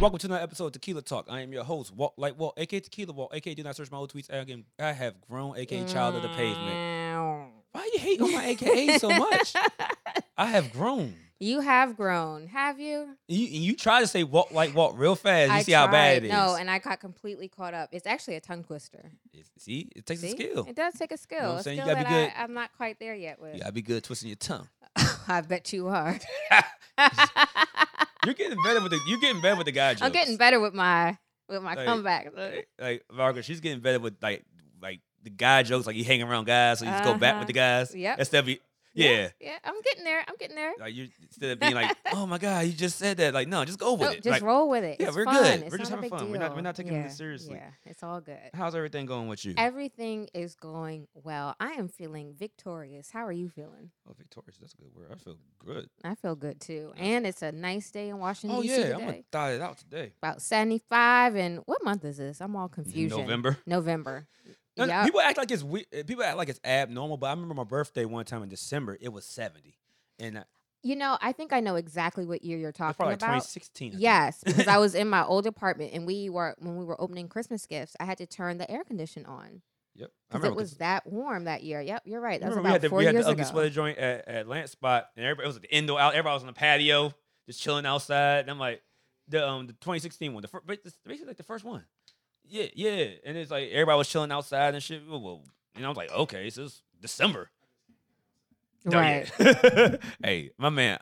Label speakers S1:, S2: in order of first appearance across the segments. S1: Welcome to another episode of Tequila Talk. I am your host, Walk Like Walk, aka Tequila Walk, aka Do Not Search My Old Tweets. I, am, I have grown, aka Child of the
S2: Mm.
S1: Pavement. Why you hate on my aka so much? I have grown.
S2: you have grown, have you?
S1: And you, and you try to say Walk Like Walk real fast. You
S2: I
S1: see how bad it
S2: tried.
S1: is.
S2: No, and I got completely caught up. It's actually a tongue twister.
S1: It's- see, it takes a
S2: See?
S1: skill.
S2: It does take a skill.
S1: what I'm
S2: a
S1: saying? You
S2: skill
S1: gotta
S2: that
S1: be good.
S2: I, I'm not quite there yet with.
S1: You gotta be good twisting your tongue.
S2: I bet you are.
S1: You're getting better with the. You're getting better with the guy jokes.
S2: I'm getting better with my with my
S1: Like-
S2: comeback.
S1: Like, like Margaret, she's getting better with like like the guy jokes. Like you hang around guys, so you just go back
S2: Uh-huh.
S1: with the guys.
S2: Yep.
S1: That's every. yeah.
S2: Yeah, I'm getting there. I'm getting there.
S1: Like you instead of being like, "Oh my god, you just said that." Like, no, just go with
S2: Nope,
S1: it.
S2: just
S1: like,
S2: roll with it.
S1: yeah,
S2: It's
S1: we're
S2: fun.
S1: good.
S2: It's
S1: We're just
S2: not a
S1: having
S2: big
S1: fun. We're not-
S2: deal.
S1: we're not taking
S2: yeah,
S1: this seriously.
S2: Yeah, it's all good.
S1: how's everything going with you?
S2: Everything is going well. I am feeling victorious. How are you feeling?
S1: oh, victorious. That's a good word. I feel good.
S2: I feel good too.
S1: That's-
S2: And it's a nice day in Washington,
S1: Oh
S2: D.C.
S1: yeah, I'm
S2: today.
S1: gonna thaw it out today.
S2: About 75. And what month is this? I'm all confused.
S1: November.
S2: November.
S1: No, no,
S2: Yup.
S1: People act like it's we- uh, people act like it's abnormal, but I remember my birthday one time in December. It was 70, and I-
S2: You know, I think I know exactly what year you're
S1: that's
S2: talking
S1: probably
S2: about.
S1: 2016. I think.
S2: Yes, because I was in my old apartment and we were, when we were opening Christmas gifts, I had to turn the air condition on
S1: Yep. I
S2: because
S1: remember
S2: it was that warm that year. Yep, you're right.
S1: I
S2: That was
S1: remember we had
S2: about
S1: the,
S2: four
S1: we had
S2: years
S1: the ugly
S2: ago.
S1: sweater joint at, at Lance Spot, and everybody it was at the indoor out. Everybody was on the patio, just chilling outside. And I'm like, the um the 2016 one, the fir- but it's basically like the first one. Yeah, yeah. And it's like everybody was chilling outside and shit. Well, well, and I was like, okay, so it's December. No, yeah.
S2: Right.
S1: hey, my man.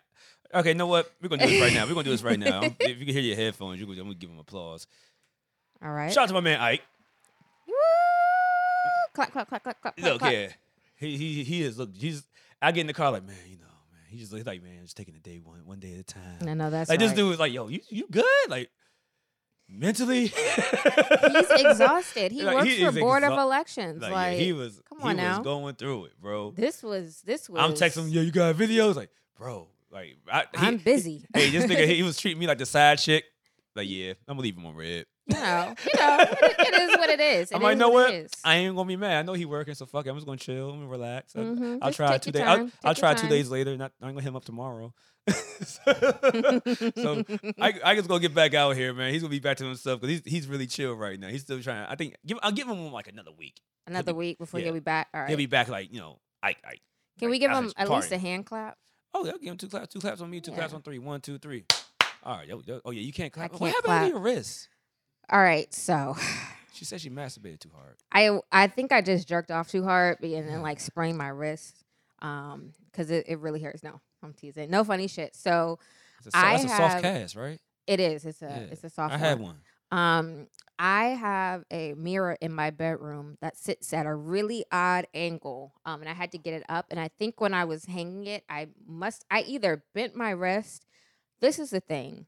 S1: Okay, you know what? We're gonna do this right now. We're gonna do this right now. if you can hear your headphones, you can, I'm gonna give him applause.
S2: All right.
S1: Shout out to my man Ike.
S2: Woo! Clap, clap, clap, clap, clap. clap,
S1: Look,
S2: clap.
S1: yeah, he he he is. Look, he's. I get in the car like, man, you know, man. He just he's like, man, just taking the day one one day at a time.
S2: I know that's
S1: like this
S2: right.
S1: dude was like, yo, you you good? Like mentally, he's
S2: He's exhausted. He
S1: Like,
S2: works
S1: he
S2: for
S1: is
S2: Board of
S1: exhau-
S2: Elections. Like,
S1: Like, yeah, he was.
S2: come
S1: he was
S2: on now.
S1: going through it, bro.
S2: this was this was.
S1: I'm texting him, yo, you got videos? Like, bro, like I, he,
S2: I'm busy.
S1: Hey, this nigga, he, he was treating me like the side chick. Like, yeah, I'm gonna leave him on red.
S2: you know, you know, it, it is what it is. It
S1: I'm like,
S2: is
S1: know
S2: what?
S1: what?
S2: It is.
S1: I ain't gonna be mad. I know he working, so fuck it. I'm just gonna chill and relax. I-
S2: Mhm.
S1: I'll
S2: Just
S1: try
S2: take
S1: two
S2: your
S1: days. I'll,
S2: time.
S1: I'll
S2: Take your
S1: try two
S2: time.
S1: days later. Not I'm gonna hit him up tomorrow. so I, I just gonna get back out here, man. He's gonna be back to himself because he's he's really chill right now. He's still trying. I think give, I'll give him like another week.
S2: Another
S1: be-
S2: week before
S1: yeah.
S2: you'll be back. All
S1: He'll
S2: right.
S1: be back like you know. I, I
S2: Can
S1: like,
S2: we give
S1: after
S2: him
S1: this
S2: at least
S1: party.
S2: a hand clap?
S1: Oh, yeah, I'll give him two claps. Two claps on me. Two claps
S2: Yeah.
S1: on three. One, two, three. All right. Yo, yo, oh yeah, you can't clap. what
S2: can't
S1: happened
S2: clap.
S1: to your wrist?
S2: All right. So
S1: She said she masturbated too hard.
S2: I I think I just jerked off too hard be- and then like sprained my wrist. Um, because it, it really hurts. No, I'm teasing. No funny shit. So
S1: It's a, so-
S2: I
S1: that's a soft
S2: have-
S1: cast, right?
S2: it is. It's a
S1: Yeah,
S2: it's a soft.
S1: I had
S2: one.
S1: one.
S2: Um, I have a mirror in my bedroom that sits at a really odd angle. Um, and I had to get it up. And I think when I was hanging it, I must I either bent my wrist. This is the thing.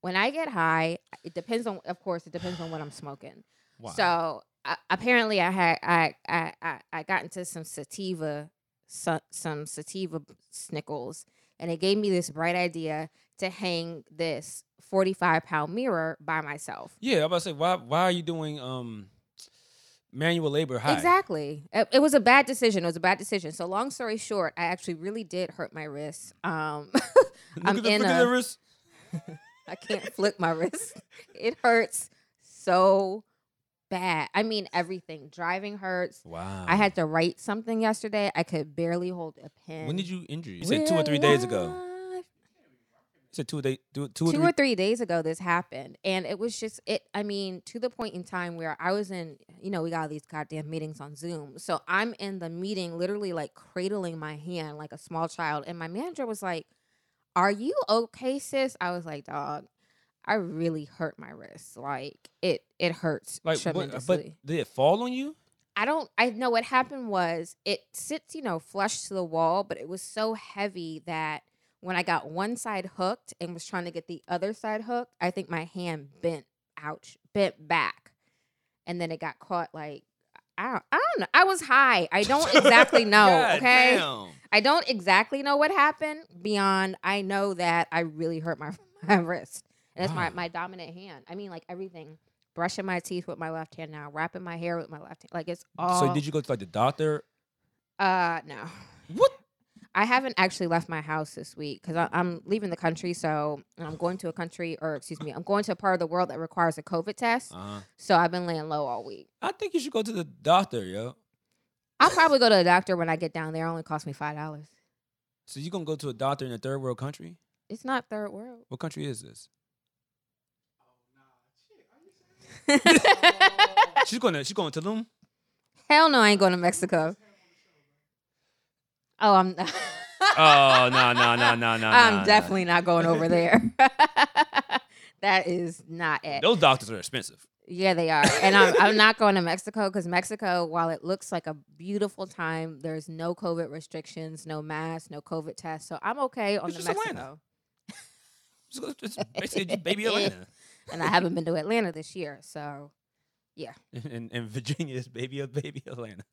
S2: When I get high, it depends on of course, it depends on what I'm smoking.
S1: Wow.
S2: So uh, apparently, I had I I I, I got into some sativa so, some sativa b- snickles, and it gave me this bright idea to hang this forty five pound mirror by myself.
S1: yeah, I'm about to say why why are you doing um manual labor high?
S2: Exactly. It, it was a bad decision. It was a bad decision. So long story short, I actually really did hurt my wrist. Um,
S1: Look
S2: I'm
S1: at the,
S2: in
S1: look at the
S2: a-
S1: wrist.
S2: I can't flip my wrist. It hurts so bad. I mean, everything. Driving hurts.
S1: Wow.
S2: I had to write something yesterday. I could barely hold a pen.
S1: When did you injure? You said two or three days ago. You
S2: Real life.
S1: said two or day, two, two
S2: Two
S1: or three.
S2: or three days ago, this happened, and it was just it. I mean, to the point in time where I was in, you know, we got all these goddamn meetings on Zoom, so I'm in the meeting, literally like cradling my hand like a small child, and my manager was like, "Are you okay, sis?" I was like, "Dog, I really hurt my wrist. Like it, it hurts
S1: like, what,
S2: tremendously."
S1: but did it fall on you?
S2: I don't I know what happened was it sits, you know, flush to the wall, but it was so heavy that when I got one side hooked and was trying to get the other side hooked, I think my hand bent ouch, bent back. And then it got caught like I don't, I don't know. I was high. I don't exactly know,
S1: God
S2: okay?
S1: damn.
S2: I don't exactly know what happened beyond I know that I really hurt my, my wrist. And that's
S1: Wow.
S2: my, my dominant hand. I mean, like everything. Brushing my teeth with my left hand now, wrapping my hair
S1: Uh,
S2: with my left hand. Like it's all.
S1: So did you go to like the doctor?
S2: Uh, no.
S1: What?
S2: I haven't actually left my house this week because I'm leaving the country. So and I'm going to a country, or excuse me, I'm going to a part of the world that requires a COVID test.
S1: Uh-huh.
S2: So I've been laying low all week.
S3: I think you should go to the doctor, yo.
S2: I'll probably go to a doctor when I get down there. It only cost me five dollars.
S3: So you gonna go to a doctor in a third world country?
S2: It's not third world.
S3: What country is this?
S1: she's going to she's going to Tulum.
S2: Hell no, I ain't going to Mexico. Oh, I'm. not.
S1: Oh no no no no no!
S2: I'm definitely not going over there. that is not it.
S1: Those doctors are expensive.
S2: Yeah, they are. And I'm, I'm not going to Mexico because Mexico, while it looks like a beautiful time, there's no COVID restrictions, no masks, no COVID tests. So I'm okay on
S1: It's
S2: the
S1: just
S2: Mexico.
S1: Atlanta. It's go- it's basically just baby Atlanta.
S2: And I haven't been to Atlanta this year. So
S1: And, and Virginia is baby baby Atlanta.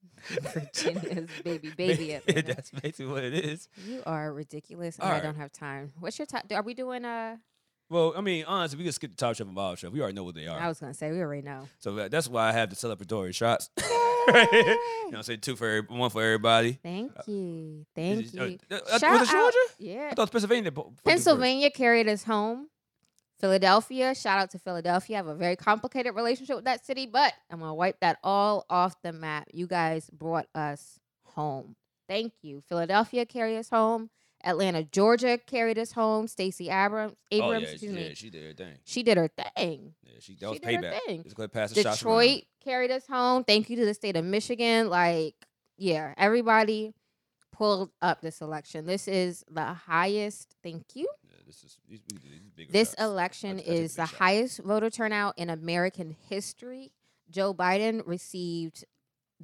S2: Virginia's baby, baby Atlanta.
S1: That's basically what it is.
S2: You are ridiculous. And I
S1: Alright.
S2: don't have time. What's your top? Are we doing, uh,
S1: Well, I mean, honestly, we could skip the top shelf and bottom shelf. We already know what they are.
S2: I was going to say, we already know.
S1: So that- that's why I have the celebratory shots. you know, what I'm saying two for every, one for everybody.
S2: Thank you.
S1: Is
S2: Thank
S1: it- uh,
S2: you.
S1: uh, uh,
S2: Shout
S1: was it
S2: out-
S1: Georgia?
S2: Yeah.
S1: I thought it was Pennsylvania. that put- put the first.
S2: Pennsylvania carried us home. Philadelphia, shout out to Philadelphia. I have a very complicated relationship with that city, but I'm gonna wipe that all off the map. You guys brought us home. Thank you. Philadelphia carried us home. Atlanta, Georgia carried us home. Stacey Abrams,
S1: Oh,
S2: Abrams,
S1: yeah,
S2: excuse
S1: yeah,
S2: me.
S1: she did her thing.
S2: She did her thing.
S1: Yeah, she, that was
S2: She did her
S1: payback.
S2: thing.
S1: Just go ahead and pass the shots around.
S2: Detroit carried us home. Thank you to the state of Michigan. Like, yeah, everybody pulled up this election. This is the highest. Thank you.
S1: Yeah, this is these, we did these bigger
S2: This
S1: shots.
S2: election
S1: I took a
S2: is the
S1: big shot.
S2: highest voter turnout in American history. Joe Biden received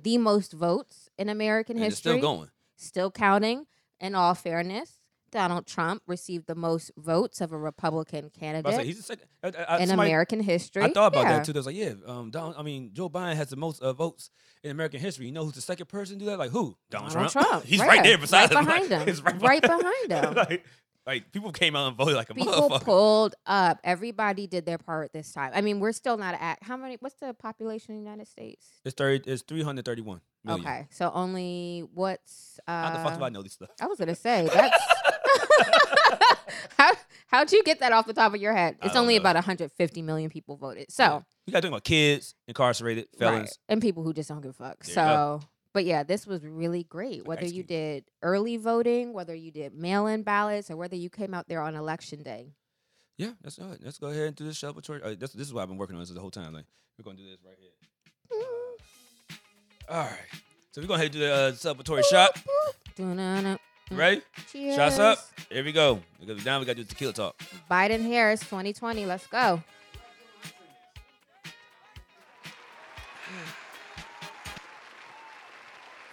S2: the most votes in American
S1: And it's
S2: history.
S1: still going.
S2: Still counting. In all fairness, Donald Trump received the most votes of a Republican
S1: But I
S2: candidate
S1: said, he's the second. I, I, I-
S2: in
S1: somebody-
S2: American history.
S1: I thought about
S2: Yeah.
S1: that too. They was like, yeah, um, Donald, I mean, Joe Biden has the most uh, votes in American history. You know who's the second person to do that? Like who? Donald,
S2: Donald
S1: Trump.
S2: Trump,
S1: he's
S2: right,
S1: right, there beside
S2: right
S1: him. Like,
S2: behind him,
S1: he's
S2: right behind him.
S1: like, like, people came out and voted like a
S2: People
S1: motherfucker.
S2: pulled up. Everybody did their part this time. I mean, we're still not at how many? What's the population in the United States?
S1: It's thirty. It's three hundred thirty-one million.
S2: Okay, so only what's uh,
S1: How the fuck do I know this stuff?
S2: I was gonna say that's how how'd you get that off the top of your head?
S1: I
S2: It's
S1: don't
S2: only
S1: know.
S2: about 150 million people voted. So
S1: Yeah. We got to talk about kids, incarcerated,
S2: right.
S1: felons.
S2: and people who just don't give a fuck.
S1: There you
S2: So but yeah, this was really great.
S1: Like
S2: Whether
S1: Ice
S2: you
S1: Cube.
S2: did early voting, whether you did mail in ballots, or whether you came out there on election day.
S1: Yeah, that's all right. Let's go ahead and do this show with Troy. Uh, that's, this is what I've been working on this the whole time. Like we're gonna do this right here. All right. So we're gonna head to the uh, celebratory shot.
S2: Dun-dun-dun.
S1: Ready?
S2: Cheers.
S1: Shots up. Here we go. Because now we gotta do tequila talk.
S2: Biden Harris 2020. Let's go.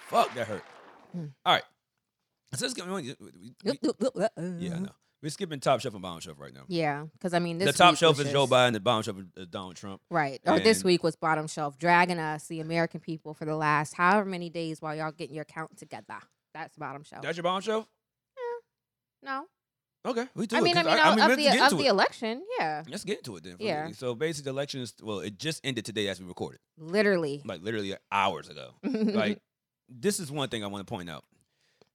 S1: Fuck, that hurt.
S2: Mm.
S1: All right. So let's get we- we- we- Yeah, I know. We're skipping top shelf and bottom shelf right now.
S2: Mm-hmm. Yeah, because I mean,
S1: the
S2: this
S1: top
S2: week
S1: shelf
S2: was
S1: is Joe
S2: just-
S1: Biden, the bottom shelf is uh, Donald Trump.
S2: Right. Or this
S1: And-
S2: week was bottom shelf, dragging us, the American people, for the last however many days while y'all getting your count together. That's bottom shelf.
S1: That's your bottom shelf?
S2: no.
S1: Okay. We do
S2: I
S1: it,
S2: mean, I
S1: 'cause
S2: mean, of-
S1: let's
S2: of,
S1: get
S2: the, of
S1: into
S2: the
S1: it.
S2: election. Yeah.
S1: Let's get into it then.
S2: Yeah.
S1: So basically, the election is, well, it just ended today as we recorded,
S2: Literally.
S1: like literally hours ago. like this is one thing I want to point out.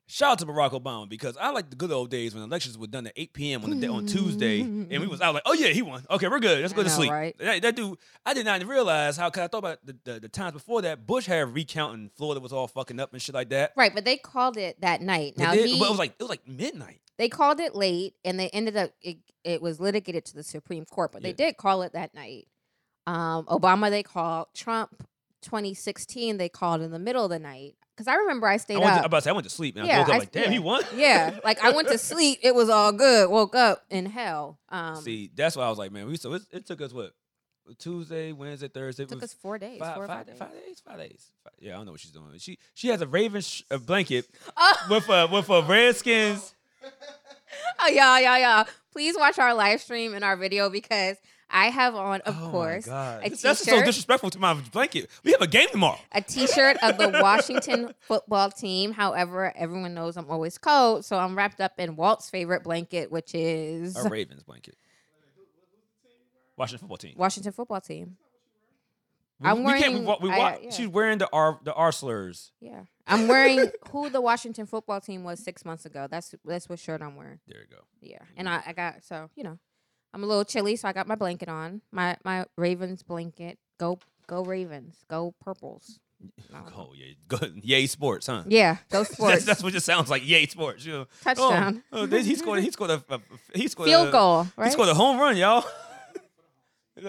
S1: Shout out to Barack Obama because I like the good old days when elections were done at 8 p.m. on the day, on Tuesday, and we was out like, oh yeah, he won. Okay, we're good. Let's
S2: I
S1: go to
S2: know,
S1: sleep.
S2: right?
S1: That, that dude, I did not realize how. Cause I thought about the, the, the times before that, Bush had recounting Florida was all fucking up and shit like that.
S2: right. But they called it that night.
S1: They
S2: Now,
S1: did-
S2: he,
S1: but it was like it was like midnight.
S2: they called it late and they ended up, it, it was litigated to the Supreme Court, but they
S1: Yeah.
S2: did call it that night. Um, Obama, they called. Trump 2016, they called in the middle of the night. Because I remember I
S1: I
S2: stayed
S1: went, to,
S2: up.
S1: I about to say, I went to sleep and
S2: Yeah,
S1: I woke up
S2: I-
S1: like, damn,
S2: yeah.
S1: he won.
S2: Yeah, like I went to sleep. It was all good. Woke up in hell. Um,
S1: See, that's why I was like, man, we so it, it took us what Tuesday, Wednesday, Thursday.
S2: it
S1: It
S2: took
S1: was
S2: us four days.
S1: five,
S2: four or
S1: five,
S2: five,
S1: five,
S2: days.
S1: days, five days. Five- yeah, I don't know what she's doing. She she has a raven sh- a blanket
S2: Oh,
S1: with a with a Redskins.
S2: oh, y'all, y'all, y'all! Please watch our live stream and our video because I have on, of
S1: Oh my
S2: course,
S1: God.
S2: a
S1: This- that's so
S2: t-shirt.
S1: disrespectful to my blanket. We have a game tomorrow.
S2: a T-shirt of the Washington football team. However, everyone knows I'm always cold, so I'm wrapped up in Walt's favorite blanket, which is
S1: A Ravens blanket. Washington football team.
S2: Washington football team.
S1: We,
S2: I'm
S1: we can't. We,
S2: wearing-
S1: wa- we
S2: I- uh,
S1: wa-
S2: yeah.
S1: She's wearing the R the R slurs.
S2: Yeah. I'm wearing who the Washington football team was six months ago. That's that's what shirt I'm wearing.
S4: There you go.
S2: Yeah. And I, I got so, you know, I'm a little chilly, so I got my blanket on. My my Ravens blanket. Go go Ravens. Go purples. No.
S1: Oh yeah, good. Yay sports, huh?
S2: Yeah, go
S1: That's,
S2: sports.
S1: that's what it sounds like. Yay sports. You know. Oh,
S2: Touchdown.
S1: oh, they- he scored. He scored a, a- he scored a,
S2: Field goal,
S1: He
S2: right?
S1: scored a home run, y'all.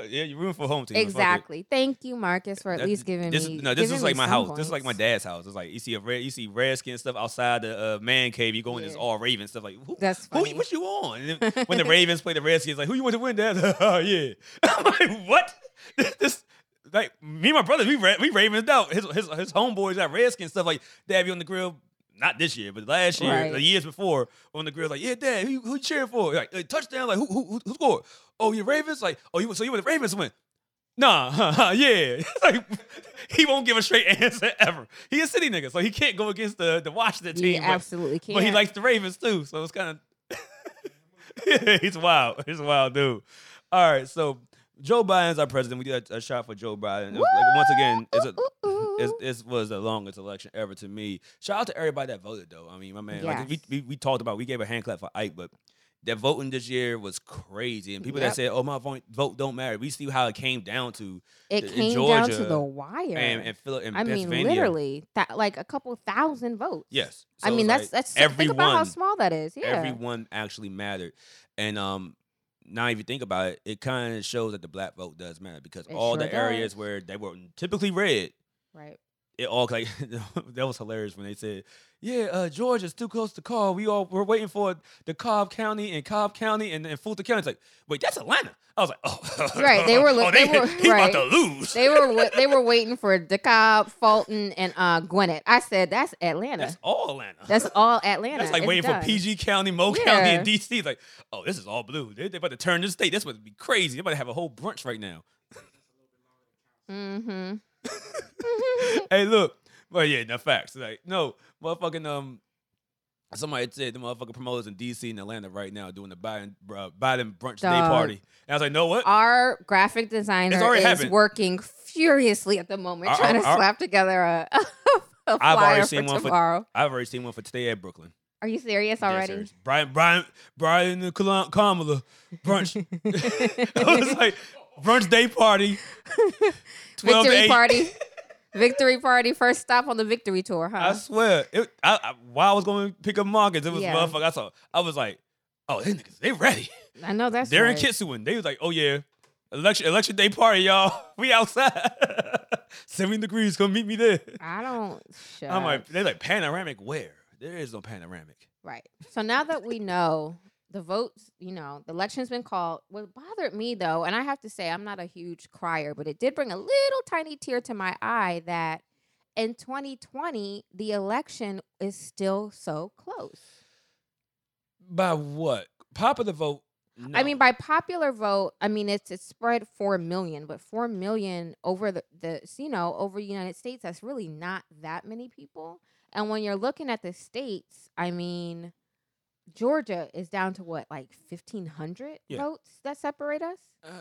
S1: yeah, you're rooting for home team. Fuck it.
S2: Exactly. Thank you, Marcus, for at
S1: That-
S2: least giving
S1: this,
S2: me.
S1: No, this
S2: giving
S1: is
S2: me
S1: like my
S2: some
S1: house. This is like my
S2: points.
S1: dad's house. It's like you see a red, you see red skin stuff outside the uh, man cave. You go in this
S2: Yeah.
S1: all Ravens stuff. Like who?
S2: That's
S1: who?
S2: funny.
S1: What you on? And then when the Ravens play the Redskins, like who you want to win? Dad? oh yeah. I'm like what? This, this like me and my brother we ra- we Ravens out. His his his homeboys got Redskins stuff. Like dad be on the grill. Not this year, but last year,
S2: Right.
S1: the years before, on the grill, like, yeah, dad, who, you- who you cheering for? Like, uh, touchdown, like, who, who, who- who scored? Oh, you Ravens? Like, oh, you so you want the Ravens to win? Nah, huh, huh, yeah. like, he won't give a straight answer ever. He a city nigga, so he can't go against the, the Washington
S2: You
S1: team. but,
S2: absolutely can.
S1: but he likes the Ravens too, so it's kind of he's wild. He's a wild dude. All right, so Joe Biden's our president. We did a, a shot for Joe Biden. It was, like, once again, it's a, it's, this was the longest election ever to me. Shout out to everybody that voted though. I mean, my man, like we,
S2: Yes.
S1: we we talked about we gave a hand clap for Ike, but that voting this year was crazy. And people
S2: Yep.
S1: that said, "Oh, my vote, vote don't matter," we see how it came down to
S2: it
S1: in
S2: came down to
S1: Georgia
S2: the wire.
S1: and and, Phil- and
S2: I mean,
S1: Pennsylvania.
S2: literally, that like a couple thousand votes.
S1: Yes,
S2: I
S1: So
S2: mean,
S1: it's
S2: that's
S1: like
S2: that's so- think about how
S1: everyone-
S2: small that is. Yeah,
S1: everyone actually mattered. And um now if you think about it, it kind of shows that the black vote does matter because
S2: It
S1: all
S2: sure
S1: the areas
S2: does.
S1: where they were typically red,
S2: right.
S1: it all like that was hilarious when they said, "Yeah, uh, Georgia's too close to call. We all we're waiting for the Cobb County and Cobb County and, and Fulton County." It's like, wait, that's Atlanta. I was like, oh,
S2: Right, they were
S1: oh,
S2: look-
S1: they,
S2: they were-
S1: he
S2: right.
S1: about to lose.
S2: They were wa- they were waiting for DeKalb, Fulton, and uh, Gwinnett. I said that's Atlanta.
S1: that's all Atlanta.
S2: That's all Atlanta.
S1: That's like
S2: It's
S1: waiting
S2: done.
S1: for PG County, Mo County, and
S2: Yeah.
S1: DC. Like, oh, this is all blue. They're, about to turn this state. This would be crazy. They're about to have a whole brunch right now.
S2: Mm-hmm.
S1: hey, look. But yeah, no facts. Like, no, motherfucking um, somebody said the motherfucking promoters in DC and Atlanta right now doing the Biden uh, Biden brunch day
S2: Dog.
S1: party. And I was like, no, what?
S2: Our graphic designer
S1: already
S2: is
S1: happened.
S2: working furiously at the moment,
S1: Our-
S2: trying to
S1: our- our-
S2: slap together a, a flyer
S1: I've already seen
S2: for
S1: one for-
S2: tomorrow.
S1: I've already seen one for today at Brooklyn.
S2: Are you serious
S1: Dead
S2: already?
S1: serious. Brian, Brian, Brian, and Kala- Kamala brunch. I was like, brunch day party. 12 to
S2: victory
S1: 8.
S2: party. victory party. First stop on the victory tour, huh?
S1: I swear, it, I, I, while I was going to pick up Marcus, it was
S2: Yeah.
S1: motherfucker. I saw. I was like, oh, they niggas, they ready.
S2: I know that's
S1: They're in
S2: right.
S1: Kitsuen. They was like, oh yeah, election election day party, y'all. We outside. Seventy degrees. Come meet me there.
S2: I don't. Shut
S1: I'm like, they like panoramic. Where there is no panoramic.
S2: Right. So now that we know the votes, you know, the election's been called. What bothered me though, and I have to say, I'm not a huge crier, but it did bring a little tiny tear to my eye that in 2020, the election is still so close.
S4: By what?
S1: Pop of the vote.
S2: I
S1: no.
S2: mean, by popular vote, I mean it's it's spread four million, but four million over the, the you know over the United States, that's really not that many people. And when you're looking at the states, I mean, Georgia is down to what like fifteen hundred
S1: Yeah.
S2: votes that separate us.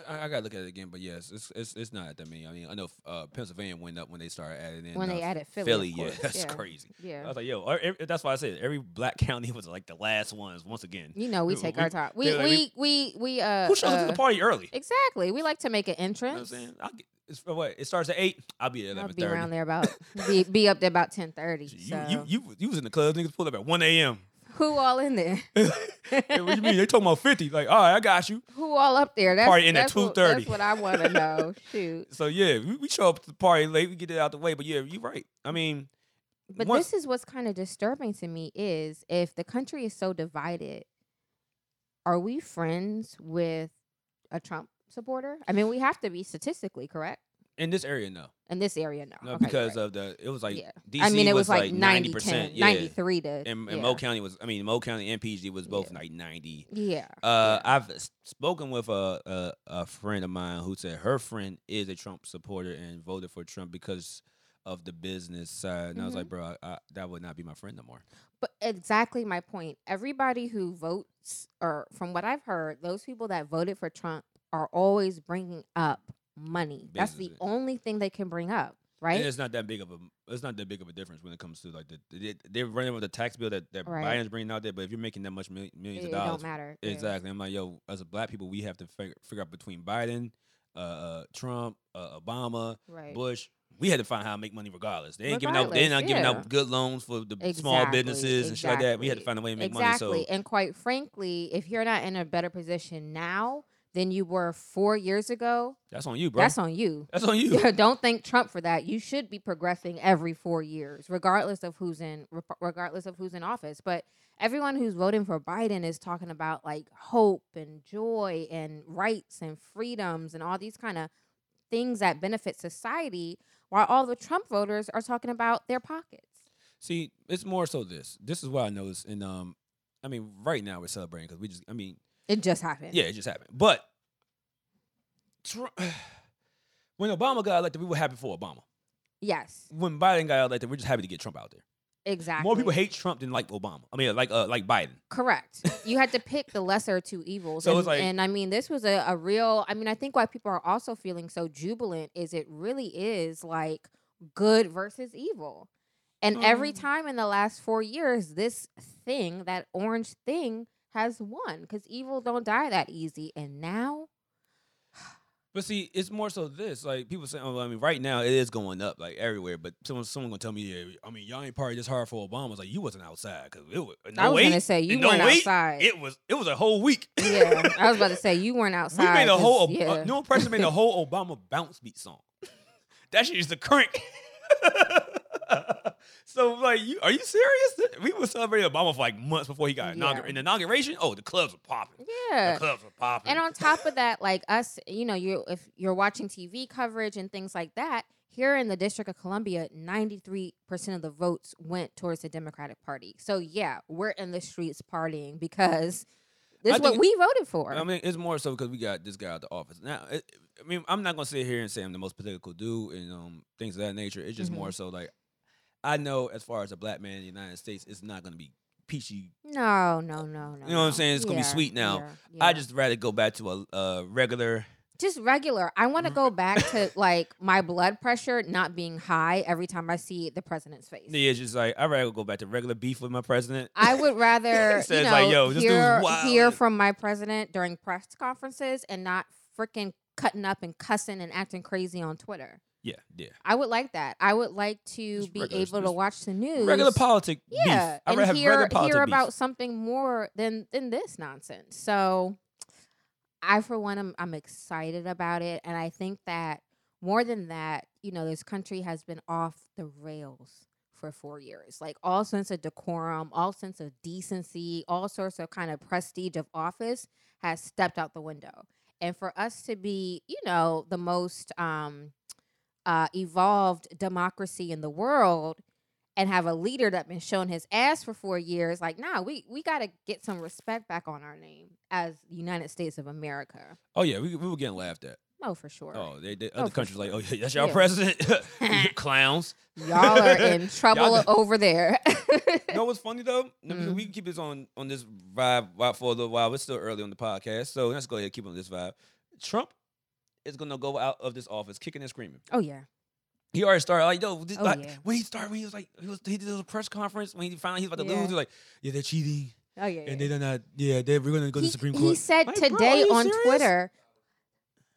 S4: I, I- I gotta look at it again, but yes, it's it's, it's not that many. I mean, I know uh, Pennsylvania went up when they started adding in
S2: When they
S4: uh,
S2: added
S4: Philly,
S2: Philly, of
S4: yeah,
S2: course.
S1: that's
S2: yeah.
S1: crazy. I
S2: Yeah,
S1: was like, yo, er- every- that's why I said every black county was like the last ones once again.
S2: you know we
S1: We-
S2: take
S1: we-
S2: our time. We
S1: yeah, like,
S2: we we we uh,
S1: Who shows up to the
S2: uh,
S1: party early?
S2: exactly. We like to make an
S1: You know what I'm
S2: entrance.
S1: saying? I'll get, it's for what? It starts at eight. I'll be at
S2: I'll
S1: eleven
S2: be around
S1: thirty.
S2: there about be, be up there about ten thirty.
S1: You,
S2: So
S1: you you you was in the club. Niggas pulled up at one a.m.
S2: who all in there?
S1: Hey, what you mean? They talking about fifty? Like, all right, I got you.
S2: Who all up there? That's,
S1: Party in at
S2: that's what-
S1: 2:30.
S2: That's what I want to know. Shoot,
S1: So yeah, we, we show up to the party late. We get it out the way. But yeah, you're right. I mean,
S2: but
S1: once-
S2: this is what's kind of disturbing to me is if the country is so divided, are we friends with a Trump supporter? I mean, we have to be statistically correct
S1: in this area, no,
S2: in this area. No,
S1: no,
S2: Okay, you're
S1: because
S2: right.
S1: of the it was like
S2: Yeah.
S1: DC
S2: I mean, it was, like
S1: like
S2: 90
S1: percent,
S2: 10,
S1: yeah.
S2: 93 to
S1: And, and
S2: yeah.
S1: Mo County was, I mean, Mo County and PG was both
S2: Yeah.
S1: like ninety.
S2: Yeah,
S1: Uh, I've s- spoken with a, a a friend of mine who said her friend is a Trump supporter and voted for Trump because of the business side. And I was
S2: Mhm.
S1: like, bro, I, I, that would not be my friend no more.
S2: But exactly my point. Everybody who votes, or from what I've heard, those people that voted for Trump are always bringing up money. That's the
S1: Business.
S2: only thing they can bring up, right?
S1: And it's not that big of a it's not that big of a difference when it comes to like the, they, they're running with a tax bill that that
S2: Right.
S1: Biden's bringing out there. But if you're making that much mil- millions
S2: it,
S1: of
S2: it
S1: dollars,
S2: don't matter. Yeah.
S1: exactly. I'm like, yo, as a black people, we have to figure, figure out between Biden, uh, uh Trump, uh, Obama,
S2: Right.
S1: Bush. We had to find how to make money regardless. They ain't giving out. They're not
S2: Regardless,
S1: giving
S2: yeah.
S1: out good loans for the small
S2: Exactly,
S1: businesses and shit like that. We had to
S2: exactly,
S1: find a way to make
S2: exactly.
S1: money. So
S2: And quite frankly, if you're not in a better position now than you were four years ago,
S1: that's on you, bro.
S2: that's on you.
S1: That's on you.
S2: Yeah, don't thank Trump for that. You should be progressing every four years, regardless of who's in rep- regardless of who's in office. But everyone who's voting for Biden is talking about like hope and joy and rights and freedoms and all these kind of things that benefit society, while all the Trump voters are talking about their pockets.
S1: See, it's more so this. This is what I noticed. And um, I mean, right now we're celebrating because we just. I mean,
S2: It just happened.
S1: yeah, it just happened. But Trump, when Obama got elected, we were happy for Obama.
S2: Yes.
S1: When Biden got elected, we're just happy to get Trump out there.
S2: Exactly.
S1: More people hate Trump than like Obama. I mean, like uh, like Biden.
S2: Correct. You had to pick the lesser of two evils.
S1: So
S2: and,
S1: it's like-
S2: and I mean, this was a, a real. I mean, I think why people are also feeling so jubilant is it really is like good versus evil. And every
S1: Mm.
S2: time in the last four years, this thing, that orange thing, has won because evil don't die that easy. And now,
S1: But see, it's more so this. Like people say, oh, I mean, right now it is going up like everywhere. But someone someone gonna tell me, yeah, I mean, y'all ain't party this hard for Obama. It's like you wasn't outside because it was. No
S2: I was
S1: way.
S2: gonna say you
S1: no
S2: weren't
S1: wait,
S2: outside.
S1: It was it was a whole week.
S2: yeah, I was about to say you weren't outside.
S1: We made a
S2: 'cause-
S1: whole Ob-
S2: yeah.
S1: uh, New Impression made a whole Obama bounce beat song. that shit is the crank. so like, you are you serious? We were celebrating Obama for like months before he got inaugurated.
S2: Yeah.
S1: And the inauguration, oh, the clubs were popping.
S2: yeah.
S1: The clubs were popping.
S2: And on top of that, like us, you know, you if you're watching TV coverage and things like that, here in the District of Columbia, 93% of the votes went towards the Democratic Party. So yeah, we're in the streets partying because this
S1: I
S2: is what
S1: think-
S2: we voted for.
S1: I mean, it's more so because we got this guy out the office. Now, it, I mean, I'm not gonna sit here and say I'm the most political dude and um things of that nature. It's just
S2: Mhm.
S1: more so like I know as far as a black man in the United States, it's not gonna be peachy.
S2: no, no, no, no.
S1: You know what I'm
S2: no.
S1: saying? It's gonna be
S2: Yeah,
S1: sweet now.
S2: yeah,
S1: I
S2: yeah.
S1: just rather go back to a uh, regular.
S2: just regular. I want to
S1: Mm.
S2: go back to like my blood pressure not being high every time I see the president's face.
S1: Yeah, it's just like I rather go back to regular beef with my president.
S2: I would rather
S1: So
S2: you
S1: it's
S2: know,
S1: like, yo, this dude's
S2: hear,
S1: wild.
S2: hear from my president during press conferences and not freaking cutting up and cussing and acting crazy on Twitter.
S1: yeah, yeah.
S2: I would like that. I would like to
S1: Just
S2: be
S1: regular-
S2: able to
S1: just
S2: watch the news.
S1: Regular politic
S2: yeah,
S1: beef. I rather
S2: and
S1: have
S2: hear
S1: regular politic
S2: hear
S1: beef.
S2: about something more than than this nonsense. So, I for one, am I'm excited about it, and I think that more than that, you know, this country has been off the rails for four years. Like all sense of decorum, all sense of decency, all sorts of kind of prestige of office has stepped out the window. And for us to be, you know, the most um, uh, evolved democracy in the world and have a leader that been showing his ass for four years, like, nah, we, we got to get some respect back on our name as the United States of America.
S1: oh yeah, we, we were getting laughed at.
S2: Oh, for sure.
S1: Oh, they, they,
S2: Oh,
S1: other
S2: for
S1: countries like, oh yeah, that's
S2: Yeah.
S1: y'all president, clowns.
S2: Y'all are in trouble
S1: Y'all-
S2: over there.
S1: You know what's funny though? I mean,
S2: Mm.
S1: We can keep this on on this vibe, vibe for a little while. It's still early on the podcast, so let's go ahead and keep on this vibe. Trump is gonna go out of this office kicking and screaming.
S2: oh, yeah.
S1: He already started like, yo, this,
S2: Oh,
S1: like,
S2: yeah.
S1: when he started, when he was like, he was he did a press conference when he finally he was about to
S2: Yeah.
S1: lose. He was like, yeah, they're cheating
S2: Oh, yeah. yeah.
S1: and they're not. Yeah, they we're gonna go to
S2: he,
S1: the Supreme
S2: he
S1: Court.
S2: said
S1: Like, bro,
S2: today
S1: are you
S2: on
S1: serious?
S2: Twitter,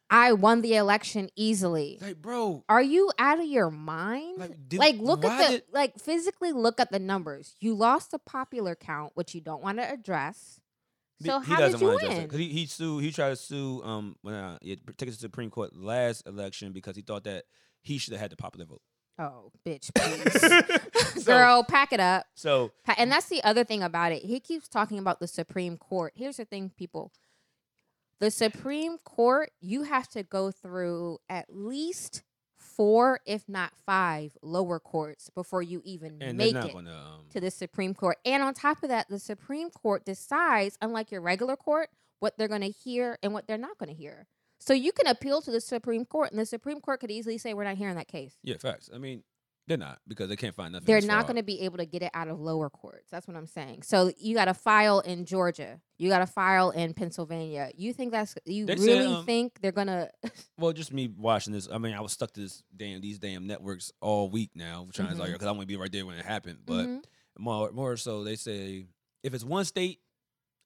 S2: I won the election easily.
S1: like, bro,
S2: Are you out of your mind? Like,
S1: like, did,
S2: look
S1: why
S2: at the
S1: did-
S2: like physically look at the numbers. You lost the popular count, which you don't want to address.
S1: Be-
S2: So
S1: he
S2: how
S1: doesn't
S2: did you
S1: want to address it
S2: win?
S1: because he, he sued. He tried to sue. Um, when uh, it took it to the Supreme Court last election because he thought that he should have had the popular vote.
S2: oh, bitch, please.
S1: So-
S2: Girl, pack it up.
S1: So
S2: Pa- And that's the other thing about it. He keeps talking about the Supreme Court. Here's the thing, people. The Supreme Court, you have to go through at least four, if not five, lower courts before you even
S1: and
S2: make
S1: they're not
S2: it
S1: gonna. Um,
S2: to the Supreme Court. And on top of that, the Supreme Court decides, unlike your regular court, what they're going to hear and what they're not going to hear. So you can appeal to the Supreme Court, and the Supreme Court could easily say, We're not hearing that case.
S1: yeah, facts. I mean, They're not because they can't find nothing.
S2: They're
S1: that's
S2: not
S1: fraud.
S2: going to be able to get it out of lower courts. That's what I'm saying. So you got to file in Georgia. You got to file in Pennsylvania. You think that's you
S1: They said,
S2: really
S1: um,
S2: think they're going to
S1: Well, just me watching this. I mean, I was stuck to this damn these damn networks all week now, trying
S2: Mm-hmm.
S1: to like because I want to be right there when it happened. But more more so, they say if it's one state,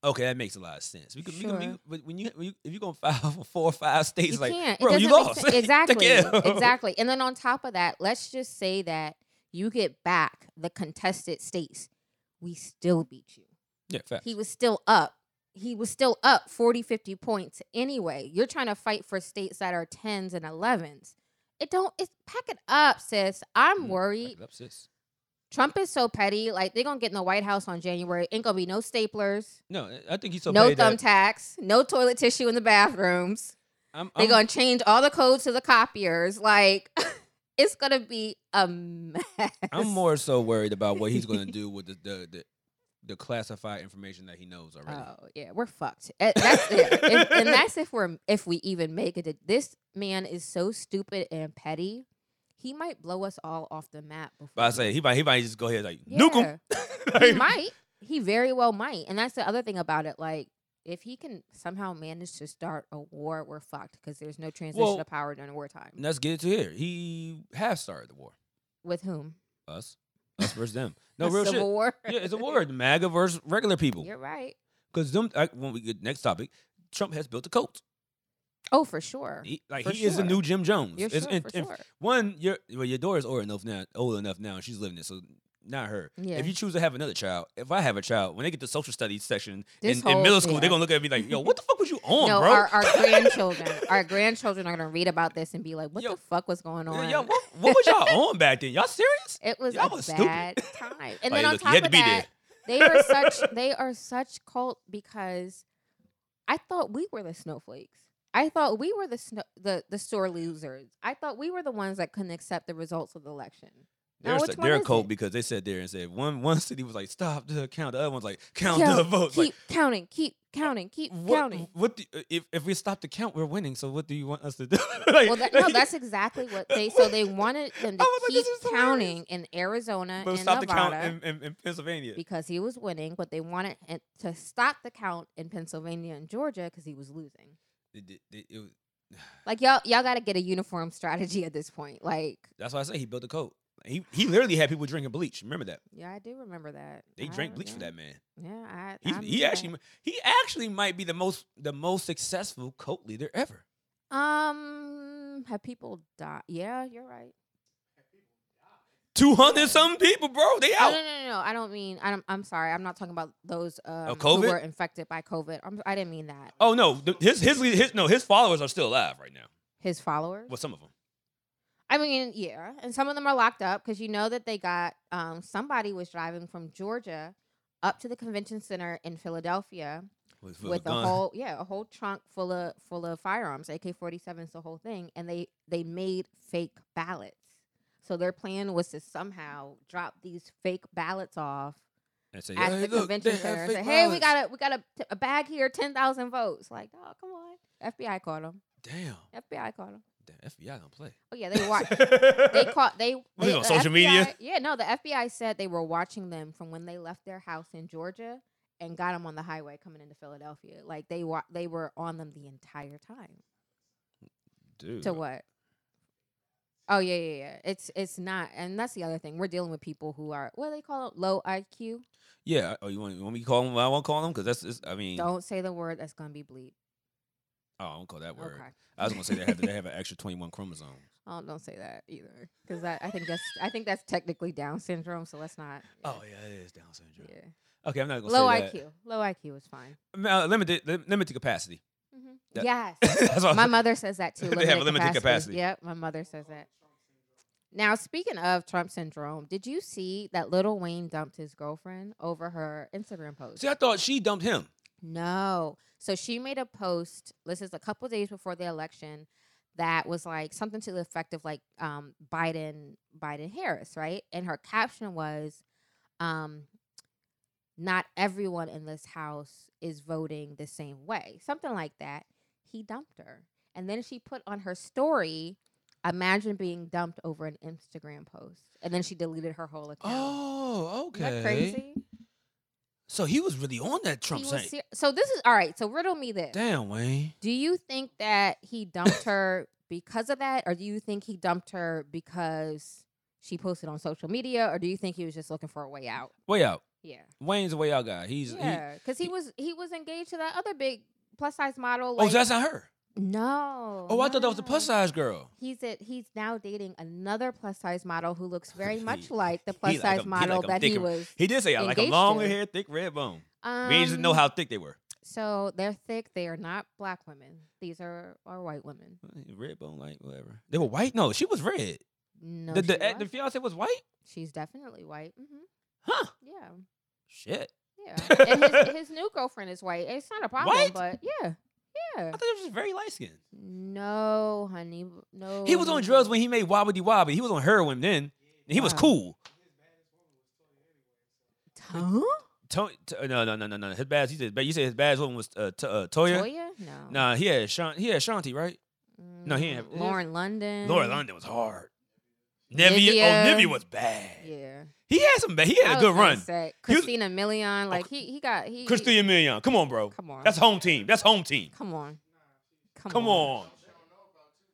S1: okay, that makes a lot of sense. We could, we could- we
S2: Sure.
S1: could- but when you, when you if you're gonna file for four or five states,
S2: you
S1: like
S2: can't.
S1: bro,
S2: it
S1: you
S2: doesn't make
S1: lost.
S2: sense.
S1: Take
S2: Exactly.
S1: it.
S2: exactly. And then on top of that, let's just say that you get back the contested states. We still beat you.
S1: yeah, fact.
S2: He was still up. He was still up 40, 50 points anyway. You're trying to fight for states that are 10s and 11s. It don't, it's pack it up, sis. I'm
S1: Mm,
S2: worried.
S1: Back it up, sis.
S2: Trump is so petty. Like, they're going to get in the White House on January. Ain't going to be no staplers,
S1: No, I think he's so
S2: no
S1: petty that-
S2: thumbtacks, no toilet tissue in the bathrooms.
S1: I'm,
S2: They're
S1: I'm-
S2: going to change all the codes to the copiers. Like, it's going to be a mess.
S1: I'm more so worried about what he's gonna do with the the, the the classified information that he knows already.
S2: Oh yeah, we're fucked. Eh, That's it. If- and that's if we're if we even make it. This man is so stupid and petty. He might blow us all off the map. Before
S1: But I say he might he might just go ahead like nuke him.
S2: he might. He very well might. And that's the other thing about it. Like, if he can somehow manage to start a war, we're fucked because there's no transition
S1: Well-
S2: of power during wartime.
S1: Let's get it to here. He half started the war.
S2: With whom?
S1: Us, us versus them. No
S2: A
S1: real
S2: civil
S1: shit.
S2: war.
S1: Yeah, it's a war. MAGA versus regular people.
S2: You're right.
S1: Because them I, when we get next topic, Trump has built a cult.
S2: Oh, for sure.
S1: He, like
S2: For
S1: he is the
S2: sure.
S1: new Jim Jones.
S2: You're
S1: It's-
S2: sure,
S1: and-
S2: for
S1: and
S2: sure.
S1: One, your well, your daughter's old enough now. Old enough now, and she's living it. So not her.
S2: Yeah.
S1: If you choose to have another child, if I have a child, when they get to social studies section
S2: This
S1: in, in
S2: whole-
S1: middle school,
S2: yeah.
S1: they're gonna look at me like, "Yo, what the fuck was you on,
S2: no,
S1: bro?"
S2: our, our grandchildren, our grandchildren are gonna read about this and be like, "What
S1: Yo,
S2: the fuck was going on?"
S1: Yo, what, what was y'all on back then? Y'all serious?
S2: It was
S1: y'all
S2: a
S1: was stupid.
S2: bad time.
S1: Like,
S2: And then on
S1: look, you
S2: top
S1: had to
S2: of
S1: be
S2: that, they are such they are such cult because I thought we were the snowflakes. I thought we were the snow, the the sore losers. I thought we were the ones that couldn't accept the results of the election. Now,
S1: They're,
S2: which
S1: s-
S2: one
S1: they're a
S2: is
S1: cult
S2: it?
S1: because they sat there and said one one city was like stop the count, the other one's like count
S2: Count,
S1: the votes.
S2: keep
S1: Like Uh,
S2: counting, keep counting, keep
S1: what?
S2: counting.
S1: What? Do, uh, if if we stop the count, we're winning. So what do you want us to do? like,
S2: Well, that, no, that's exactly what they. So they wanted them
S1: I
S2: to
S1: was like,
S2: keep
S1: this is hilarious.
S2: counting in Arizona
S1: but
S2: and
S1: stop the count
S2: Nevada.
S1: in, in, in Pennsylvania.
S2: because he was winning, but they wanted it to stop the count in Pennsylvania and Georgia because he was losing.
S1: It- it- it- it was-
S2: Like y'all, y'all got to get a uniform strategy at this point. Like,
S1: that's why I say he built a cult. He he literally had people drinking bleach. Remember that
S2: yeah, I do remember that
S1: they
S2: I
S1: drank
S2: re-
S1: bleach for
S2: yeah.
S1: that man.
S2: Yeah, I.
S1: He, he
S2: I remember
S1: actually he actually might be the most the most successful cult leader ever.
S2: that. Um, have people died? Yeah, you're right.
S1: Two hundred some people, bro. They
S2: No,
S1: out.
S2: no, no, no, no. I don't mean. I don't, I'm sorry. I'm not talking about those um, who
S1: Oh, COVID?
S2: were infected by COVID. I'm, I didn't mean that.
S1: Oh no, th- his his lead- his no his followers are still alive right now.
S2: His followers.
S1: Well, some of them.
S2: I mean, yeah, and some of them are locked up because you know that they got um, somebody was driving from Georgia up to the convention center in Philadelphia
S1: With,
S2: with a whole yeah a whole trunk full of full of firearms, AK forty sevens, the whole thing, and they they made fake ballots. So their plan was to somehow drop these fake ballots off
S1: and say,
S2: at
S1: "Hey,
S2: the
S1: look,
S2: convention
S1: they have
S2: center and
S1: fake
S2: say, "Hey, we
S1: ballots."
S2: got a we got a, t- a bag here, ten thousand votes." Like, oh come on, FBI caught them.
S1: Damn,
S2: FBI caught them.
S1: damn, FBI gonna play.
S2: Oh yeah, they watched they caught they,
S1: Was
S2: they
S1: it on
S2: the
S1: social media?
S2: FBI Yeah, no, the FBI said they were watching them from when they left their house in Georgia and got them on the highway coming into Philadelphia. Like they wa- they were on them the entire time.
S1: Dude,
S2: To what? Oh yeah, yeah, yeah. It's it's not, and that's the other thing. We're dealing with people who are what do they call it? Low IQ.
S1: yeah. Oh, you want, you want me to call him? what I won't call him because that's. It's, I mean,
S2: Don't say the word that's gonna be bleep.
S1: oh, I won't call that word.
S2: Okay.
S1: I was gonna say they have they have an extra twenty one chromosomes.
S2: Oh, don't say that either, because I think that's I think that's technically Down syndrome. So let's not.
S1: Oh yeah, it is Down syndrome.
S2: yeah.
S1: Okay, I'm not gonna
S2: Low
S1: say that.
S2: IQ. Low IQ is fine. Mm-hmm.
S1: Um, Uh, limited lim- limited capacity. That-
S2: Yes.
S1: that's all.
S2: my mother says that too.
S1: They have a limited capacity.
S2: Yep, my mother says that. Now, speaking of Trump syndrome, did you see that Little Wayne dumped his girlfriend over her Instagram post?
S1: See, I thought she dumped him.
S2: No. So she made a post. This is a couple days before the election. That was like something to the effect of like um, Biden, Biden Harris, right? And her caption was, um, "Not everyone in this house is voting the same way." Something like that. He dumped her, and then she put on her story, Imagine being dumped over an Instagram post, and then she deleted her whole account.
S1: Oh, okay.
S5: Isn't that crazy?
S1: So he was really on that
S2: He
S1: Trump
S2: was
S1: thing.
S2: ser- so this is all right. So riddle me this:
S1: Damn, Wayne.
S2: Do you think that he dumped her because of that, or do you think he dumped her because she posted on social media, or do you think he was just looking for a way out?
S1: Way out.
S2: Yeah,
S1: Wayne's a way out guy. He's he,
S2: yeah, because he, was he was engaged to that other big plus size model.
S1: Oh,
S2: Like,
S1: so that's not her.
S2: no.
S1: Oh, I thought that was the plus
S2: no.
S1: size girl.
S2: He's at, he's now dating another plus size model who looks very much
S1: He-
S2: like the
S1: he
S2: plus
S1: like
S2: size
S1: a- he like
S2: model
S1: a
S2: that he
S1: thicker-
S2: was.
S1: He did say I like a
S2: Engaged
S1: longer
S2: to.
S1: hair, thick red bone.
S2: Um,
S1: we just didn't know how thick they were.
S2: So they're thick. They are not black women. These are are white women.
S1: Red bone, like whatever. They were white. No, she was red.
S2: No,
S1: the
S2: she
S1: the, eh, the
S2: wasn't.
S1: fiance was white.
S2: she's definitely white. hmm
S1: Huh?
S2: Yeah,
S1: Shit.
S2: yeah. and his, his new girlfriend is white. It's not a problem,
S1: White?
S2: but yeah,
S1: I
S2: yeah.
S1: thought it was very light skinned.
S2: No, honey, b- no.
S1: He was on drugs when he made Wobbly Wobbly. He was on heroin then. And he was
S2: Oh. Wow.
S1: cool.
S2: Huh?
S1: To, to, uh, no, no, no, no, no. His bad. He said. You said his bad woman was uh, to, uh, Toya.
S2: Toya? No.
S1: Nah, he had Shan- he had Shanti, right? no, he ain't
S2: Mm,
S1: have-
S2: Lauren London.
S1: Lord, London was hard. Nivea,
S2: Nivea.
S1: oh Nivea was bad.
S2: Yeah.
S1: He had some bad. He
S2: I
S1: had a
S2: was
S1: good
S2: gonna
S1: run.
S2: say,
S1: He was- Oh,
S2: Christina Milian, like he he got he. he-
S1: Christina Milian, come on, bro.
S2: Come on.
S1: That's home team. That's home team.
S2: Come on. Come,
S1: Come on.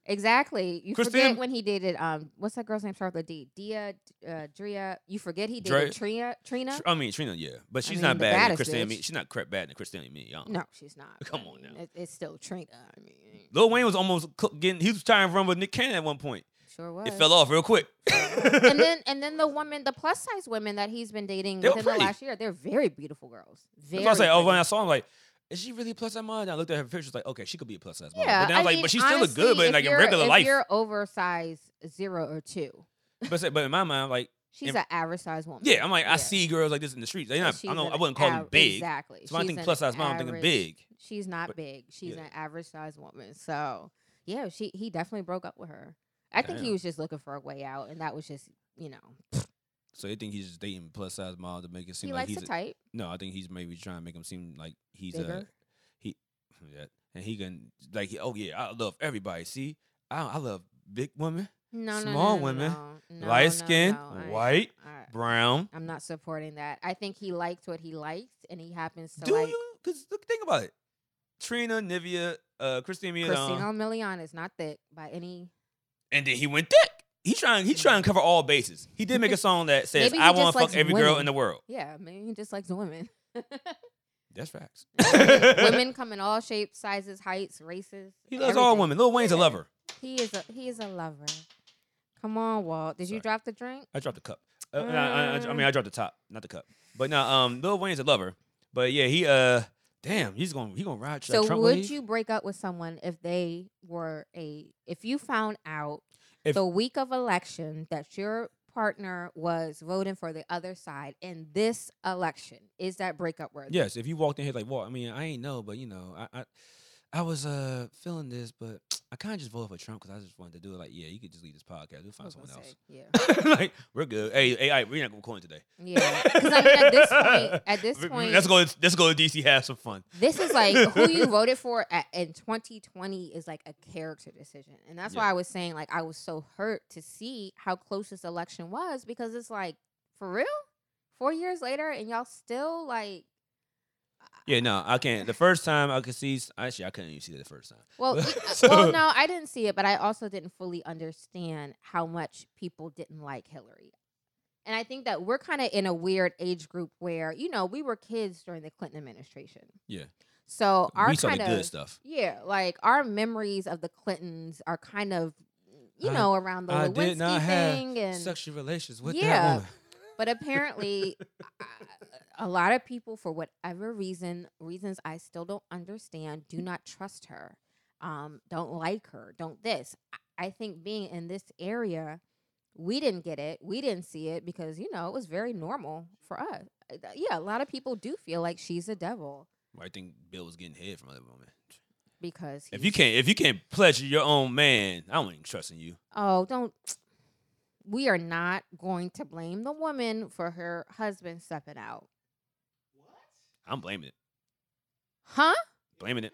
S2: Exactly. You forget
S1: Christina-
S2: when he dated um what's that girl's name start with a D? Dia uh Drea. You forget he
S1: Dre-
S2: dated Tria Trina?
S1: Tr- I mean Trina, yeah, but she's
S2: mean,
S1: not
S2: the
S1: bad. Than
S2: baddest
S1: Christina,
S2: bitch.
S1: Mi- she's not crap bad than Christina Milian.
S2: No, she's not.
S1: Come
S2: but
S1: on
S2: I mean,
S1: now.
S2: It, it's still Trina. I mean
S1: Lil Wayne was almost cl- getting. He was trying to run with Nick Cannon at one point.
S2: sure was.
S1: It fell off real quick.
S2: and then and then the woman, the plus size women that he's been dating
S1: They were
S2: within the
S1: pretty.
S2: last year, they're very beautiful girls. Very
S1: That's why I say, oh, when
S2: pretty.
S1: I saw him, like, is she really a plus size model? And I looked at her pictures, like, okay, she could be a plus size model.
S2: yeah,
S1: but then I was
S2: I
S1: like,
S2: mean,
S1: but she still looked
S2: honestly,
S1: good, but
S2: if
S1: in, like in
S2: you're-
S1: regular
S2: if
S1: life.
S2: you're oversized zero or two,
S1: But, say- but in my mind, I'm like,
S2: she's
S1: If-
S2: an average size woman.
S1: yeah, I'm like, I
S2: Yeah.
S1: see girls like this in the streets. They not,
S2: She's
S1: I, don't, I
S2: an
S1: wouldn't call them
S2: av-
S1: big.
S2: Exactly.
S1: So when I
S2: She's
S1: think
S2: an
S1: plus size model, I'm thinking
S2: average-
S1: big.
S2: She's not
S1: But-
S2: big. She's
S1: yeah.
S2: an average size woman. So yeah, she he definitely broke up with her. I think he
S1: Damn.
S2: was just looking for a way out, and that was just you know
S1: So they think he's just dating plus size model to make it seem
S2: he
S1: like
S2: likes
S1: he's
S2: a type.
S1: No, I think he's maybe trying to make him seem like he's a
S2: Bigger?
S1: he yeah, and he can like he, oh yeah, I love everybody. See, I I love big women,
S2: No, no,
S1: small
S2: no, no,
S1: women,
S2: no, no,
S1: light
S2: no,
S1: skin,
S2: no, I-
S1: white,
S2: I-
S1: brown.
S2: I'm not supporting that. I think he likes what he likes, and he happens to
S1: Do
S2: like
S1: you? Because look, think about it. Trina, Nivea, uh, Christina, Milian,
S2: Christina Milian is not thick by any.
S1: and then he went thick. He trying he trying to cover all bases. He did make a song that says,
S2: Maybe he
S1: "I
S2: just
S1: want to fuck
S2: likes
S1: every girl
S2: women.
S1: in the world."
S2: Yeah, maybe he just likes women.
S1: That's facts.
S2: women come in all shapes, sizes, heights, races.
S1: He loves all
S2: everything.
S1: women. Lil Wayne's a
S2: Yeah.
S1: lover.
S2: He is a he is a lover. Come on, Walt. Did you
S1: Sorry.
S2: drop the drink?
S1: I dropped the cup. Uh, nah, I, I- I mean, I dropped the top, not the cup. But no, um, Lil Wayne's a lover. But yeah, he uh, damn, he's gonna he gonna ride.
S2: so
S1: that Trump
S2: would
S1: wave.
S2: you break up with someone if they were a if you found out
S1: If-
S2: the week of election that your partner was voting for the other side in this election? Is that breakup worthy?
S1: Yes, if you walked in here like, well, I mean, I ain't know, but you know, I I, I was uh feeling this, but I kind of just voted for Trump because I just wanted to do it. Like, yeah, you could just leave this podcast. We'll
S2: I
S1: find
S2: was
S1: someone
S2: gonna say,
S1: else.
S2: Yeah.
S1: like, we're good. Hey, hey, all right, we're not gonna call in today.
S2: Yeah. 'Cause I mean, at this point, at this
S1: We- we-
S2: point,
S1: let's go. Let's go to DC. Have some fun.
S2: This is like who you voted for at, in 2020 is like a character decision. And that's why
S1: Yeah.
S2: I was saying like I was so hurt to see how close this election was because it's like for real? 4 years later and y'all still like
S1: Yeah, no, I can't. The first time I could see, s- actually, I couldn't even see that the first time.
S2: well, it- well
S1: So-
S2: no, I didn't see it, but I also didn't fully understand how much people didn't like Hillary. And I think that we're kind of in a weird age group where, you know, we were kids during the Clinton administration.
S1: Yeah.
S2: So our
S1: we saw
S2: kind
S1: the
S2: of
S1: good stuff.
S2: Yeah, like our memories of the Clintons are kind of, you
S1: I-
S2: know, around the
S1: I
S2: Lewinsky
S1: did not have
S2: thing, and
S1: Sexual relations with
S2: Yeah.
S1: that woman.
S2: but apparently, I, a lot of people, for whatever reason, reasons I still don't understand, do not trust her, um, don't like her, don't this. I, I think being in this area, we didn't get it, we didn't see it because you know it was very normal for us. Uh, Yeah, a lot of people do feel like she's a devil
S1: I think Bill was getting head from that woman.
S2: because
S1: If
S2: he's-
S1: you can't, if you can't pleasure your own man, I don't even trust in you.
S2: oh, don't. We are not going to blame the woman for her husband stepping out.
S1: I'm blaming it.
S2: Huh?
S1: Blaming it.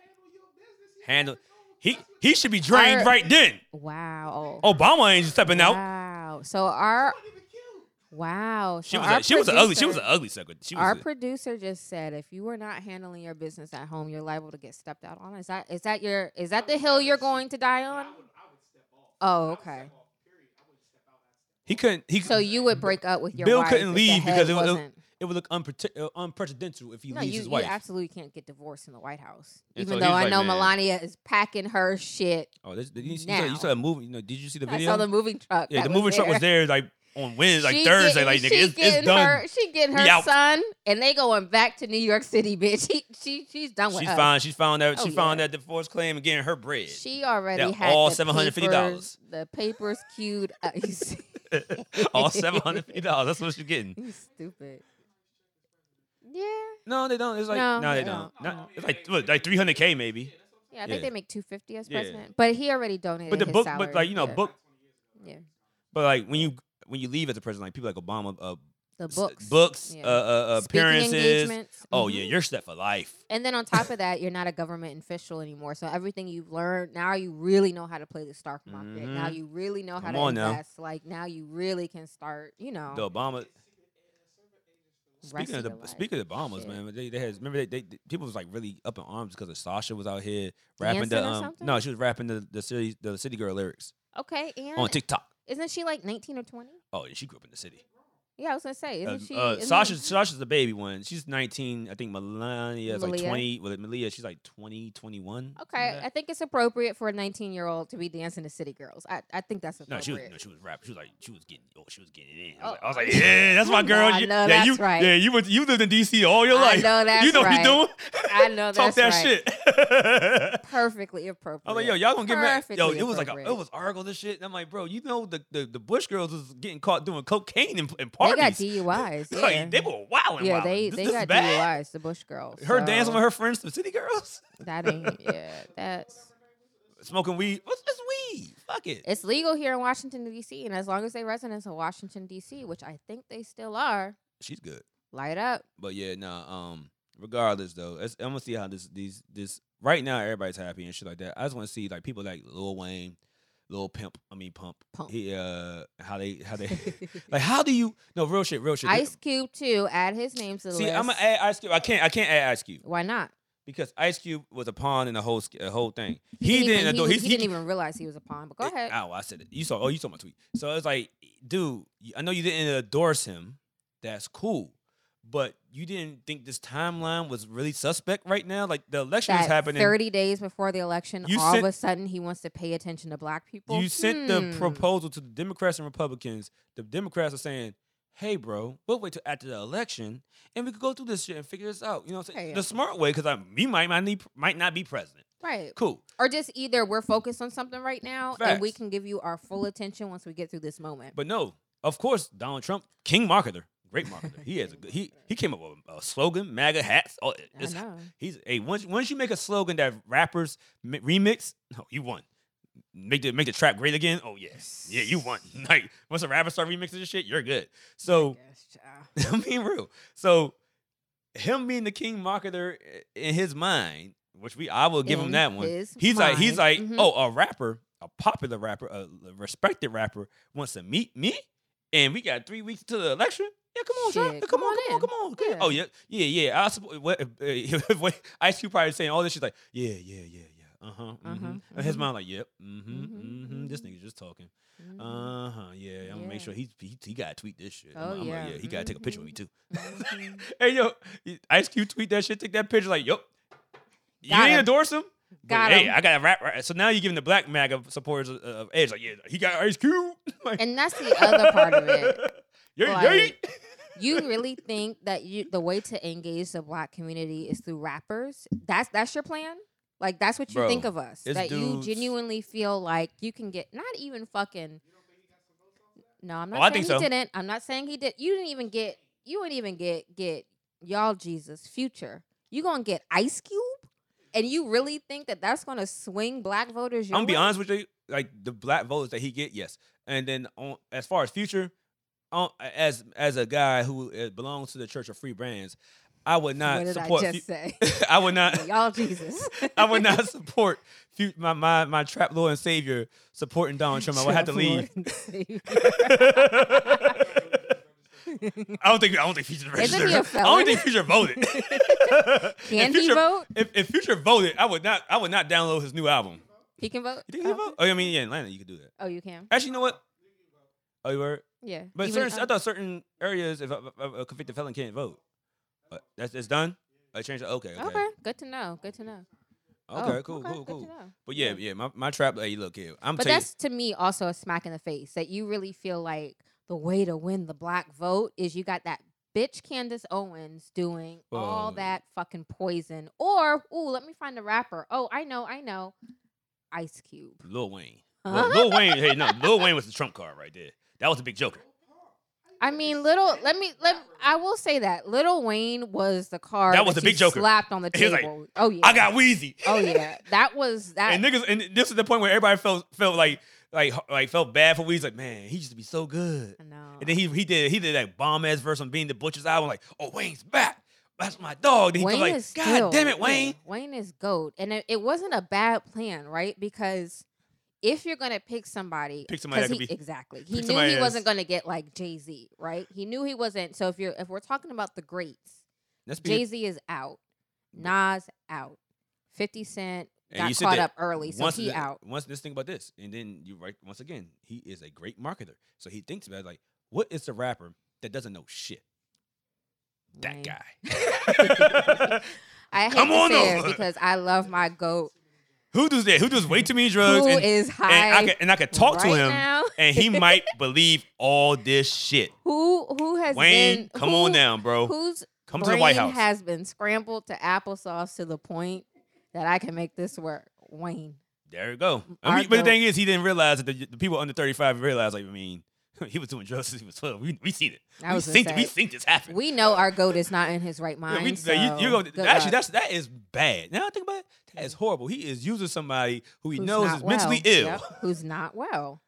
S1: Handle He he should be drained
S2: Our-
S1: right then.
S2: Wow.
S1: Obama ain't stepping out.
S2: Wow. So our wow. So
S1: She was
S2: our
S1: a, she was an ugly she was
S2: producer-
S1: an ugly secretary. She was
S2: Our
S1: a-
S2: producer just said, if you are not handling your business at home, you're liable to get stepped out on. Is that is that your is that the hill you're going to die on? Oh, okay.
S1: he couldn't he
S2: So you would break up with your
S1: Bill
S2: wife
S1: couldn't
S2: if the
S1: leave
S2: head
S1: because it would-
S2: wasn't.
S1: it would look unprote- uh, unprecedented if he
S2: no,
S1: leaves
S2: you,
S1: his
S2: you
S1: wife.
S2: absolutely can't get divorced in the White House.
S1: And
S2: Even
S1: so he
S2: though
S1: was
S2: I
S1: like,
S2: know
S1: "Man."
S2: Melania is packing her shit.
S1: oh, this, you, saw- you
S2: Now.
S1: saw a movie. You know, did you see the
S2: I
S1: video?
S2: saw the moving truck.
S1: yeah,
S2: that
S1: the moving truck was there like on Wednesday, like
S2: She
S1: Thursday,
S2: getting-
S1: like nigga,
S2: she
S1: it's,
S2: getting
S1: it's done.
S2: Her, she getting
S1: We
S2: her
S1: out.
S2: son, and they going back to New York City, bitch. She, she she's done with
S1: She's
S2: us.
S1: fine. She found that
S2: Oh,
S1: she found
S2: yeah.
S1: that divorce claim and getting her bread.
S2: She already
S1: That
S2: had
S1: all
S2: the
S1: $750.
S2: papers- The papers queued. Up. You see-
S1: All seven hundred fifty dollars. That's what she's getting.
S2: you stupid. Yeah,
S1: No, they don't. It's like
S2: No,
S1: no, they
S2: they
S1: don't.
S2: don't.
S1: Not- it's like what, like three hundred k maybe.
S2: yeah. I think
S1: Yeah.
S2: they make two fifty as
S1: Yeah.
S2: president, but he already donated.
S1: But the
S2: his
S1: book,
S2: salary.
S1: but like you know,
S2: yeah.
S1: book.
S2: Yeah,
S1: But like when you when you leave as a president, like people like Obama, uh,
S2: the
S1: s-
S2: books,
S1: books,
S2: yeah.
S1: uh, uh,
S2: Speaking
S1: appearances.
S2: engagements.
S1: Oh
S2: Mhm.
S1: yeah, you're set for life.
S2: And then on top of that, you're not a government official anymore. So everything you've learned now, you really know how to play the stock market. Now
S1: Mhm.
S2: you really know how
S1: Come
S2: to
S1: on now.
S2: invest. Like now you really can start. You know,
S1: The Obama.
S2: rest
S1: Speaking of
S2: Oh. your
S1: the
S2: life.
S1: speaking of the Bombers,
S2: Shit.
S1: man, they, they had remember they, they, they- people was like really up in arms because of Sasha was out here rapping
S2: Dancing
S1: the
S2: or
S1: um,
S2: something?
S1: no, she was rapping the the city the city girl lyrics
S2: Okay, and
S1: on TikTok.
S2: isn't she like 19 or 20?
S1: Oh, yeah, she grew up in the city.
S2: Yeah, I was gonna say, isn't
S1: Uh,
S2: she?
S1: uh,
S2: isn't-
S1: Sasha's Sasha's the baby one. She's 19. I think Melania is like
S2: Malia.
S1: 20. Well, Malia, she's like 20, 21. something
S2: Okay,
S1: like
S2: I
S1: that.
S2: think it's appropriate for a 19 year old to be dancing to City Girls. I, I think that's
S1: No,
S2: appropriate.
S1: she was no, she was rapping. She was like she was getting oh she was getting it in. I
S2: Oh.
S1: was, like, I was like, yeah, that's my girl.
S2: Nah,
S1: You-
S2: no,
S1: yeah,
S2: that's
S1: you,
S2: right.
S1: Yeah, you was, you lived in DC all your
S2: I
S1: life.
S2: know that's
S1: you know
S2: right.
S1: what you doing.
S2: I know
S1: Talk
S2: that's
S1: that
S2: right.
S1: shit.
S2: Perfectly appropriate.
S1: I'm like, yo, y'all gonna get mad? Yo,
S2: Perfectly
S1: it was like a,
S2: appropriate.
S1: it was Argo this shit. And I'm like, bro, you know the, the, the Bush girls was getting caught doing cocaine in, in
S2: they
S1: parties.
S2: got DUIs. Yeah,
S1: Like, they were wilding.
S2: yeah, they
S1: this,
S2: they
S1: this
S2: got
S1: bad.
S2: DUIs. The Bush Girls.
S1: Her dancing
S2: so
S1: with her friends, the city girls.
S2: That ain't yeah. That's
S1: smoking weed. What's this weed? Fuck it.
S2: it's legal here in Washington D.C. and as long as they residents of Washington D.C., which I think they still are,
S1: She's good,
S2: light up.
S1: but yeah, nah. Um, regardless though, it's, I'm gonna see how this these this right now everybody's happy and shit like that. I just want to see like people like Lil Wayne, Lil Pimp. I mean Pump.
S2: Pump.
S1: He uh, how they how they like how do you no real shit real shit.
S2: Ice Cube too. Add his name to the
S1: See,
S2: list.
S1: I'm gonna add Ice Cube. I can't. I can't add Ice Cube
S2: Why not?
S1: because Ice Cube was a pawn in the whole sk- uh, whole thing. He,
S2: He
S1: didn't.
S2: even- he,
S1: adore-
S2: was-
S1: he's-
S2: he didn't even realize he was a pawn. But go
S1: It-
S2: ahead.
S1: Oh, I said it. You saw. Oh, you saw my tweet. So it's like, dude, you- I know you didn't endorse him. That's cool, but you didn't think this timeline was really suspect right now. Like the election is
S2: that
S1: happening.
S2: 30 days before the election,
S1: You
S2: all
S1: sent-
S2: of a sudden he wants to pay attention to black people.
S1: you sent the
S2: Hmm.
S1: proposal to the Democrats and Republicans. The Democrats are saying, "Hey, bro, we'll wait till after the election, and we could go through this shit and figure this out." You know, what I'm saying
S2: Hey.
S1: the smart way because I me might might need, might not be president.
S2: Right.
S1: Cool.
S2: Or just either we're focused on something right now and we
S1: Facts.
S2: can give you our full attention once we get through this moment.
S1: But no, of course, Donald Trump, king marketer, great marketer. He has a good, he he came up with a slogan, MAGA hats. All,
S2: I
S1: it's,
S2: know.
S1: he's hey once once you make a slogan that rappers mi- remix, no, you won. Make the make the trap great again. Oh yes, yeah, you won. Like once a rapper start remixing this shit, you're good. So
S2: Yes, child.
S1: I'm being real. So him being the king marketer i- in his mind, which we I will give him
S2: In
S1: that one.
S2: his
S1: He's like he's
S2: mind.
S1: like,
S2: Mhm.
S1: oh, a rapper, a popular rapper, a l- respected rapper wants to meet me, and we got three weeks to the election. Yeah, come on, Sean.
S2: Shit,
S1: come, on, come on,
S2: in.
S1: come on, come on.
S2: Yeah.
S1: Oh yeah, yeah, yeah. I support. What, uh, what- Ice Cube probably saying all this. She's like, yeah, yeah, yeah, yeah. Uh huh.
S2: Uh-huh,
S1: And his
S2: mhm.
S1: mom like, yep. Mm-hmm,
S2: Mhm,
S1: mm-hmm. This
S2: mhm.
S1: nigga just talking.
S2: Mhm.
S1: Uh huh. Yeah, I'm gonna
S2: Yeah.
S1: make sure he he, he gotta tweet this shit.
S2: Oh,
S1: I'm, I'm
S2: yeah.
S1: Like, yeah. He gotta take a picture with me too.
S2: Mhm.
S1: hey yo, Ice Cube tweet that shit. Take that picture. Like, yup. You
S2: Got
S1: didn't
S2: him.
S1: endorse him. but
S2: Got
S1: hey,
S2: him.
S1: I got a rap. Right. So now you're giving the black MAGA supporters uh, of edge. Like, yeah, he got Ice Cube. like,
S2: and that's the other part of it.
S1: Yeah,
S2: Like,
S1: yeah.
S2: You really think that you the way to engage the black community is through rappers? That's that's your plan? Like that's what you
S1: Bro,
S2: think of us.
S1: it's
S2: That you
S1: dudes-
S2: genuinely feel like you can get not even fucking No, I'm not
S1: Oh, I
S2: saying
S1: think
S2: he
S1: so.
S2: didn't. I'm not saying he did. You didn't even get you wouldn't even get get y'all Jesus future. You going to get Ice Cube? And you really think that that's going to swing black voters your
S1: I'm gonna be
S2: way?
S1: honest with you. Like the black votes that he get, yes. And then on as far as future, um, as as a guy who uh, belongs to the Church of Free Brands, I would not
S2: what did
S1: support.
S2: I
S1: fu-
S2: just say?
S1: I would not.
S2: Y'all Jesus.
S1: I would not support fu- my my my trap lord and savior supporting Donald Trump. I would have to leave. I don't think I don't think Future registered.
S2: he a
S1: I don't
S2: felon?
S1: think Future voted.
S2: Can
S1: If
S2: he
S1: Future-
S2: vote?
S1: If, if Future voted, I would not. I would not download his new album.
S2: He can vote.
S1: You think he
S2: oh.
S1: vote? Oh, I mean, yeah, in Atlanta, you could do that.
S2: Oh, you can.
S1: Actually, you know what? Oh, you were.
S2: Yeah.
S1: But
S2: Even-
S1: certain, I thought certain areas, if a, a, a convicted felon can't vote, but that's it's done. I changed. it? Okay,
S2: oh,
S1: okay,
S2: okay.
S1: okay,
S2: Good to know. Good to know. Oh,
S1: cool,
S2: okay,
S1: cool,
S2: good to
S1: cool.
S2: know.
S1: But yeah, yeah, my, my trap. Hey, look here, I'm
S2: But
S1: taking.
S2: that's to me also a smack in the face that you really feel like the way to win the black vote is you got that bitch Candace Owens doing all
S1: Well-
S2: that fucking poison. Or, ooh, let me find a rapper. Oh, I know, I know. Ice Cube.
S1: Lil Wayne.
S2: Huh?
S1: Lil, Lil Wayne. Hey, no, Lil Wayne was the trump card right there. That was a big joker.
S2: I mean, little. Let me. Let I will say that Little Wayne was the card
S1: That was the
S2: you
S1: big joker.
S2: slapped on the
S1: He was like,
S2: table. oh yeah,
S1: I got Wheezy.
S2: Oh yeah, that was that.
S1: and niggas, and this is the point where everybody felt felt like like like felt bad for Weezy. Like, man, he used to be so good.
S2: I know.
S1: And then he he did he did that bomb ass verse on Being the Butcher's album. Like, oh, Wayne's back. That's my dog. Then he was
S2: Wayne
S1: like,
S2: is
S1: God
S2: still-
S1: damn it,
S2: yeah,
S1: Wayne.
S2: Wayne is gold, and it, it wasn't a bad plan, right? Because if you're gonna pick somebody,
S1: Pick somebody
S2: 'cause
S1: that could
S2: he-
S1: be-
S2: exactly. He
S1: pick
S2: knew
S1: somebody
S2: he
S1: that's-
S2: wasn't gonna get like Jay Z, right? He knew he wasn't. So if you're if we're talking about the greats,
S1: That's being-
S2: Jay Z is out, Nas out, Fifty Cent
S1: And
S2: got
S1: you said
S2: caught
S1: that
S2: up early, so
S1: once
S2: he
S1: the-
S2: out.
S1: Once this thing about this, and then you right once again, he is a great marketer. So he thinks about it, like, what is the rapper that doesn't know shit? That
S2: Right.
S1: guy.
S2: I hate
S1: Come
S2: to
S1: on
S2: say
S1: over.
S2: this because I love my goat.
S1: who does that? Who does way too many
S2: Who is
S1: drugs? and, and
S2: high?
S1: I can and I could talk to
S2: right
S1: him,
S2: now?
S1: and he might believe all this shit.
S2: Who who has
S1: Wayne,
S2: been?
S1: come
S2: who-
S1: on down, bro.
S2: Whose
S1: Come to
S2: brain
S1: the White House.
S2: has been scrambled to applesauce to the point that I can make this work? Wayne.
S1: there you go.
S2: our
S1: I mean, but the
S2: dope.
S1: thing is, he didn't realize that the, the people under thirty five realized. Like, I mean, he was doing drugs since he was twelve. We we seen it.
S2: I
S1: we
S2: was gonna
S1: seen we
S2: say,
S1: seen this happen.
S2: We know our goat is not in his right mind.
S1: Yeah, we-
S2: so
S1: now you, you're gonna,
S2: good
S1: actually,
S2: luck.
S1: that's that is bad. Now I think about it, that is horrible. He is using somebody who he
S2: Who's
S1: knows
S2: not
S1: is mentally
S2: well.
S1: ill.
S2: Yep, who's not well.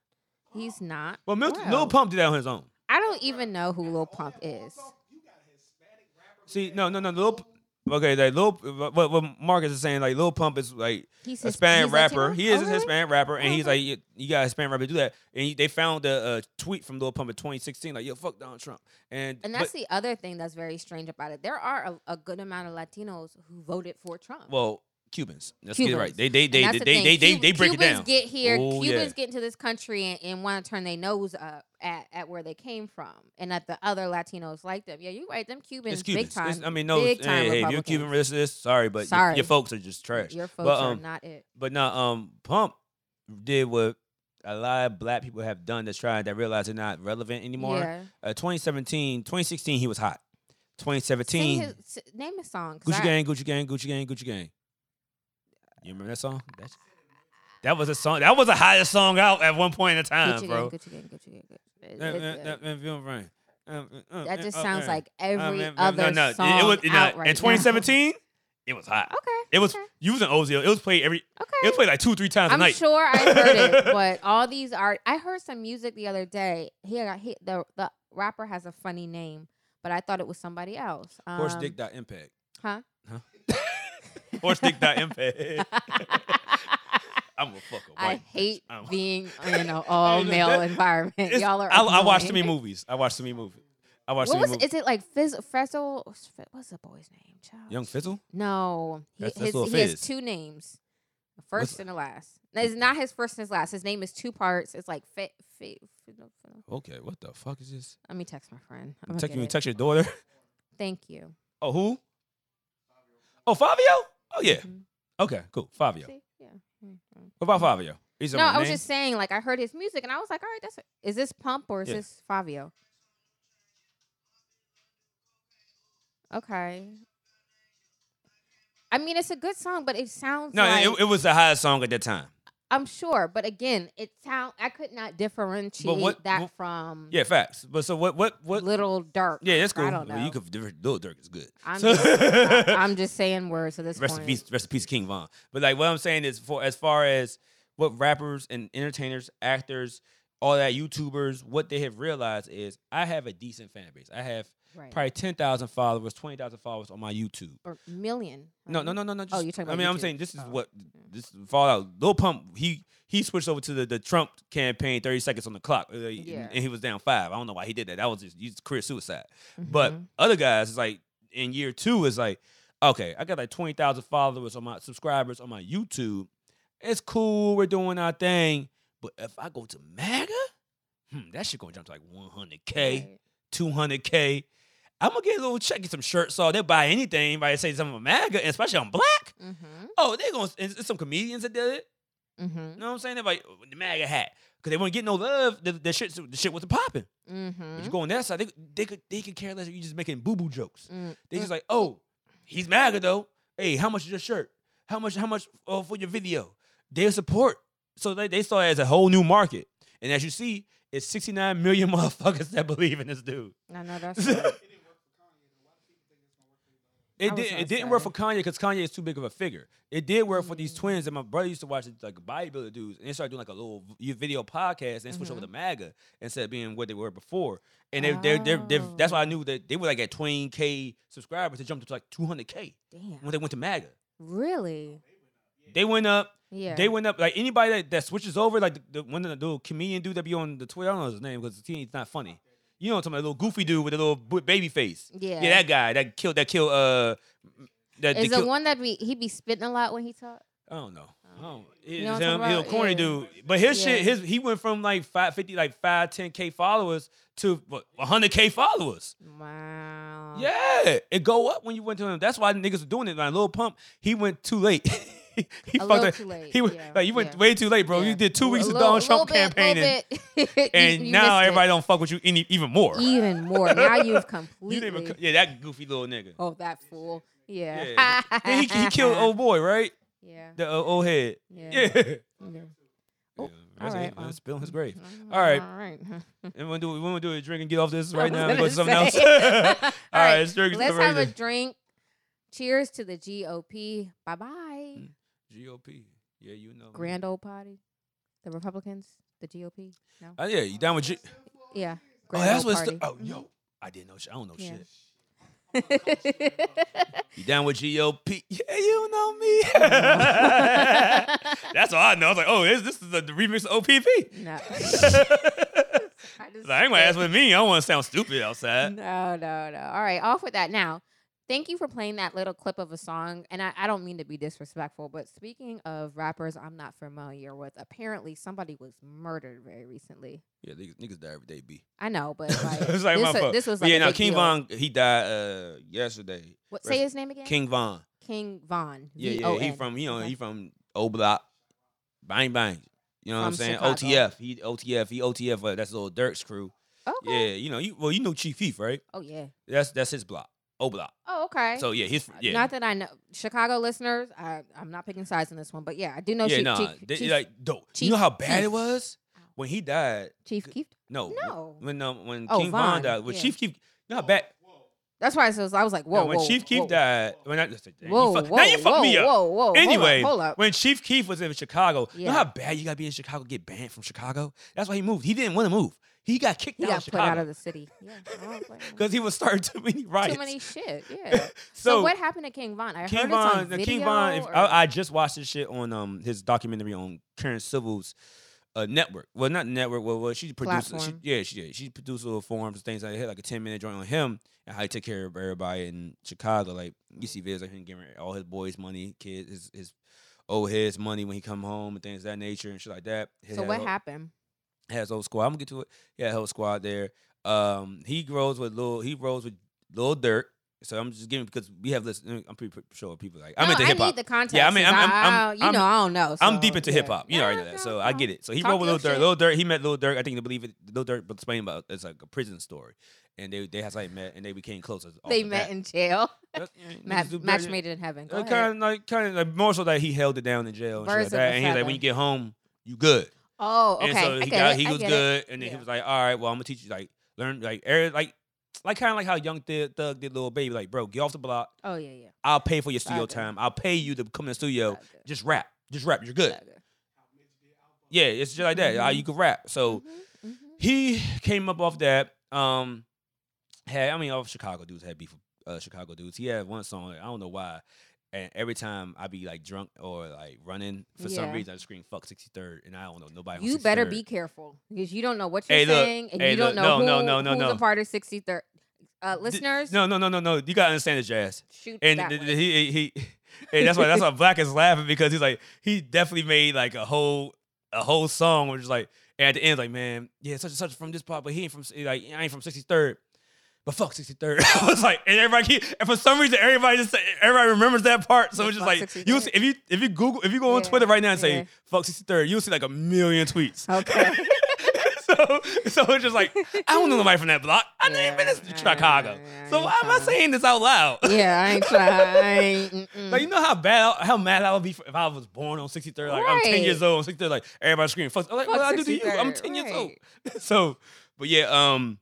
S2: He's not.
S1: Well, Mil- Lil
S2: well.
S1: Pump did that on his own.
S2: I don't even know who Lil Pump is.
S1: See, no, no, no, Lil. P- Okay, like Lil, what, what Marcus is saying, like Lil Pump is like
S2: He's
S1: a
S2: his,
S1: Hispanic
S2: he's
S1: rapper.
S2: Latino?
S1: He is
S2: Oh,
S1: a
S2: really?
S1: Hispanic rapper, and
S2: Oh,
S1: he's
S2: okay.
S1: like, you, you got a Hispanic rapper to do that. And he, they found a, a tweet from Lil Pump in 2016, like, yo, fuck Donald Trump. And
S2: And
S1: but-
S2: that's the other thing that's very strange about it. There are a, a good amount of Latinos who voted for Trump.
S1: well, Cubans. Let's get it right.
S2: Cubans.
S1: They they
S2: And
S1: they
S2: that's
S1: they
S2: the
S1: they,
S2: thing.
S1: they, they,
S2: Cub-
S1: break it
S2: Cubans
S1: down.
S2: get here.
S1: Oh,
S2: Cubans
S1: yeah.
S2: get into this country and, and want to turn their nose up at, at where they came from and at the other Latinos like them. Yeah, you right. Them Cubans,
S1: It's Cubans.
S2: big time.
S1: It's- I mean, no,
S2: big
S1: hey,
S2: time
S1: hey, if you're Cuban
S2: Republicans.
S1: racist, sorry, but your-
S2: Sorry.
S1: Your, folks are just trash.
S2: Your folks
S1: But,
S2: are
S1: um,
S2: not it.
S1: But no, um, Pump did what a lot of black people have done that's tried that realize they're not relevant anymore.
S2: Yeah.
S1: Uh, 2017, 2016, he was hot.
S2: Sing
S1: 2017,
S2: his, s- name a song. 'cause
S1: Gucci
S2: I-
S1: Gang, Gucci Gang, Gucci Gang, Gucci Gang. You remember that song? That's, that was a song. That was the hottest song out at one point in time,
S2: Gucci
S1: bro.
S2: Gang, Gucci Gang, Gucci Gang. Gucci Gang.
S1: Uh, uh,
S2: It's, uh,
S1: uh, uh, feel right. Um, uh, uh,
S2: That just
S1: uh,
S2: sounds
S1: uh,
S2: like
S1: uh,
S2: every
S1: uh,
S2: other song
S1: It, it was,
S2: out
S1: nah,
S2: right now.
S1: in 2017, it was hot.
S2: Okay.
S1: It was
S2: okay.
S1: using Ozil. It was played every. It
S2: okay.
S1: was played like two, three times a
S2: I'm
S1: night.
S2: sure I heard it, but all these are. I heard some music the other day. He, got- he the the rapper has a funny name, but I thought it was somebody else. Um,
S1: Horse dick dot impact.
S2: huh?
S1: Horse dick dot impact. I'm a fuck a
S2: I
S1: white.
S2: hate
S1: I'm-
S2: being in an all male
S1: that-
S2: environment.
S1: It's-
S2: Y'all are.
S1: I, I watch too
S2: annoying.
S1: many movies. I watch too many movies. I watch too many
S2: What was?
S1: movies.
S2: Is it like Fizz, Frizzle? What's the boy's name? Child?
S1: Young Fizzle.
S2: No, he,
S1: That's- that's
S2: his,
S1: Lil
S2: he has
S1: Fizz.
S2: two names, a
S1: What's-
S2: first and a last. No, It's not his first and his last. His name is two parts. It's like fit. fit,
S1: Okay, what the fuck is this?
S2: Let me text my friend. I'm
S1: You
S2: gonna
S1: text,
S2: get
S1: you
S2: it.
S1: text your daughter.
S2: Thank you.
S1: Oh who? Oh Fabio. Oh yeah.
S2: Mhm.
S1: Okay, cool. Fabio.
S2: See? Yeah. Mm, mm.
S1: What about Fabio? He's
S2: No, I was just saying, like, I heard his music and I was like, all right, that's is this Pump or is
S1: Yeah.
S2: this Fabio? Okay. I mean, it's a good song, but it sounds
S1: No,
S2: like
S1: it, it was the highest song at that time.
S2: I'm sure, but again, it sound I could not differentiate
S1: what-
S2: that
S1: what-
S2: from
S1: Yeah, facts. But so what? What? What?
S2: Little Dirk.
S1: yeah, that's cool.
S2: I don't know.
S1: Well, you could Little Dirk is good.
S2: I'm,
S1: So-
S2: just, I, am just saying words at this
S1: rest in
S2: point.
S1: peace, rest in peace, King Von. But like what I'm saying is, for as far as what rappers and entertainers, actors, all that YouTubers, what they have realized is I have a decent fan base. I have
S2: Right.
S1: probably ten thousand followers, twenty thousand followers on my YouTube.
S2: or million.
S1: No,
S2: right?
S1: no, no, no, no. Just,
S2: Oh, you're talking
S1: I
S2: about
S1: mean, I'm
S2: YouTube.
S1: saying this is
S2: Oh.
S1: what this fallout. Lil Pump, he he switched over to the, the Trump campaign, thirty seconds on the clock, uh, and-
S2: Yeah. Mm-hmm.
S1: and he was down five. I don't know why he did that. That was just he's career suicide. But other guys, it's like in year two, it's like, okay, I got like 20,000 followers on my subscribers on my YouTube. It's cool, we're doing our thing. But if I go to MAGA, hmm, that shit gonna jump to like 100K, 200K. I'm gonna get a little check, get some shirts off. They'll buy anything. Anybody say something about MAGA, and especially I'm black.
S2: Mm-hmm.
S1: Oh, they're gonna, it's, it's some comedians that did it. You
S2: Mm-hmm.
S1: know what I'm saying? They're like, "Oh, the MAGA hat. Cause they wouldn't get no love. The, the, shit, the shit wasn't popping. But
S2: Mm-hmm.
S1: you go on that side, they, could- they could they could care less if you just making boo boo jokes.
S2: Mm,
S1: They just like, oh, he's MAGA though. Hey, how much is your shirt? How much? How much uh, for your video? They support. So they, they saw it as a whole new market. And as you see, it's 69 million motherfuckers that believe in this dude.
S2: I know that's right.
S1: it
S2: was
S1: did,
S2: so
S1: it didn't work for Kanye because Kanye is too big of a figure. It did work for these twins, and my brother used to watch these, like bodybuilder dudes, and they started doing like a little v- video podcast, and they switched over to MAGA instead of being what they were before. And they, they're, they're, they're, that's why I knew that they were like at 20k subscribers. They jumped to like 200k when
S2: Damn.
S1: they went to MAGA.
S2: Really?
S1: They went up.
S2: Yeah.
S1: They went up like anybody that, that switches over, like the, the one of the little comedian dude that be on the Twitter. I don't know his name because he's not funny. You know, what I'm talking about, little goofy dude with a little bu- baby face.
S2: Yeah.
S1: yeah, that guy that killed that killed uh that, that
S2: Is the
S1: killed,
S2: one that we he be spitting a lot when he talk?
S1: I don't know. I don't,
S2: know
S1: it's
S2: what I'm
S1: him.
S2: talking
S1: He's a
S2: about?
S1: corny
S2: Yeah.
S1: dude, but his shit,
S2: Yeah.
S1: his he went from like five fifty, like five ten k followers to hundred k followers.
S2: Wow.
S1: Yeah, it go up when you went to him. That's why niggas were doing it. Like Lil Pump, he went too late. he
S2: A
S1: fucked
S2: little
S1: up.
S2: too late,
S1: He went
S2: yeah,
S1: like you went
S2: yeah.
S1: way too late, bro.
S2: Yeah.
S1: You did two
S2: A
S1: weeks
S2: little-
S1: of Donald Trump
S2: little bit- little
S1: campaigning,
S2: bit. You-
S1: and
S2: you
S1: now
S2: missed it.
S1: everybody don't fuck with you any even more.
S2: even more. Now you've
S1: You
S2: completely.
S1: didn't even, co- yeah, that goofy little nigga.
S2: oh, that fool. Yeah.
S1: Yeah. Then he, he killed old boy, right?
S2: Yeah.
S1: The uh, old head.
S2: ah, Yeah. um,
S1: Yeah.
S2: yeah.
S1: Oh,
S2: all right, well.
S1: Spill his grave.
S2: Mhm,
S1: All right.
S2: All right.
S1: And we'll do we want to do a drink and get off this right now and
S2: was
S1: go to something
S2: gonna
S1: else.
S2: say.
S1: All
S2: All
S1: right,
S2: right,
S1: let's drink
S2: Let's
S1: something
S2: have a
S1: right
S2: drink. Cheers to the GOP. Bye
S1: Mm,
S2: bye.
S1: GOP. Yeah, you know.
S2: Grand old party. The Republicans. The GOP. No.
S1: Oh yeah, you down with G?
S2: Yeah.
S1: Oh,
S2: Grand
S1: that's
S2: old
S1: what's.
S2: party.
S1: The, oh, yo, I didn't know. Shit. I don't know
S2: Yeah.
S1: shit. You down with GOP? Yeah, you know me. Mm-hmm. that's all I know. I was like, oh, this, this is the remix of OPP.
S2: no. I just
S1: Like, I ain't gonna ask with me. I don't want to sound stupid outside.
S2: No, no, no. All right, off with that now. Thank you for playing that little clip of a song. And I, I don't mean to be disrespectful, but speaking of rappers I'm not familiar with, apparently somebody was murdered very recently.
S1: Yeah, niggas, die every day, B.
S2: I know, but like,
S1: It's like my
S2: this,
S1: fault.
S2: was, this was
S1: But
S2: like
S1: yeah,
S2: a
S1: no,
S2: big
S1: King
S2: deal.
S1: Von, he died uh, yesterday.
S2: What,
S1: rest-
S2: say his name again?
S1: King Von.
S2: King Von.
S1: Yeah, yeah. He
S2: V-O-N.
S1: from you know
S2: Okay.
S1: he from O Block, Bang Bang. You know what I'm
S2: From
S1: saying?
S2: Chicago.
S1: OTF. He OTF. He OTF. Uh, that's little Dirk's crew.
S2: Oh, Okay.
S1: Yeah. You know you well you know Chief Heath right?
S2: Oh yeah.
S1: That's that's his block. O Block.
S2: Oh okay.
S1: So yeah, he's fr- yeah.
S2: Not that I know Chicago listeners. I, I'm not picking sides in this one, but yeah, I do know.
S1: yeah,
S2: Chief,
S1: nah.
S2: Chief,
S1: they-
S2: Chief,
S1: like dope. you
S2: Chief
S1: know how bad it
S2: Keef.
S1: was when he died.
S2: Chief Keef.
S1: No. wh-
S2: No.
S1: When um, when
S2: Oh,
S1: King Von
S2: Von,
S1: died, when
S2: yeah.
S1: Chief Keef. You know how bad.
S2: That's why I was, I was like,
S1: no,
S2: whoa,
S1: when
S2: whoa,
S1: Chief
S2: whoa.
S1: Keef died. When I,
S2: Whoa,
S1: you fuck,
S2: whoa,
S1: now you fucked
S2: whoa,
S1: me up.
S2: Whoa, whoa, hold up,
S1: Anyway,
S2: hold up.
S1: when Chief Keef was in Chicago, you
S2: Yeah.
S1: know how bad you gotta be in Chicago to get banned from Chicago. That's why he moved. He didn't want to move. He got kicked
S2: He
S1: out of
S2: got put out of
S1: Chicago
S2: the city. Yeah, I was like,
S1: because he was starting too many
S2: too
S1: riots.
S2: many shit. Yeah. so,
S1: so
S2: what happened to King Von? I
S1: King
S2: heard it's on
S1: Von, the
S2: video.
S1: King Von. If,
S2: or-
S1: I, I just watched this shit on um his documentary on Karen Civil's uh, network. Well, not network. Well, well she produced. She,
S2: Platform.
S1: yeah, she did. She produced little forums and things like that. Like a ten minute joint on him and how he took care of everybody in Chicago. Like you see videos of him giving all his boys money, kids, his his old heads money when he come home and things of that nature and shit like that. He
S2: so
S1: had
S2: what
S1: all-
S2: happened?
S1: has whole squad. I'm gonna get to it. Yeah, whole squad there. Um, he grows with little. He rolls with little Dirk. So I'm just giving because we have this. I'm pretty sure people like I'm
S2: no,
S1: into
S2: I
S1: hip hop.
S2: need the context.
S1: Yeah, I mean,
S2: 'cause
S1: I'm- I'm-
S2: I- I-
S1: I'm-
S2: you know, I don't know.
S1: I'm
S2: so,
S1: deep into
S2: yeah.
S1: hip hop. You know
S2: No,
S1: already that,
S2: no,
S1: so I
S2: no.
S1: get it. So he
S2: Talk
S1: rolled with
S2: your
S1: Lil Durk.
S2: shit.
S1: Lil Durk, he met Lil Durk. I think they believe it. Lil Durk explained about it's like a prison story, and they they that's how they met, and they became close. as- off
S2: They
S1: of
S2: met
S1: that.
S2: in jail.
S1: That's- yeah,
S2: Match,
S1: niggas do
S2: match
S1: better.
S2: made in heaven. Go
S1: Uh,
S2: ahead.
S1: Kind of like kind of like more so that he held it down in jail and shit
S2: Birds
S1: like
S2: of
S1: that. And
S2: a
S1: he's like,
S2: feather.
S1: when you get home, you good.
S2: Oh, okay.
S1: And so
S2: I
S1: he
S2: get
S1: got
S2: it,
S1: he
S2: I
S1: was
S2: get it.
S1: good, and then he
S2: Yeah.
S1: was like, "All right, well, I'm gonna teach you like learn like er, like like kind of like how Young Thug, Thug did little baby like bro, get off the block.
S2: Oh yeah, yeah.
S1: I'll pay for your studio
S2: Okay.
S1: time. I'll pay you to come in the studio.
S2: Okay.
S1: Just rap, just rap. You're good.
S2: Okay.
S1: Yeah, it's just like that. Uh,
S2: Mhm.
S1: You can rap. So
S2: Mhm, mhm.
S1: he came up off that. Um, had I mean all Chicago dudes had beef with uh, Chicago dudes. He had one song I don't know why, and every time I be like drunk or like running for some
S2: Yeah.
S1: reason I scream fuck 63rd and I don't know nobody. on
S2: You better
S1: 63rd.
S2: be careful because you don't know what you're
S1: Hey, look.
S2: saying and
S1: Hey,
S2: you
S1: look.
S2: don't know
S1: No,
S2: who,
S1: no, no, no,
S2: who's a
S1: no.
S2: part of 63rd. Uh,
S1: D-
S2: listeners,
S1: No no no no no. You gotta understand the jazz.
S2: shoot
S1: And
S2: that
S1: th-
S2: way.
S1: th- he he, he and that's why that's why Black is laughing because he's like he definitely made like a whole a whole song which is like and at the end like man yeah such and such from this part but he ain't from he like I ain't from 63rd but fuck 63rd I was like and everybody keep, and for some reason everybody just everybody remembers that part so
S2: Yeah,
S1: it's just
S2: fuck
S1: like you
S2: 63rd.
S1: if you if you Google if you go on
S2: Yeah,
S1: Twitter right now and say
S2: yeah.
S1: fuck 63rd you'll see like a million tweets
S2: Okay.
S1: so so it's just like I don't know nobody from that block I never
S2: Yeah,
S1: even been
S2: yeah,
S1: to Chicago
S2: yeah,
S1: so why am I
S2: yeah. Mm-hmm.
S1: saying this out loud
S2: yeah, I ain't trying. I ain't. mm-mm.
S1: like you know how bad, I- how mad I would be for- if I was born on 63rd. Like I'm 10 years
S2: Right.
S1: old, on 63rd. Like everybody screaming, "Fuck!" I'm like,
S2: Fuck
S1: what I do to you? I'm
S2: 63rd,
S1: 10 years old.
S2: right.
S1: So, but yeah, um,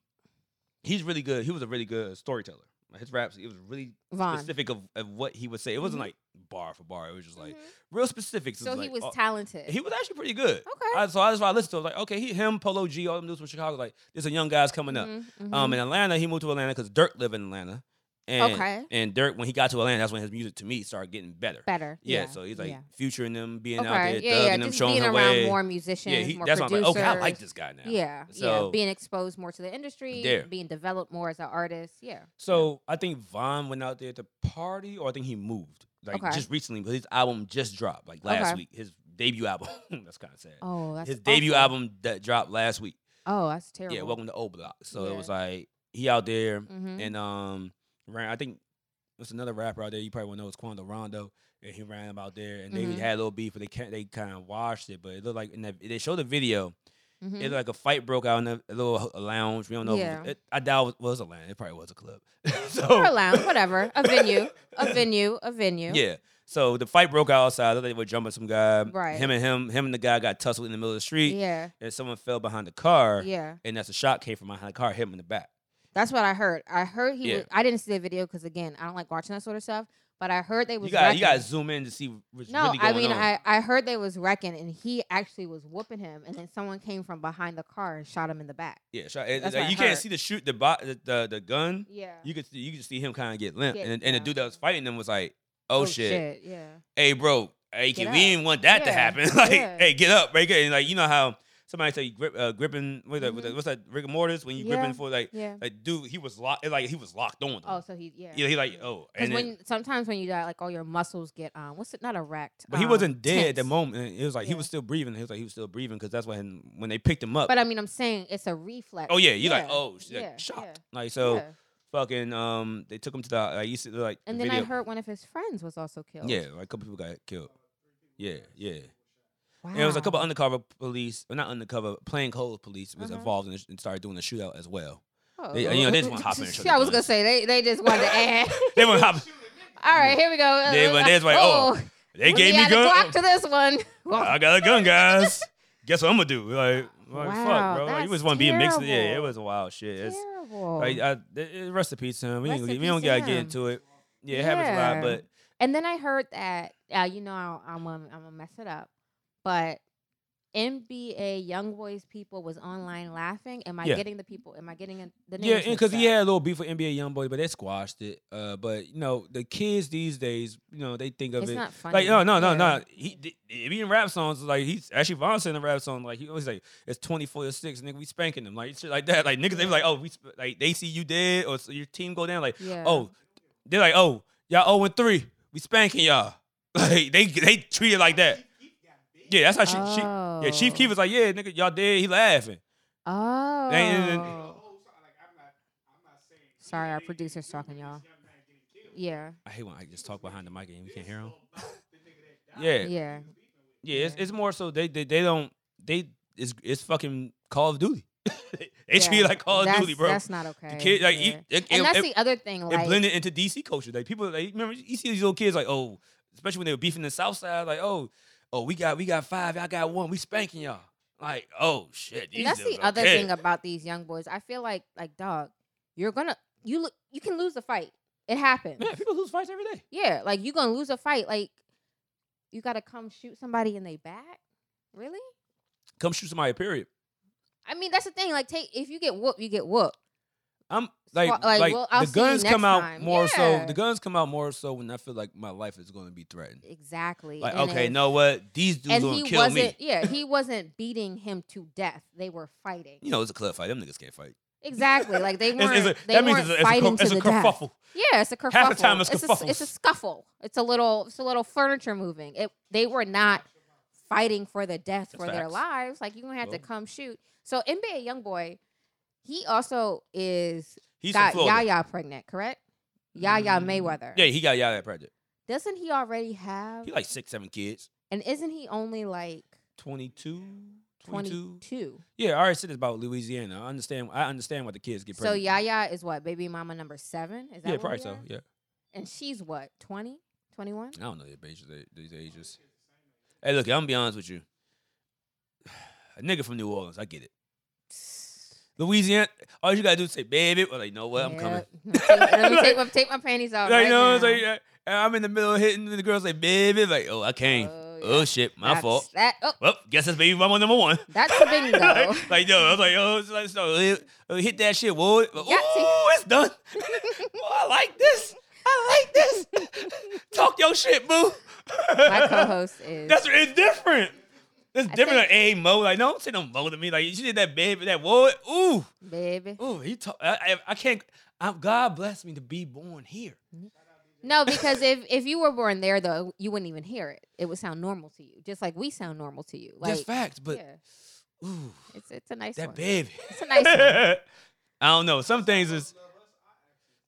S1: he's really good. He was a really good storyteller. Like, his raps, it was really
S2: Vaughn.
S1: specific of, of what he would say. It wasn't
S2: Mhm.
S1: like bar for bar. It was just like
S2: Mhm.
S1: real specifics. It
S2: Mm-hmm. so he
S1: like,
S2: was
S1: oh,
S2: talented.
S1: he was actually pretty good.
S2: okay.
S1: I, so that's why I listened to. It. I was like, okay, he, him, Polo G, all them dudes from Chicago. Like, there's a young guys coming up.
S2: Mhm, mhm.
S1: Um, in Atlanta, he moved to Atlanta because Dirk lived in Atlanta. And,
S2: Okay.
S1: And Dirk, when he got to Atlanta, that's when his music to me started getting better.
S2: better.
S1: Yeah, so he's like
S2: yeah.
S1: Future and them being
S2: okay.
S1: out there,
S2: yeah,
S1: Thug
S2: yeah.
S1: and them
S2: Just
S1: showing
S2: being
S1: the
S2: around
S1: way.
S2: more musicians,
S1: yeah, he,
S2: more
S1: that's why I'm
S2: producers.
S1: like, okay, I like this guy now.
S2: Yeah, yeah.
S1: So-
S2: Being exposed more to the industry,
S1: Yeah.
S2: being developed more as an artist. Yeah.
S1: So I think Vaughn went out there to party, or I think he moved like
S2: Okay.
S1: just recently, but his album just dropped like last
S2: Okay.
S1: week. His debut album. that's kind of sad.
S2: Oh, that's
S1: his debut
S2: awful.
S1: album that dropped last week.
S2: Oh, that's terrible.
S1: Yeah, Welcome to Old Block. So
S2: Yeah.
S1: it was like he out there,
S2: Mhm.
S1: and um, ran. I think there's another rapper out there you probably won't know. It's Quando Rondo, and he ran him out there, and
S2: Mhm.
S1: they had a little beef, but they can they kind of washed it. But it looked like in that, they showed the video.
S2: Mhm.
S1: It looked like a fight broke out in a, a little h- lounge. We don't know. if it was-
S2: Yeah.
S1: it- I doubt it was a lounge. It probably was a club. so,
S2: Or a lounge, whatever. A venue, a venue, a venue.
S1: Oh. Yeah. So the fight broke out outside. They were jumping some guy.
S2: Right.
S1: Him and him, him and the guy got tussled in the middle of the street,
S2: Yeah.
S1: and someone fell behind the car.
S2: Yeah.
S1: And that's a shot came from behind the car, hit him in the back.
S2: That's what I heard. I heard he
S1: Yeah.
S2: was, I didn't see the video because again, I don't like watching that sort of stuff. But I heard they was
S1: You got you got to
S2: wrecking.
S1: zoom in to see what's
S2: no,
S1: really going
S2: I mean
S1: on.
S2: I, I heard they was wrecking and he actually was whooping him and then someone came from behind the car and shot him in the back.
S1: yeah, shot. it-
S2: That's
S1: like,
S2: what I
S1: you can't
S2: heard.
S1: see the shoot the bo- the, the the gun.
S2: Yeah.
S1: You could see, you could see him kind of get limp,
S2: Get
S1: and, and the
S2: down.
S1: dude that was fighting them was like, "Oh, shit.
S2: Yeah.
S1: hey, bro, hey,
S2: Get
S1: kid,
S2: up.
S1: we didn't want that to
S2: Yeah,
S1: happen. like,
S2: yeah.
S1: hey, get up, break it. And like, you know how somebody say grip, uh, gripping, with the, with the- what's that, rigor mortis, when you
S2: Mm-hmm. Yeah.
S1: gripping for like,
S2: Yeah.
S1: like, dude, he was locked, like, he was locked on.
S2: Oh, so he yeah.
S1: yeah, he like, oh,
S2: Because
S1: and then,
S2: when sometimes when you die, like all your muscles get um, what's it? Not erect.
S1: but he
S2: um,
S1: wasn't dead at the
S2: tense.
S1: moment. It was like he
S2: Yeah.
S1: was still breathing. He was like he was still breathing because that's when when they picked him up.
S2: But uh, I mean, I'm saying it's a reflex.
S1: oh yeah, you like
S2: Yeah,
S1: oh, she's
S2: yeah,
S1: like shocked. Like
S2: yeah,
S1: so,
S2: yeah.
S1: fucking um, they took him to the like you see the, like
S2: And
S1: the
S2: then
S1: video.
S2: I heard one of his friends was also killed.
S1: yeah, like a couple people got killed. Yeah, yeah.
S2: Wow.
S1: And it was a couple undercover police, well, not undercover, plainclothes police was
S2: Uh-huh.
S1: involved in this and started doing a shootout as well.
S2: Oh.
S1: they- you know, they just wanna hop in and shoot
S2: I was
S1: the
S2: gonna
S1: guns.
S2: say they they just wanted to add.
S1: They went hop.
S2: All right, here we go.
S1: They went- they was like, oh, They
S2: we
S1: gave me oh.
S2: add a
S1: gun.
S2: Glock to this one.
S1: I got a gun, guys. Guess what I'm gonna do? Like, like
S2: Wow,
S1: fuck, bro. Like, you
S2: that's
S1: just want to be a mix. Yeah, it
S2: terrible.
S1: was wild shit. It's,
S2: Terrible.
S1: like, I, it, rest in peace, to him. We, ain't
S2: Rest
S1: gonna-
S2: in
S1: we don't
S2: peace to
S1: gotta get
S2: him.
S1: into it. Yeah, it happens a
S2: Yeah.
S1: lot, but
S2: And then I heard that uh, you know I'll, I'm gonna, I'm gonna mess it up, but NBA Young Boys people was online laughing. Am I
S1: Yeah.
S2: getting the people? Am I getting in- the names?
S1: yeah, because
S2: mixed
S1: he
S2: up?
S1: had a little beef with NBA YoungBoy, but they squashed it. Uh, but you know, the kids these days, you know, they think of
S2: it's
S1: it
S2: not funny.
S1: Like no no no
S2: Yeah.
S1: no. He th- if he in rap songs like he's actually Von said in rap song like he always like it's twenty four to six nigga we spanking them like shit like that like niggas they be like oh we sp- like they see you dead or so your team go down like
S2: Yeah.
S1: oh they're like oh y'all zero and three we spanking y'all like they they treat it like that yeah that's how she, she yeah Chief
S2: Oh.
S1: Keef was like yeah nigga y'all dead he laughing
S2: Oh.
S1: and-
S2: Sorry, our producer's talking, y'all. Yeah.
S1: I hate when I just talk behind the mic and we can't hear him yeah yeah,
S2: Yeah.
S1: It's, it's more so they, they they don't they it's it's fucking Call of Duty they treat
S2: yeah.
S1: it like Call of
S2: that's,
S1: Duty bro.
S2: That's not okay.
S1: The kid, like,
S2: yeah.
S1: it, it,
S2: and
S1: it-
S2: that's
S1: it-
S2: the other thing.
S1: it
S2: Like,
S1: blended into DC culture. Like people, like remember, you see these little kids, like oh, especially when they were beefing the South Side, like oh, oh, we got we got five, y'all got one, we spanking y'all. Like oh shit,
S2: And that's the other thing about these young boys. I feel like like dog, you're gonna you lo- you can lose the fight. It happens.
S1: yeah, people lose fights every day.
S2: Yeah, like you're gonna lose a fight. Like you gotta come shoot somebody in their back. Really?
S1: Come shoot somebody, period.
S2: I mean, that's the thing. Like take if you get whooped, you get whooped.
S1: I'm like,
S2: Swa- like,
S1: like,
S2: well, I'll
S1: the
S2: see you
S1: guns come
S2: next
S1: out
S2: time.
S1: more
S2: Yeah.
S1: so. The guns come out more so when I feel like my life is going to be threatened.
S2: Exactly.
S1: Like,
S2: And
S1: okay,
S2: if-
S1: know what? These dudes
S2: And
S1: gonna
S2: he
S1: kill
S2: wasn't.
S1: me.
S2: Yeah, he wasn't beating him to death. They were fighting.
S1: You know, it's a club fight. Them niggas can't fight.
S2: Exactly. Like they
S1: It's-
S2: weren't.
S1: it's a-
S2: they
S1: that means it's
S2: weren't
S1: a, it's a
S2: fighting
S1: cur-
S2: to
S1: it's a
S2: the death.
S1: kerfuffle.
S2: Yeah, it's a kerfuffle.
S1: Half the time it's
S2: a, s- it's a
S1: kerfuffles.
S2: scuffle. It's a little. It's a little furniture moving. It. They were not fighting for the death
S1: That's
S2: for their
S1: facts.
S2: lives. Like you're gonna have to
S1: Well.
S2: come shoot. So NBA YoungBoy, he also is
S1: He's from
S2: got
S1: Florida.
S2: Yaya pregnant, correct? Yaya
S1: Mm,
S2: Mayweather.
S1: Yeah, he got Yaya project.
S2: Doesn't he already have?
S1: He like six, seven kids.
S2: and isn't he only like
S1: 22, 22.
S2: 22?
S1: Yeah, I already said this about Louisiana. I understand. I understand why the kids get
S2: So
S1: pregnant.
S2: Yaya is what baby mama number seven. Is
S1: yeah,
S2: that where
S1: probably
S2: we
S1: so.
S2: are?
S1: Yeah,
S2: And she's what 20, 21?
S1: I don't know the ages. These ages. Hey, look, I'm gonna be honest with you. A nigga from New Orleans, I get it. Louisiana, all you gotta do is say, "Baby," or like, "You know what? I'm coming."
S2: Yep. Let me take- let me take, my, take my panties off.
S1: Like,
S2: right
S1: you know, it's
S2: now.
S1: like, uh, and I'm in the middle of hitting, and the girls like, "Baby," like, "Oh, I came." Oh,
S2: Oh, yeah.
S1: shit, my
S2: That's-
S1: fault.
S2: That oh,
S1: Well, guess that's baby mama number one.
S2: that's a bingo.
S1: like, like, yo, I was like, yo, it's like, so, hit- uh, hit that shit, boy. Like,
S2: Got to.
S1: Ooh, it's done. Boy, I like this. I like this. Talk your shit, boo.
S2: my co-host is.
S1: That's it's different. It's
S2: I
S1: different than a mo. Like, no, don't say no mo to me. Like, you did that baby, that boy. Ooh,
S2: baby.
S1: ooh, he talk. I, I, I can't. I'm, God bless me to be born here.
S2: No, because if if you were born there though, you wouldn't even hear it. It would sound normal to you, just like we sound normal to you. Like
S1: That's facts, but
S2: yeah,
S1: ooh,
S2: it's it's a nice
S1: that
S2: one.
S1: baby.
S2: It's a nice one.
S1: I don't know. Some things is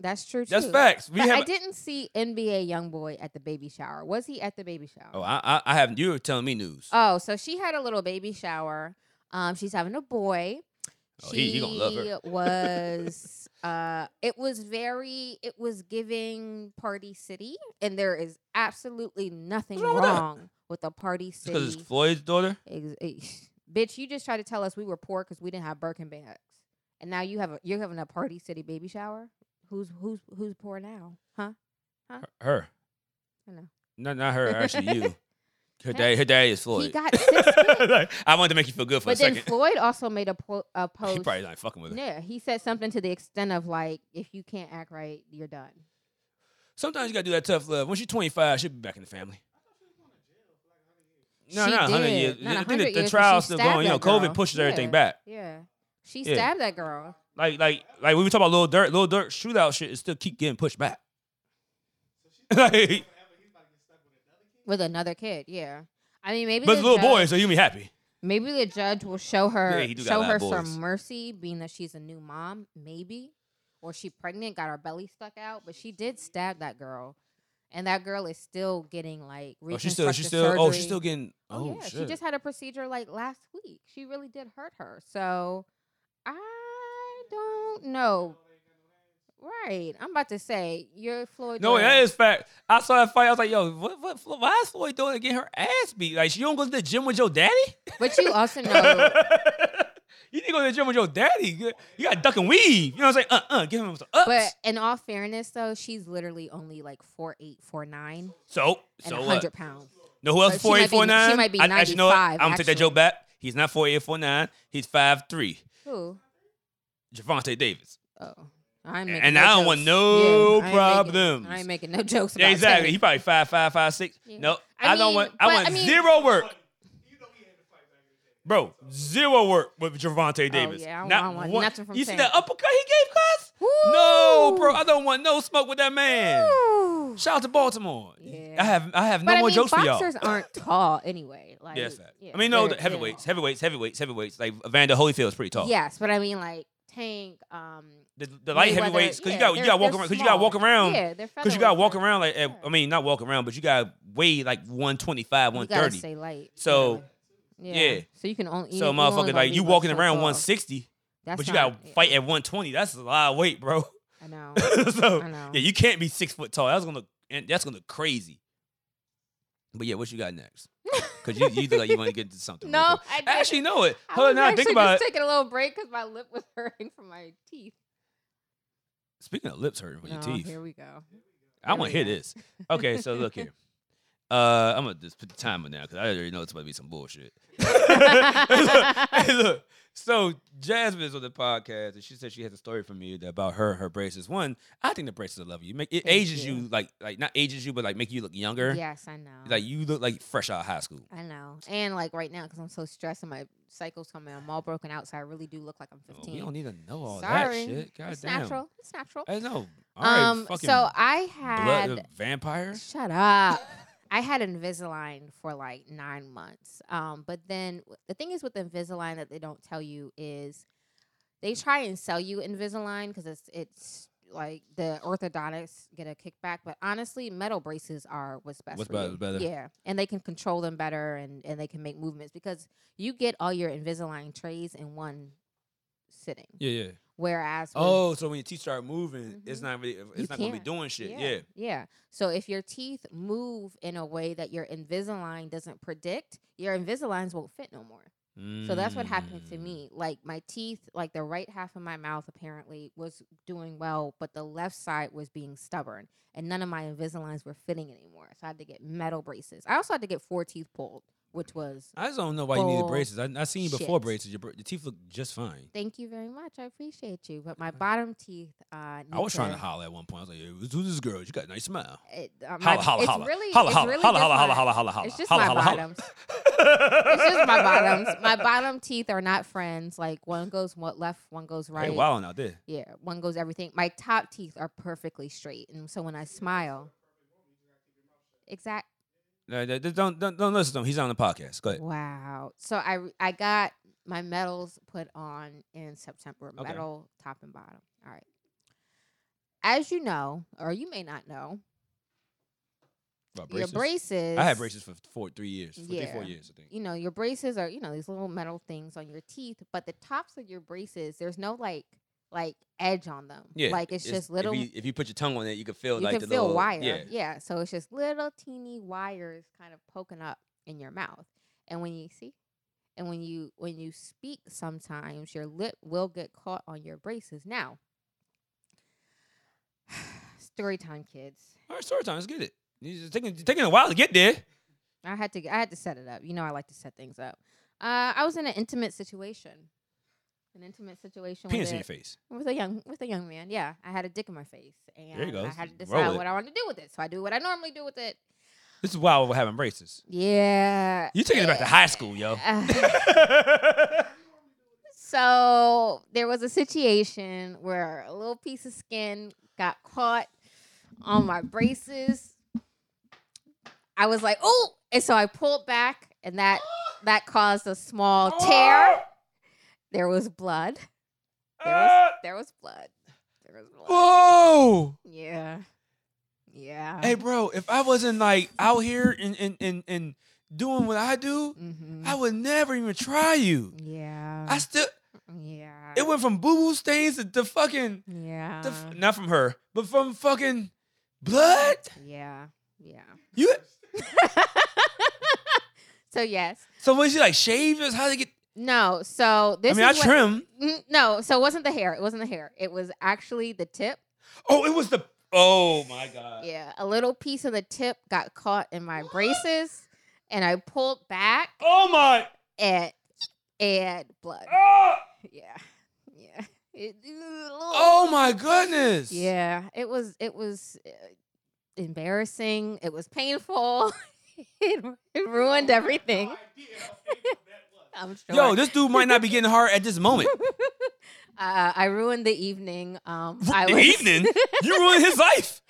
S2: That's true. Too.
S1: that's facts. We
S2: But
S1: have
S2: I didn't see NBA YoungBoy at the baby shower. Was he at the baby shower?
S1: Oh, I, I, I haven't. You were telling me news.
S2: Oh, so she had a little baby shower. Um, she's having a boy.
S1: Oh, he- he gonna love her.
S2: She was. Uh, it was very. It was giving Party City, and there is absolutely nothing
S1: wrong
S2: wrong,
S1: with that?
S2: with a Party
S1: Because it's
S2: City.
S1: Floyd's daughter.
S2: Ex- ex- bitch, you just tried to tell us we were poor because we didn't have Birkin bags, and now you have a, you're having a Party City baby shower. Who's who's who's poor now? Huh?
S1: Her.
S2: I know.
S1: No, not her. Actually, you. Her dad. Her dad is Floyd.
S2: He got six kids.
S1: Like, I wanted to make you feel good for a
S2: But then
S1: second.
S2: Floyd also made a, po- a
S1: he
S2: post.
S1: probably not fucking with her.
S2: Yeah, he said something to the extent of like, if you can't act right, you're done.
S1: Sometimes you gotta do that tough love. When she's 25, she'll be back in the family. No,
S2: She
S1: not 100
S2: did.
S1: years.
S2: Not
S1: I think
S2: 100
S1: the,
S2: years,
S1: the
S2: but
S1: trial's
S2: she
S1: still
S2: stabbed
S1: going. You know,
S2: that
S1: COVID
S2: girl.
S1: pushes everything
S2: Yeah.
S1: back.
S2: Yeah, she
S1: Yeah.
S2: stabbed that girl.
S1: Like, like, like when we talk about little dirt, little dirt shootout shit, it still keep getting pushed back. like,
S2: with another kid. Yeah, I mean maybe.
S1: but it's
S2: the
S1: a little
S2: judge,
S1: boy, so you be happy.
S2: Maybe the judge will show her
S1: Yeah, he do got a
S2: show
S1: lot
S2: her
S1: of boys.
S2: some mercy, being that she's a new mom, maybe, or she pregnant, got her belly stuck out, but she did stab that girl, and that girl is still getting like
S1: Oh, she's still, she's
S2: reconstructive
S1: still, oh, she's
S2: surgery.
S1: still getting.
S2: Oh,
S1: Oh,
S2: yeah,
S1: shit.
S2: she just had a procedure like last week. She really did hurt her. So I don't know. Right, I'm about to say you're Floyd.
S1: No,
S2: Jordan.
S1: that is fact. I saw that fight. I was like, yo, what, what, Flo- why is Floyd doing to get her ass beat? Like, she don't go to the gym with your daddy?
S2: But you also know
S1: you need to go to the gym with your daddy. You got duck and weave. You know what I'm saying? Uh uh Give him some ups.
S2: But in all fairness, though, she's literally only like four eight, four nine,
S1: so,
S2: and
S1: so what?
S2: hundred pounds.
S1: Know who else
S2: But she might be-
S1: 4849?
S2: she might be
S1: I, actually, know what? I'm
S2: 95,
S1: going to take that
S2: actually.
S1: joke back. He's not 4849. He's 5'3.
S2: Who?
S1: Javante Davis.
S2: Oh, I'm.
S1: And I don't want no problems.
S2: I ain't making no jokes.
S1: Yeah,
S2: about
S1: exactly.
S2: that.
S1: He probably 5'5, 5'6.
S2: Yeah.
S1: No, I,
S2: I
S1: don't
S2: mean,
S1: want, I
S2: but,
S1: want
S2: I mean-
S1: zero work. Bro, zero work with Javante Davis.
S2: Oh, yeah, I don't-
S1: Not
S2: I don't want
S1: one-
S2: nothing from
S1: You see
S2: Terry.
S1: that uppercut he gave Cuz?
S2: Woo!
S1: No, bro, I don't want no smoke with that man.
S2: Woo!
S1: Shout out to Baltimore.
S2: Yeah.
S1: I have I have no
S2: but I
S1: more
S2: mean,
S1: jokes for y'all.
S2: boxers aren't tall anyway. Like,
S1: Yeah, that's fact.
S2: yeah,
S1: I mean, no,
S2: they're-
S1: the heavyweights, heavyweights, heavyweights, heavyweights. Like Evander Holyfield is pretty
S2: yeah.
S1: tall.
S2: Yes, but I mean, like Tank. Um,
S1: The, the light
S2: Mayweather,
S1: heavyweights, because
S2: yeah,
S1: you got you
S2: they're-
S1: got walk
S2: they're
S1: around, because you got walk
S2: small.
S1: around,
S2: Yeah, they're
S1: because you got walk
S2: featherweights.
S1: around like at,
S2: Yeah.
S1: I mean not walk around, but you got weigh like 125,
S2: You gotta
S1: 130.
S2: stay light.
S1: So,
S2: yeah.
S1: yeah.
S2: So you can only. you
S1: so
S2: can- you only
S1: motherfucker,
S2: gonna
S1: like
S2: be
S1: you
S2: but
S1: walking
S2: so
S1: around
S2: tall.
S1: 160,
S2: That's
S1: but you
S2: not-
S1: got to
S2: yeah.
S1: fight at 120. That's a lot of weight, bro.
S2: I know.
S1: so
S2: I know.
S1: yeah, you can't be six foot tall. That's gonna look and that's gonna look crazy. But yeah, what you got next? Because you, you look like you want to get into something. real
S2: No,
S1: quick.
S2: I didn't.
S1: actually, no. It.
S2: I
S1: Hold
S2: was
S1: on, now I think
S2: actually
S1: about
S2: just
S1: it.
S2: taking a little break because my lip was hurting from my teeth.
S1: Speaking of lips hurting from your
S2: No,
S1: teeth,
S2: Oh, Here we go.
S1: I want to
S2: here
S1: hear
S2: we go.
S1: this. Okay, so look here. Uh, I'm gonna just put the timer now because I already know it's about to be some bullshit. Hey, look, so Jasmine is on the podcast and she said she has a story for me about her her braces. One, I think the braces are lovely. You make it
S2: Thank
S1: ages you.
S2: you.
S1: like like not ages you, but like make you look younger.
S2: Yes, I know.
S1: Like you look like fresh out of high school. Oh,
S2: I know. And like right now, because I'm so stressed and my cycle's coming, I'm all broken out, so I really do look like I'm
S1: Oh,
S2: 15.
S1: we don't need to know all
S2: Sorry.
S1: that shit. God
S2: it's
S1: damn.
S2: natural. It's natural.
S1: I know. All right,
S2: um,
S1: fucking
S2: so I
S1: blood uh,
S2: had.
S1: vampire.
S2: Shut up. I had Invisalign for like nine months. Um, but then w- the thing is with Invisalign that they don't tell you is they try and sell you Invisalign because it's it's like the orthodontists get a kickback. But honestly, metal braces are what's best.
S1: What's
S2: for
S1: be-
S2: you.
S1: better.
S2: Yeah, and they can control them better and and they can make movements because you get all your Invisalign trays in one sitting,
S1: Yeah, yeah.
S2: whereas with-
S1: Oh, so when your teeth start moving, it's
S2: Mhm.
S1: not really, it's not gonna be
S2: can't.
S1: doing shit. Yeah.
S2: Yeah. yeah. So if your teeth move in a way that your Invisalign doesn't predict, your Invisaligns won't fit no more. So that's what happened to
S1: Mm.
S2: me. Like my teeth, like the right half of my mouth apparently was doing well, but the left side was being stubborn and none of my Invisaligns were fitting anymore. So I had to get metal braces. I also had to get four teeth pulled, which was
S1: I just don't know why you needed
S2: Bull
S1: braces. I, I seen you before
S2: shit.
S1: braces. Your, br- your teeth look just fine.
S2: thank you very much. I appreciate you. But my bottom teeth uh
S1: Mm. I was trying to
S2: need
S1: holler at one point. I was like, hey, who's who's this girl? You got a nice smile.
S2: it, uh, my-
S1: Holla, holla,
S2: it's
S1: holla.
S2: really-
S1: holla,
S2: it's
S1: holla,
S2: really
S1: holla,
S2: just
S1: holla,
S2: my-
S1: holla, holla, holla.
S2: It's just
S1: holla,
S2: my
S1: holla, holla.
S2: bottoms. it's just my bottoms. My bottom teeth are not friends. Like one goes what left, one goes right.
S1: Hey, wilding out there.
S2: Yeah, one goes everything. My top teeth are perfectly straight, and so when I smile, exact.
S1: No, no, Don't, don't, don't listen to him. He's on the podcast. Go ahead.
S2: Wow. So I re- I got my medals put on in September.
S1: Okay.
S2: Metal top and bottom. All right. As you know, or you may not know,
S1: About
S2: your braces.
S1: I had braces for four, three years. For Three, four
S2: Yeah.
S1: years, I think.
S2: you know, your braces are, you know, these little metal things on your teeth, but the tops of your braces, there's no like like edge on them.
S1: Yeah.
S2: Like it's, just little
S1: If
S2: you,
S1: you, if you put your tongue on it, you can feel like
S2: can
S1: the
S2: feel
S1: little,
S2: wire.
S1: Yeah.
S2: So it's just little teeny wires kind of poking up in your mouth. And when you see and when you when you speak sometimes your lip will get caught on your braces. Now story time kids.
S1: All right, story time. Let's get it. It's taking, it's taking a while to get there.
S2: I had to g- I had to set it up. You know I like to set things up. Uh, I was in an intimate situation. An intimate situation
S1: Penis
S2: with,
S1: in your
S2: a,
S1: face.
S2: with a young with a young man. Yeah, I had a dick in my face, and
S1: you go.
S2: I had to
S1: Roll
S2: decide
S1: it.
S2: what I wanted to do with it. So I do what I normally do with it.
S1: This is why we're having braces.
S2: Yeah.
S1: You taking it back to
S2: Yeah.
S1: high school, yo.
S2: Uh,
S1: Oh.
S2: so there was a situation where a little piece of skin got caught on my braces. I was like, "Oh!" And so I pulled back, and that that caused a small
S1: Oh.
S2: tear. There was blood.
S1: Uh,
S2: There was, there was blood. There was blood.
S1: Whoa!
S2: Yeah, yeah.
S1: Hey, bro, if I wasn't like out here and and and, and doing what I do,
S2: Mhm.
S1: I would never even try you.
S2: yeah.
S1: I still.
S2: yeah.
S1: It went from boo boo stains to, to fucking.
S2: yeah.
S1: To, f- not from her, but from fucking blood.
S2: yeah. Yeah.
S1: You.
S2: So yes.
S1: So was she like shaved? Is How they get?
S2: No. So this
S1: I mean, I
S2: is what-
S1: trim.
S2: Mm, no, so it wasn't the hair. It wasn't the hair. It was actually the tip.
S1: Oh, it was the. Oh my god.
S2: Yeah, a little piece of the tip got caught in my braces, and I pulled back
S1: Oh my.
S2: and and blood.
S1: ah!
S2: Yeah, yeah. It-
S1: Oh my goodness.
S2: Yeah, it was it was uh, embarrassing. It was painful. it, it ruined everything. I'm sure.
S1: Oh, Yo, this dude might not be getting hard at this moment.
S2: uh, I ruined the evening. Um, I
S1: the
S2: was,
S1: evening, you ruined his life.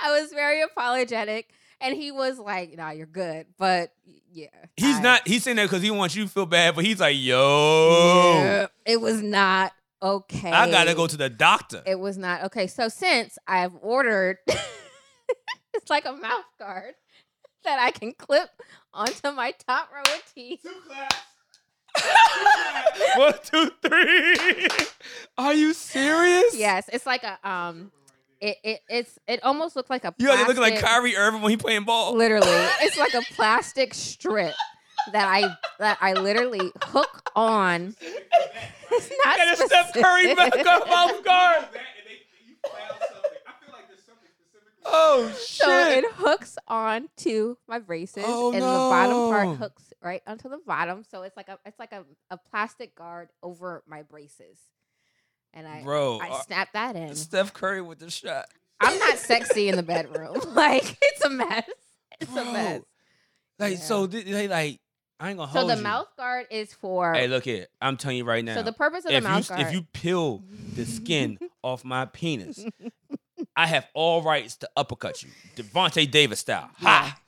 S2: I was very apologetic, and he was like, "Nah, you're good." But y- yeah,
S1: He's
S2: I-
S1: not. He's saying that because he wants you to feel bad, but he's like, "Yo,
S2: Yeah, it was not okay.
S1: I gotta go to the doctor."
S2: It was not okay. So since I've ordered, it's like a mouth guard that I can clip onto my top row of teeth.
S1: One, two, three. Are you serious?
S2: Yes, it's like a um, it, it it's it almost looked like a.
S1: You out here looking like
S2: plastic-
S1: Kyrie Irving when he playing ball.
S2: Literally, it's like a plastic strip that I that I literally hook on. It's not
S1: Gotta step Curry back
S2: specific.
S1: up Oh, off guard.
S6: that and they, you found something. I feel like there's something specifically
S1: Oh shit!
S2: So it hooks on to my braces,
S1: Oh,
S2: and the bottom
S1: no.
S2: part hooks right onto the bottom. So it's like a it's like a, a plastic guard over my braces, and I
S1: Bro,
S2: I
S1: uh,
S2: snapped that in.
S1: Steph Curry with the shot.
S2: I'm not sexy in the bedroom. Like it's a mess. It's a
S1: Bro,
S2: mess.
S1: Like
S2: Yeah.
S1: so, th- they like I ain't gonna
S2: So
S1: hold
S2: the
S1: you.
S2: mouth guard is for.
S1: Hey, look here. I'm telling you right now.
S2: so the purpose of the
S1: if you
S2: mouth
S1: s-
S2: guard.
S1: if you peel the skin off my penis, I have all rights to uppercut you, Devonte Davis style. Ha!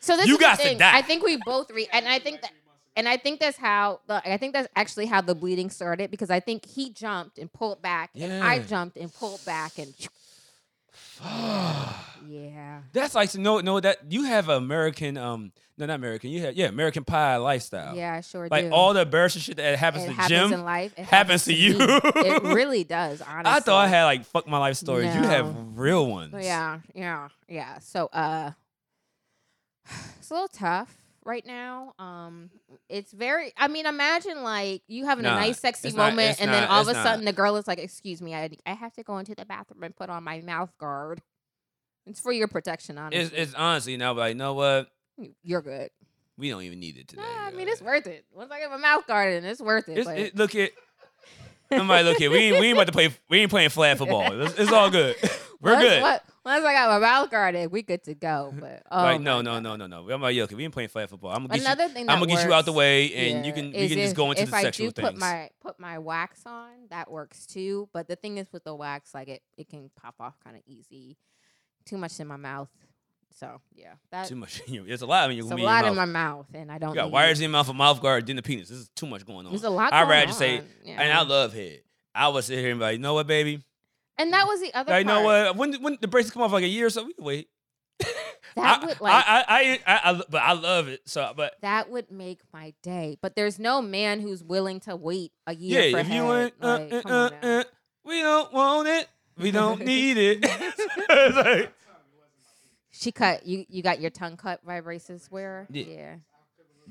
S2: So this
S1: You
S2: is the
S1: gots to
S2: thing.
S1: die.
S2: I think we both read, and I think that, and I think that's how the, I think that's actually how the bleeding started because I think he jumped and pulled back, and I
S1: Yeah.
S2: jumped and pulled back, and yeah,
S1: That's like no, no. That you have American, um, no, not American. You have yeah, American Pie lifestyle.
S2: yeah, I sure
S1: Like
S2: do.
S1: all the embarrassing shit that happens
S2: it
S1: to
S2: happens
S1: Jim
S2: in life. It
S1: happens to you.
S2: me. it really does. Honestly,
S1: I thought I had like fuck my life stories. You
S2: No.
S1: have real ones.
S2: Yeah, yeah, yeah. So uh it's a little tough right now. Um it's very I mean, imagine like you having
S1: Nah,
S2: a nice sexy
S1: it's not-
S2: moment
S1: it's
S2: and then
S1: not-
S2: all of a
S1: it's not.
S2: sudden the girl is like, "Excuse me, I I have to go into the bathroom and put on my mouth guard." It's for your protection, honestly.
S1: It's, it's honestly now like, you know what?
S2: You're good.
S1: We don't even need it today.
S2: Nah, I
S1: yo.
S2: mean, it's worth it. Once I get my mouth guard in, it's worth it.
S1: It's-
S2: but
S1: it- look at I'm like, look here, we ain't, we ain't about to play. We ain't playing flag football. It's, it's all good. We're
S2: once,
S1: good.
S2: what- Once I got my mouth guard in, we good to go. But oh
S1: like, no,
S2: my
S1: no,
S2: God.
S1: no, no, no. I'm like, yo, okay, we ain't playing flag football. I'm gonna get
S2: Another thing
S1: you.
S2: that
S1: I'm gonna get you out the
S2: works-
S1: way, and you
S2: Yeah,
S1: can you
S2: is
S1: can
S2: if-
S1: just go into
S2: if
S1: the
S2: I
S1: sexual
S2: do
S1: things.
S2: Put my put my wax on, that works too. But the thing is with the wax, like it it can pop off kind of easy. Too much in my mouth, so yeah, that's
S1: too much. in your- It's a lot. I mean,
S2: a
S1: you
S2: lot
S1: in your mouth.
S2: in my mouth, and I don't.
S1: You got
S2: need
S1: wires
S2: it.
S1: in your mouth, a mouth guard, then the penis. This is too much going on.
S2: There's a lot.
S1: I'd
S2: going
S1: rather just say-
S2: on,
S1: And I
S2: yeah.
S1: love head. I would sit here and be like, you know what, baby?
S2: And that was the other.
S1: Like, you know what?
S2: part.
S1: When when the braces come off like a year or so, we can wait.
S2: That
S1: I,
S2: would like
S1: I, I, I, I, I- but I love it. So, but
S2: that would make my day. But there's no man who's willing to wait a
S1: yeah,
S2: year. for
S1: if you
S2: head.
S1: want, uh,
S2: Like,
S1: uh,
S2: come on
S1: uh,
S2: now.
S1: uh, we don't want it. We don't need it. It's like-
S2: she cut you. You got your tongue cut by braces wearer.
S1: Yeah.
S2: yeah.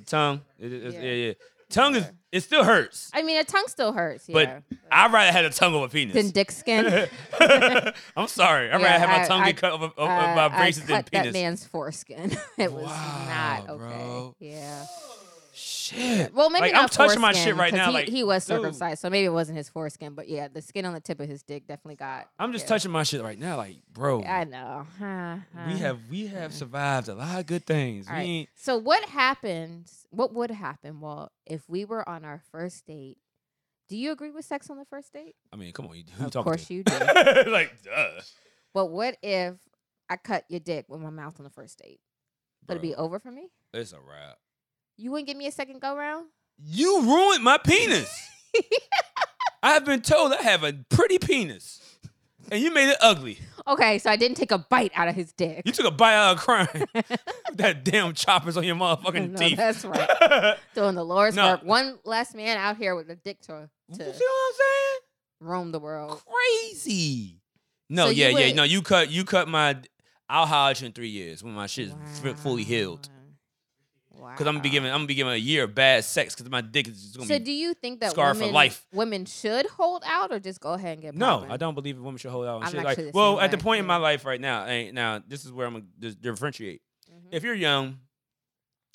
S1: tongue, it, it,
S2: Yeah.
S1: yeah. yeah, Tongue is it still hurts.
S2: I mean, a tongue still hurts.
S1: But
S2: yeah.
S1: I'd rather have a tongue over a penis.
S2: than dick skin.
S1: Oh,
S2: uh,
S1: I'm sorry. I'd rather
S2: Yeah,
S1: have my
S2: I-
S1: tongue
S2: I-
S1: get cut over, over
S2: Uh, I
S1: by oh, braces than
S2: cut that
S1: penis.
S2: man's foreskin. it was
S1: Wow,
S2: not okay.
S1: bro.
S2: Yeah.
S1: Shit.
S2: Well, maybe
S1: Like,
S2: not
S1: I'm touching my
S2: foreskin,
S1: shit right
S2: 'cause
S1: now,
S2: He,
S1: like,
S2: he was
S1: dude.
S2: circumcised, so maybe it wasn't his foreskin. But yeah, the skin on the tip of his dick definitely got.
S1: I'm just
S2: yeah.
S1: touching my shit right now, like, bro.
S2: I Uh-huh. know. Huh,
S1: we
S2: huh.
S1: have we have survived a lot of good things.
S2: All
S1: we
S2: right.
S1: ain't,
S2: So what happens? What would happen, Walt, if we were on our first date? Do you agree with sex on the first date?
S1: I mean, come on, you, who you
S2: of
S1: talking
S2: course
S1: to?
S2: you do.
S1: like, duh.
S2: but what if I cut your dick with my mouth on the first date? Would it
S1: Bro,
S2: be over for me?
S1: it's a wrap.
S2: You wouldn't give me a second go round?
S1: You ruined my penis. I've been told I have a pretty penis, and you made it ugly.
S2: Okay, so I didn't take a bite out of his dick.
S1: You took a bite out of crime. that damn choppers on your motherfucking
S2: No,
S1: teeth.
S2: that's right. Doing the Lord's
S1: No.
S2: work. One less man out here with a dick to,
S1: you see
S2: to
S1: what
S2: roam the
S1: I'm saying?
S2: world.
S1: Crazy. No,
S2: Oh. So you
S1: yeah, yeah.
S2: would-
S1: No, you cut, you cut my. I'll holler at you in three years when my shit's f fully healed.
S2: Wow.
S1: Cause I'm gonna be giving, I'm gonna be giving a year of bad sex. Cause my dick is just gonna
S2: So
S1: be.
S2: do you think that
S1: scarred
S2: women,
S1: for life.
S2: women should hold out or just go ahead and get
S1: No,
S2: poppin'?
S1: I don't believe a woman should hold out. on
S2: I'm
S1: shit.
S2: actually
S1: Like,
S2: the
S1: well,
S2: same
S1: at the
S2: way,
S1: point in my
S2: yeah.
S1: life right now, ain't now this is where I'm gonna dis- differentiate.
S2: Mhm.
S1: If you're young,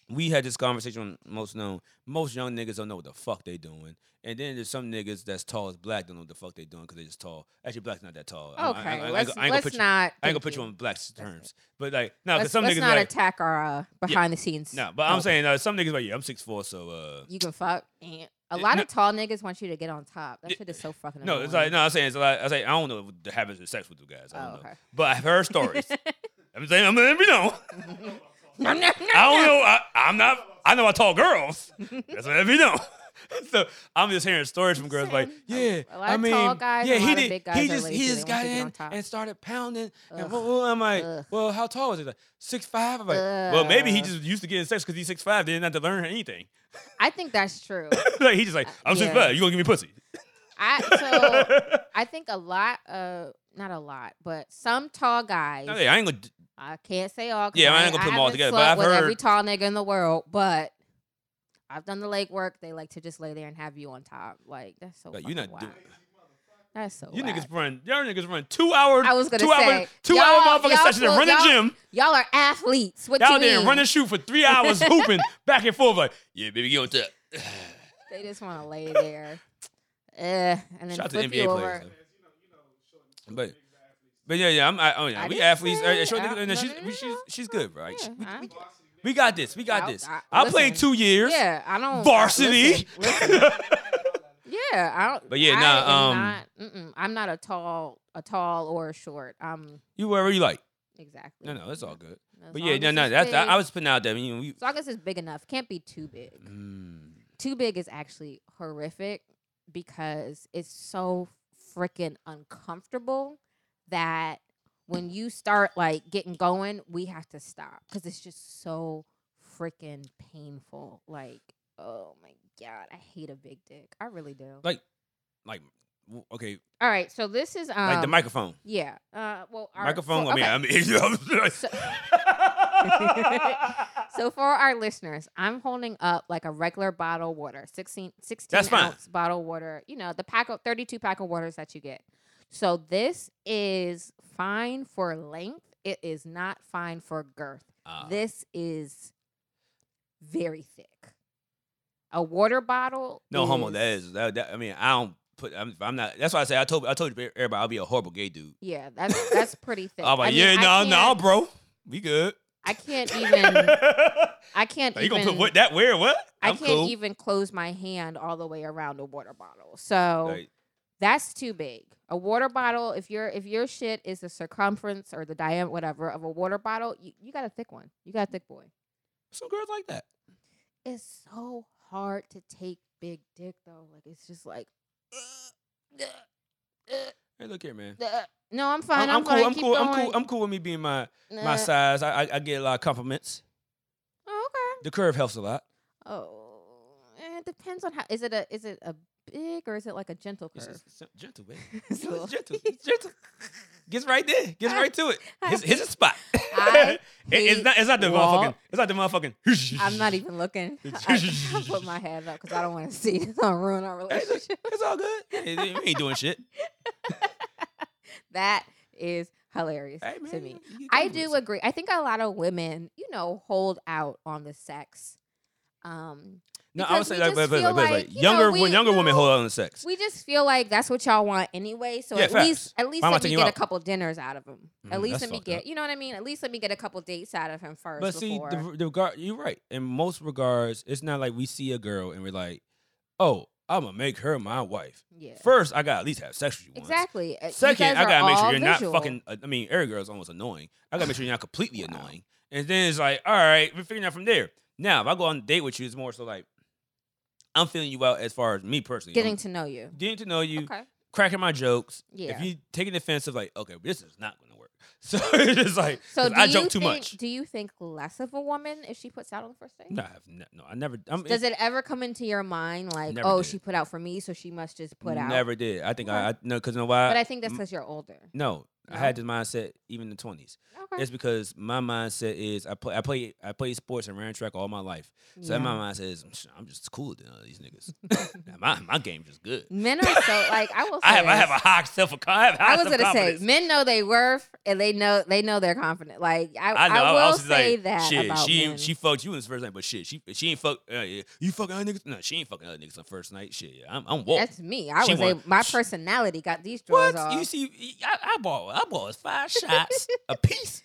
S1: we had this conversation on most known. Most young niggas don't know what the fuck they doing, and then there's some niggas that's tall as black don't know what the fuck they doing because they just tall. Actually, black's not that tall. I- I- I-
S2: Okay,
S1: I- I- I
S2: let's,
S1: ain't gonna
S2: let's
S1: put you-
S2: not.
S1: I ain't gonna
S2: thank
S1: put you on black's
S2: That's
S1: terms, but like no, because
S2: Let's,
S1: some
S2: let's
S1: niggas
S2: not
S1: like
S2: attack our uh, behind the scenes.
S1: no, but I'm
S2: help.
S1: saying uh, some niggas like yeah, I'm six four, so uh,
S2: you can fuck. And a
S1: Yeah,
S2: lot
S1: no-
S2: of tall niggas want you to get on top. That
S1: Yeah,
S2: shit is so fucking.
S1: no, it's like
S2: annoying.
S1: no, I'm saying it's like I say I don't know what the habits of sex with the guys. I don't
S2: Oh,
S1: know,
S2: okay.
S1: but I've heard stories. I'm saying I'm gonna let me know.
S2: No, no, no,
S1: I don't
S2: no.
S1: know. I, I'm not. I know I tall girls. That's what you know. so I'm just hearing stories from girls like,
S2: Same.
S1: yeah,
S2: A lot
S1: I
S2: of
S1: mean,
S2: tall guys and
S1: yeah,
S2: a
S1: he
S2: lot of
S1: did.
S2: big guys
S1: he
S2: are
S1: just
S2: lazy.
S1: he
S2: They
S1: just
S2: want
S1: got
S2: to get
S1: in
S2: on top.
S1: and started pounding.
S2: Ugh.
S1: And whoa, whoa, I'm like,
S2: Ugh.
S1: well, how tall is he? Like six five. I'm like, well, maybe he
S2: Ugh.
S1: just used to get in sex because he's six five. Didn't have to learn anything.
S2: I think that's true.
S1: like he just like, I'm
S2: Uh, Yeah.
S1: six five. You gonna give me pussy?
S2: I so I think a lot of not a lot, but some tall guys.
S1: No, yeah, I ain't gonna. d-
S2: I can't say all. 'cause
S1: Yeah, I ain't gonna put 'em all
S2: haven't
S1: together, but
S2: slept
S1: I've
S2: with
S1: heard-
S2: every tall nigga in the world, but. I've done the leg work. They like to just lay there and have you on top. Like that's so.
S1: Like, you're
S2: fucking
S1: not do-
S2: wild. That's so.
S7: You
S2: whack.
S7: niggas run. Y'all niggas run two hour.
S2: I was gonna
S7: two hour,
S2: say,
S7: two
S2: y'all-
S7: hour motherfucking
S2: y'all
S7: session and
S2: feel-
S7: run the
S2: y'all-
S7: gym.
S2: Y'all are athletes. What
S7: Y'all
S2: you
S7: there
S2: mean?
S7: run and shoot for three hours, hooping back and forth. Like, yeah, baby, get on top.
S2: They just want to lay there. Eh, and then
S7: Shout out to
S2: flip
S7: NBA
S2: you
S7: players.
S2: over.
S7: though. But. But yeah, yeah, I'm. I, oh yeah,
S2: I
S7: we
S2: didn't
S7: athletes.
S2: say
S7: uh,
S2: it.
S7: short niggas, and
S2: No,
S7: she's,
S2: no,
S7: we,
S2: no,
S7: she's
S2: no.
S7: she's good, right?
S2: Yeah,
S7: we,
S2: I-
S7: we, we got this. We got
S2: I-
S7: this.
S2: I-
S7: I, played
S2: listen.
S7: two years.
S2: Yeah, I don't
S7: Varsity.
S2: listen, listen. yeah, I don't.
S7: But yeah,
S2: I am
S7: nah, um,
S2: not- mm-mm, I'm not a tall, a tall or a short. Um,
S7: you wherever you like.
S2: exactly.
S7: No, no, it's all good.
S2: As
S7: But yeah,
S2: long
S7: no,
S2: as
S7: no,
S2: it's
S7: that's I,
S2: big-
S7: I was putting out that. You know, we,
S2: As long as it's big enough, can't be too big.
S7: mm,
S2: Too big is actually horrific because it's so freaking uncomfortable that when you start like getting going, we have to stop because it's just so freaking painful. Like, oh my god, I hate a big dick. I really do.
S1: Like- like w- okay,
S2: All right, so this is um,
S1: like the microphone.
S2: Yeah. Uh, well, our,
S1: Microphone.
S2: so-
S1: I mean,
S2: okay.
S1: I mean,
S2: So- So for our listeners, I'm holding up like a regular bottle of water, 16, 16
S7: That's fine.
S2: ounce bottle of water. You know, the pack of 32 pack of waters that you get. So this is fine for length. It is not fine for girth.
S1: Ah.
S2: This is very thick. A water bottle.
S1: no homo. That
S2: is-
S1: is that, that. I mean, I don't put. I'm, if I'm not. That's why I say I told. I told everybody I'll be a horrible gay dude.
S2: Yeah, that's that's pretty thick.
S1: I'm like,
S2: I mean,
S1: yeah,
S2: I
S1: no,
S2: can't-
S1: no, bro, we good.
S2: I can't even. I can't.
S1: Are you
S2: even,
S1: gonna put what that where what?
S2: I
S1: I'm
S2: can't
S1: cool.
S2: even close my hand all the way around a water bottle. So
S1: Like,
S2: that's too big. A water bottle, if your if your shit is the circumference or the diameter, whatever, of a water bottle, you, you got a thick one. You got a thick boy.
S1: some girls like that.
S2: It's so hard to take big dick though. Like it's just like
S1: Hey, look here, man.
S2: no, I'm
S1: I'm,
S2: fine.
S1: I'm
S2: I'm,
S1: cool.
S2: fine.
S1: I'm
S2: Keep
S1: cool. I'm
S2: going.
S1: cool. I'm cool with me being my my
S2: Nah.
S1: size. I, I I get a lot of compliments.
S2: Oh, okay.
S1: The curve helps a lot.
S2: Oh, eh, it depends on how. Is it a is it a big or is it like a gentle
S1: It's,
S2: curve?
S1: it's gentle, baby.
S2: It's
S1: Yeah,
S2: little-
S1: it's gentle. It's gentle. Gets right there. Gets right to it. His, his a spot.
S2: I
S1: It- it's
S2: hate
S1: not. It's not the
S2: wall.
S1: motherfucking. It's not the motherfucking.
S2: I'm not even looking. I, I put my hand up because I don't want to see. It's gonna ruin our
S1: It's,
S2: relationship.
S1: it's all good. Hey, We ain't doing shit.
S2: That is hilarious
S1: Hey, man,
S2: to me.
S1: you get
S2: I
S1: compliments.
S2: do agree. I think a lot of women, you know, hold out on the sex. Um,
S1: No, I would
S2: because
S1: say
S2: we
S1: like,
S2: just
S1: but, but,
S2: feel
S1: but, but,
S2: like, you know,
S1: younger
S2: we-
S1: wo- younger
S2: you
S1: women
S2: know,
S1: hold on to sex.
S2: we just feel like that's what y'all want anyway. So
S1: Yeah,
S2: at
S1: facts.
S2: least, at least
S1: Why am I
S2: let me
S1: taking you
S2: get a
S1: out?
S2: couple dinners out of him. At
S1: Mm,
S2: least
S1: that's
S2: let me
S1: fucked up.
S2: get, you know what I mean. At least let me get a couple dates out of him first.
S1: But see,
S2: before.
S1: the, the regard you're right. In most regards, it's not like we see a girl and we're like, "Oh, I'm gonna make her my wife."
S2: yeah,
S1: First, I gotta at least have sex with you once.
S2: exactly. Uh, you
S1: Second,
S2: guys
S1: I
S2: are
S1: gotta make
S2: all
S1: sure you're not
S2: visual.
S1: fucking. I mean, every girl's almost annoying. I gotta make sure you're not completely
S2: Wow.
S1: annoying. And then it's like, all right, we're figuring out from there. Now, if I go on a date with you, it's more so like, I'm feeling you out as far as me personally.
S2: getting
S1: I'm
S2: to know you.
S1: getting to know you,
S2: Okay.
S1: cracking my jokes.
S2: Yeah.
S1: If you taking offense of like, okay, this is not gonna work. So it's just like,
S2: So
S1: 'cause
S2: do
S1: I
S2: you
S1: joke too
S2: think,
S1: much.
S2: Do you think less of a woman if she puts out on the first date?
S1: No, I have ne- no, I never. I'm,
S2: Does it ever come into your mind like,
S1: Never
S2: oh,
S1: did.
S2: she put out for me, so she must just put out?
S1: Never did. I think I, I
S2: Okay.
S1: no, because no, why?
S2: But I think that's
S1: m-
S2: because you're older.
S1: no, I
S2: No?
S1: had this mindset even in the twenties.
S2: Okay.
S1: It's because my mindset is I play, I play, I played sports and ran track all my life. So
S2: Yeah.
S1: in my mindset is "Psh, I'm just cooler than all these niggas. Nah, my my game's just good.
S2: men are so like I will. Say
S1: I have I have
S2: this.
S1: a high self confidence.
S2: I was gonna say men know they worth and they know they know they're confident. Like I, I, will
S1: was just
S2: say
S1: like,
S2: that
S1: shit,
S2: about
S1: she
S2: men.
S1: she fucked you in the first night, but shit, she she ain't fuck. Uh, yeah, you fucking other niggas? No, she ain't fucking other niggas on first night. Shit, yeah, I'm I'm woke.
S2: that's me. I
S1: She
S2: was a,
S1: want-
S2: my
S1: she-
S2: personality got these drawers
S1: What?
S2: off.
S1: You see, I, I ball, I ball is five shots a piece.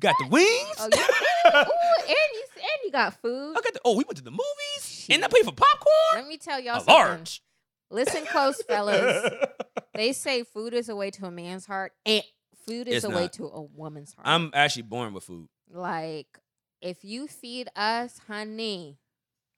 S1: Got the wings.
S2: oh, you, ooh, and you and you got food.
S1: I got the. Oh, we went to the movies, and I
S2: Shit.
S1: paid for popcorn.
S2: Let me tell
S1: A
S2: y'all something.
S1: large.
S2: Listen close, fellas. They say food is a way to a man's heart, and food is
S1: It's
S2: a way
S1: not.
S2: to a woman's heart.
S1: I'm actually born with food.
S2: like, if you feed us, honey,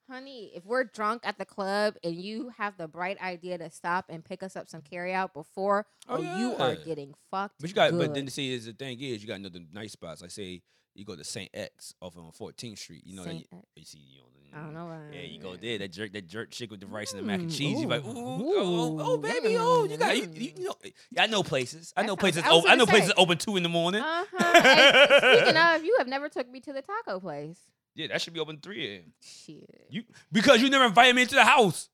S2: honey, if we're drunk at the club and you have the bright idea to stop and pick us up some carryout before, oh,
S1: Oh,
S2: you are
S1: yeah.
S2: getting fucked.
S1: But you got.
S2: good.
S1: But then see, is the thing is, you got another nice spots. Like say, you go to Saint X off on 14th Street. You know,
S2: Saint
S1: you,
S2: X.
S1: you see, you know,
S2: I don't know. Why.
S1: Yeah, you go there. That jerk, that jerk chick with the rice and the mac and cheese. You like, ooh,
S2: Mm,
S1: oh, oh, oh,
S2: ooh,
S1: baby, oh, you got, you,
S2: mm.
S1: you know, I know places. I
S2: That
S1: know
S2: sounds-
S1: places.
S2: I was
S1: Open, I
S2: gonna
S1: know places
S2: say.
S1: open two in the morning.
S2: Uh huh. hey, speaking of, you have never took me to the taco place.
S1: yeah, that should be open three a.m.
S2: Shit.
S1: You because you never invited me into the house.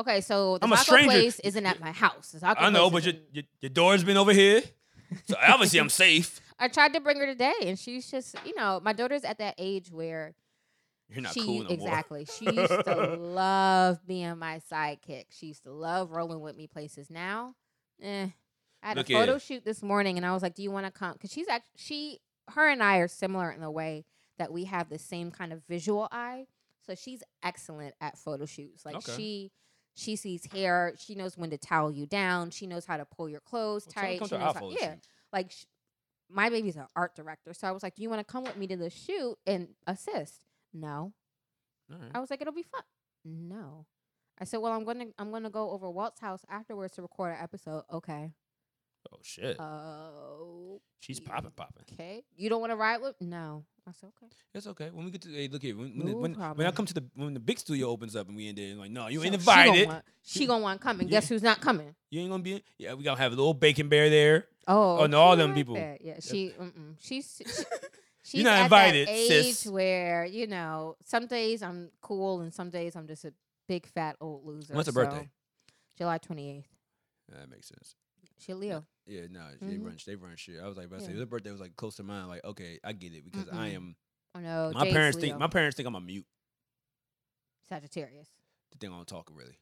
S2: Okay, so the
S7: I'm a
S2: taco
S7: stranger.
S2: place isn't at my house. The taco
S7: I know, but
S2: place
S7: your,
S2: is in-
S7: your your door's been over here, so obviously I'm safe.
S2: I tried to bring her today, and she's just, you know, my daughter's at that age where
S7: You're not
S2: she
S7: cool no
S2: exactly. She used to love being my sidekick. She used to love rolling with me places. Now, eh. I had
S7: Look
S2: a
S7: at-
S2: photo shoot this morning, and I was like, "Do you want to come?" Because she's act- she, her and I are similar in the way that we have the same kind of visual eye. So she's excellent at photo shoots. Like
S7: Okay.
S2: she. She sees hair. She knows when to towel you down. She knows how to pull your clothes
S7: more.
S2: tight. she knows how, yeah, like sh- my baby's an art director so i was like do you want to come with me to the shoot and assist no
S1: Mm.
S2: i was like it'll be fun no i said well i'm gonna i'm gonna go over walt's house afterwards to record an episode okay
S7: Oh shit,
S2: Uh,
S1: Uh,
S2: okay
S7: she's popping, popping.
S2: you don't want to ride with no i said okay
S1: It's okay. When we get to hey, look here. When, when, the-
S2: No
S1: when, when I
S2: problem.
S1: come to the when the big studio opens up and we in there, like no, you ain't
S2: So she gonna
S1: invited.
S2: want- she gonna want to come and
S1: Yeah.
S2: guess who's not coming
S1: You ain't gonna be. In. Yeah, we gonna have a little bacon bear there.
S2: Oh,
S7: Oh, no, all
S2: she
S7: them
S2: like
S7: people.
S2: that. Yeah, she. Mm-mm. She's. She, she's
S7: You're not
S2: at
S7: invited,
S2: that age
S7: sis.
S2: where you know some days I'm cool and some days I'm just a big fat old loser.
S1: When's her
S2: so-
S1: birthday?
S2: July twenty eighth.
S1: Yeah, that makes sense.
S2: She a Leo.
S1: Yeah, no, they
S2: Mhm.
S1: run, they run shit. I was like, about to say,
S2: Yeah.
S1: their birthday was like close to mine. Like, okay, I get it because I
S2: Mm-mm.
S1: am.
S2: Oh no,
S1: my
S2: Jay's
S1: parents
S2: Leo.
S1: think my parents think I'm a mute.
S2: Sagittarius.
S1: They think I don't talk really.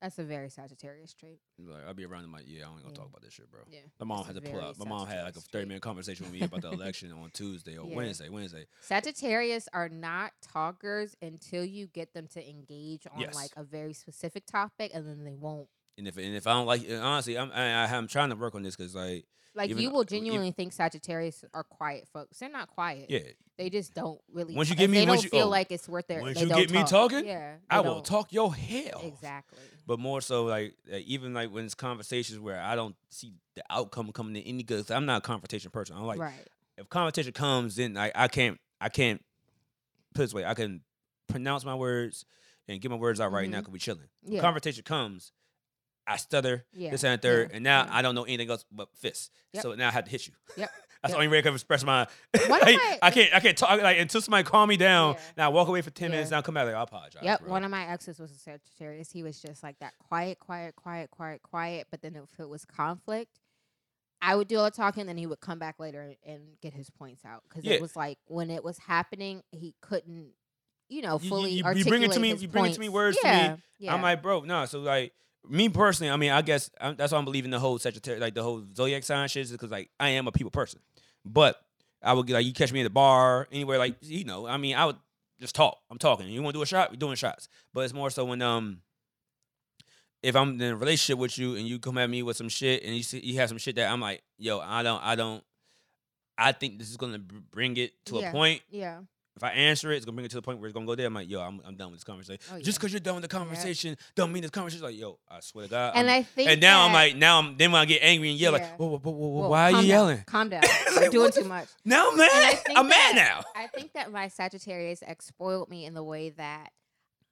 S2: That's a very Sagittarius trait.
S1: Like, I'll be around them like, yeah, I ain't gonna
S2: Yeah.
S1: talk about this shit, bro.
S2: Yeah.
S1: My mom
S2: That's
S1: had
S2: a
S1: to pull
S2: very
S1: up. My mom had like a
S2: Sagittarius
S1: thirty
S2: trait.
S1: minute conversation with me about the election on Tuesday or
S2: Yeah.
S1: Wednesday. Wednesday.
S2: Sagittarius are not talkers until you get them to engage on
S1: Yes.
S2: like a very specific topic, and then they won't.
S1: And if and if I don't like, and honestly, I'm I, I- I'm trying to work on this because like,
S2: Like
S1: Even
S2: you
S1: though-
S2: will
S1: e- ev-
S2: genuinely think Sagittarius are quiet folks. They're not quiet.
S1: yeah,
S2: They just don't really.
S1: Once you
S2: talk-
S1: get me-
S2: they
S1: once
S2: don't
S1: you-
S2: feel
S1: oh,
S2: like it's worth their.
S1: once
S2: they
S1: you
S2: don't
S1: get me
S2: talk.
S1: talking,
S2: yeah,
S1: I
S2: they
S1: will
S2: don't.
S1: talk your head off.
S2: Exactly.
S1: But more so, like uh, even like when it's conversations where I don't see the outcome coming to any good. 'cause I'm not a confrontation person. I'm like,
S2: right.
S1: if confrontation comes, then I, I can't I can't put it this way. I can pronounce my words and get my words out right now
S2: Mhm.
S1: because we chilling.
S2: Yeah.
S1: Confrontation comes, I stutter,
S2: yeah.
S1: this and that third,
S2: yeah,
S1: and now
S2: yeah.
S1: I don't know anything else but fists.
S2: Yep.
S1: So now I have to hit you.
S2: Yep,
S1: That's
S2: yep.
S1: the only way I can express my.
S2: One of
S1: like,
S2: my-
S1: I can't. I can't talk like until somebody calm me down.
S2: Yeah.
S1: Now I walk away for ten
S2: Yeah.
S1: minutes. Now I come back like I apologize.
S2: Yep.
S1: bro."
S2: One of my exes was a Sagittarius. He was just like that quiet, quiet, quiet, quiet, quiet. But then if it was conflict, I would do all the talking, then he would come back later and get his points out because
S1: Yeah.
S2: it was like when it was happening, he couldn't, you know,
S1: You- you-
S2: fully
S1: you bring it
S2: articulate
S1: to me-
S2: his
S1: you bring it to me
S2: points.
S1: words to me,
S2: yeah, Yeah.
S1: I'm like, bro, nah. So like me personally, I mean, I guess i that's why I'm believing the whole Sagittarius, like the whole zodiac sign shit, is because like I am a people person. But I would get like you catch me at the bar, anywhere, like you know, I mean, I would just talk. I'm talking. You want to do a shot? We're doing shots. But it's more so when um. If I'm in a relationship with you and you come at me with some shit and you see you have some shit that I'm like, yo, I don't, I don't, I think this is gonna br- bring it to a
S2: Yeah.
S1: point.
S2: yeah.
S1: If I answer it, it's gonna bring it to the point where it's gonna go there. I'm like, yo, I'm, I'm done with this conversation.
S2: Oh,
S1: Just
S2: yeah.
S1: because you're done with the conversation, don't mean this conversation. Like, yo, I swear to God.
S2: And
S1: I'm-
S2: I think.
S1: and now I'm
S2: that-
S1: like, now I'm then when I get angry and yell,
S2: Yeah.
S1: like, whoa, whoa, whoa, whoa, whoa,
S2: Whoa,
S1: why are
S2: calm
S1: you
S2: down,
S1: yelling?
S2: Calm down.
S1: It's
S2: You're
S1: like,
S2: doing
S1: what
S2: too
S1: the-
S2: much.
S1: Now I'm
S2: I
S1: mad.
S2: think
S1: I'm mad now.
S2: that- I think that my Sagittarius ex spoiled me in the way that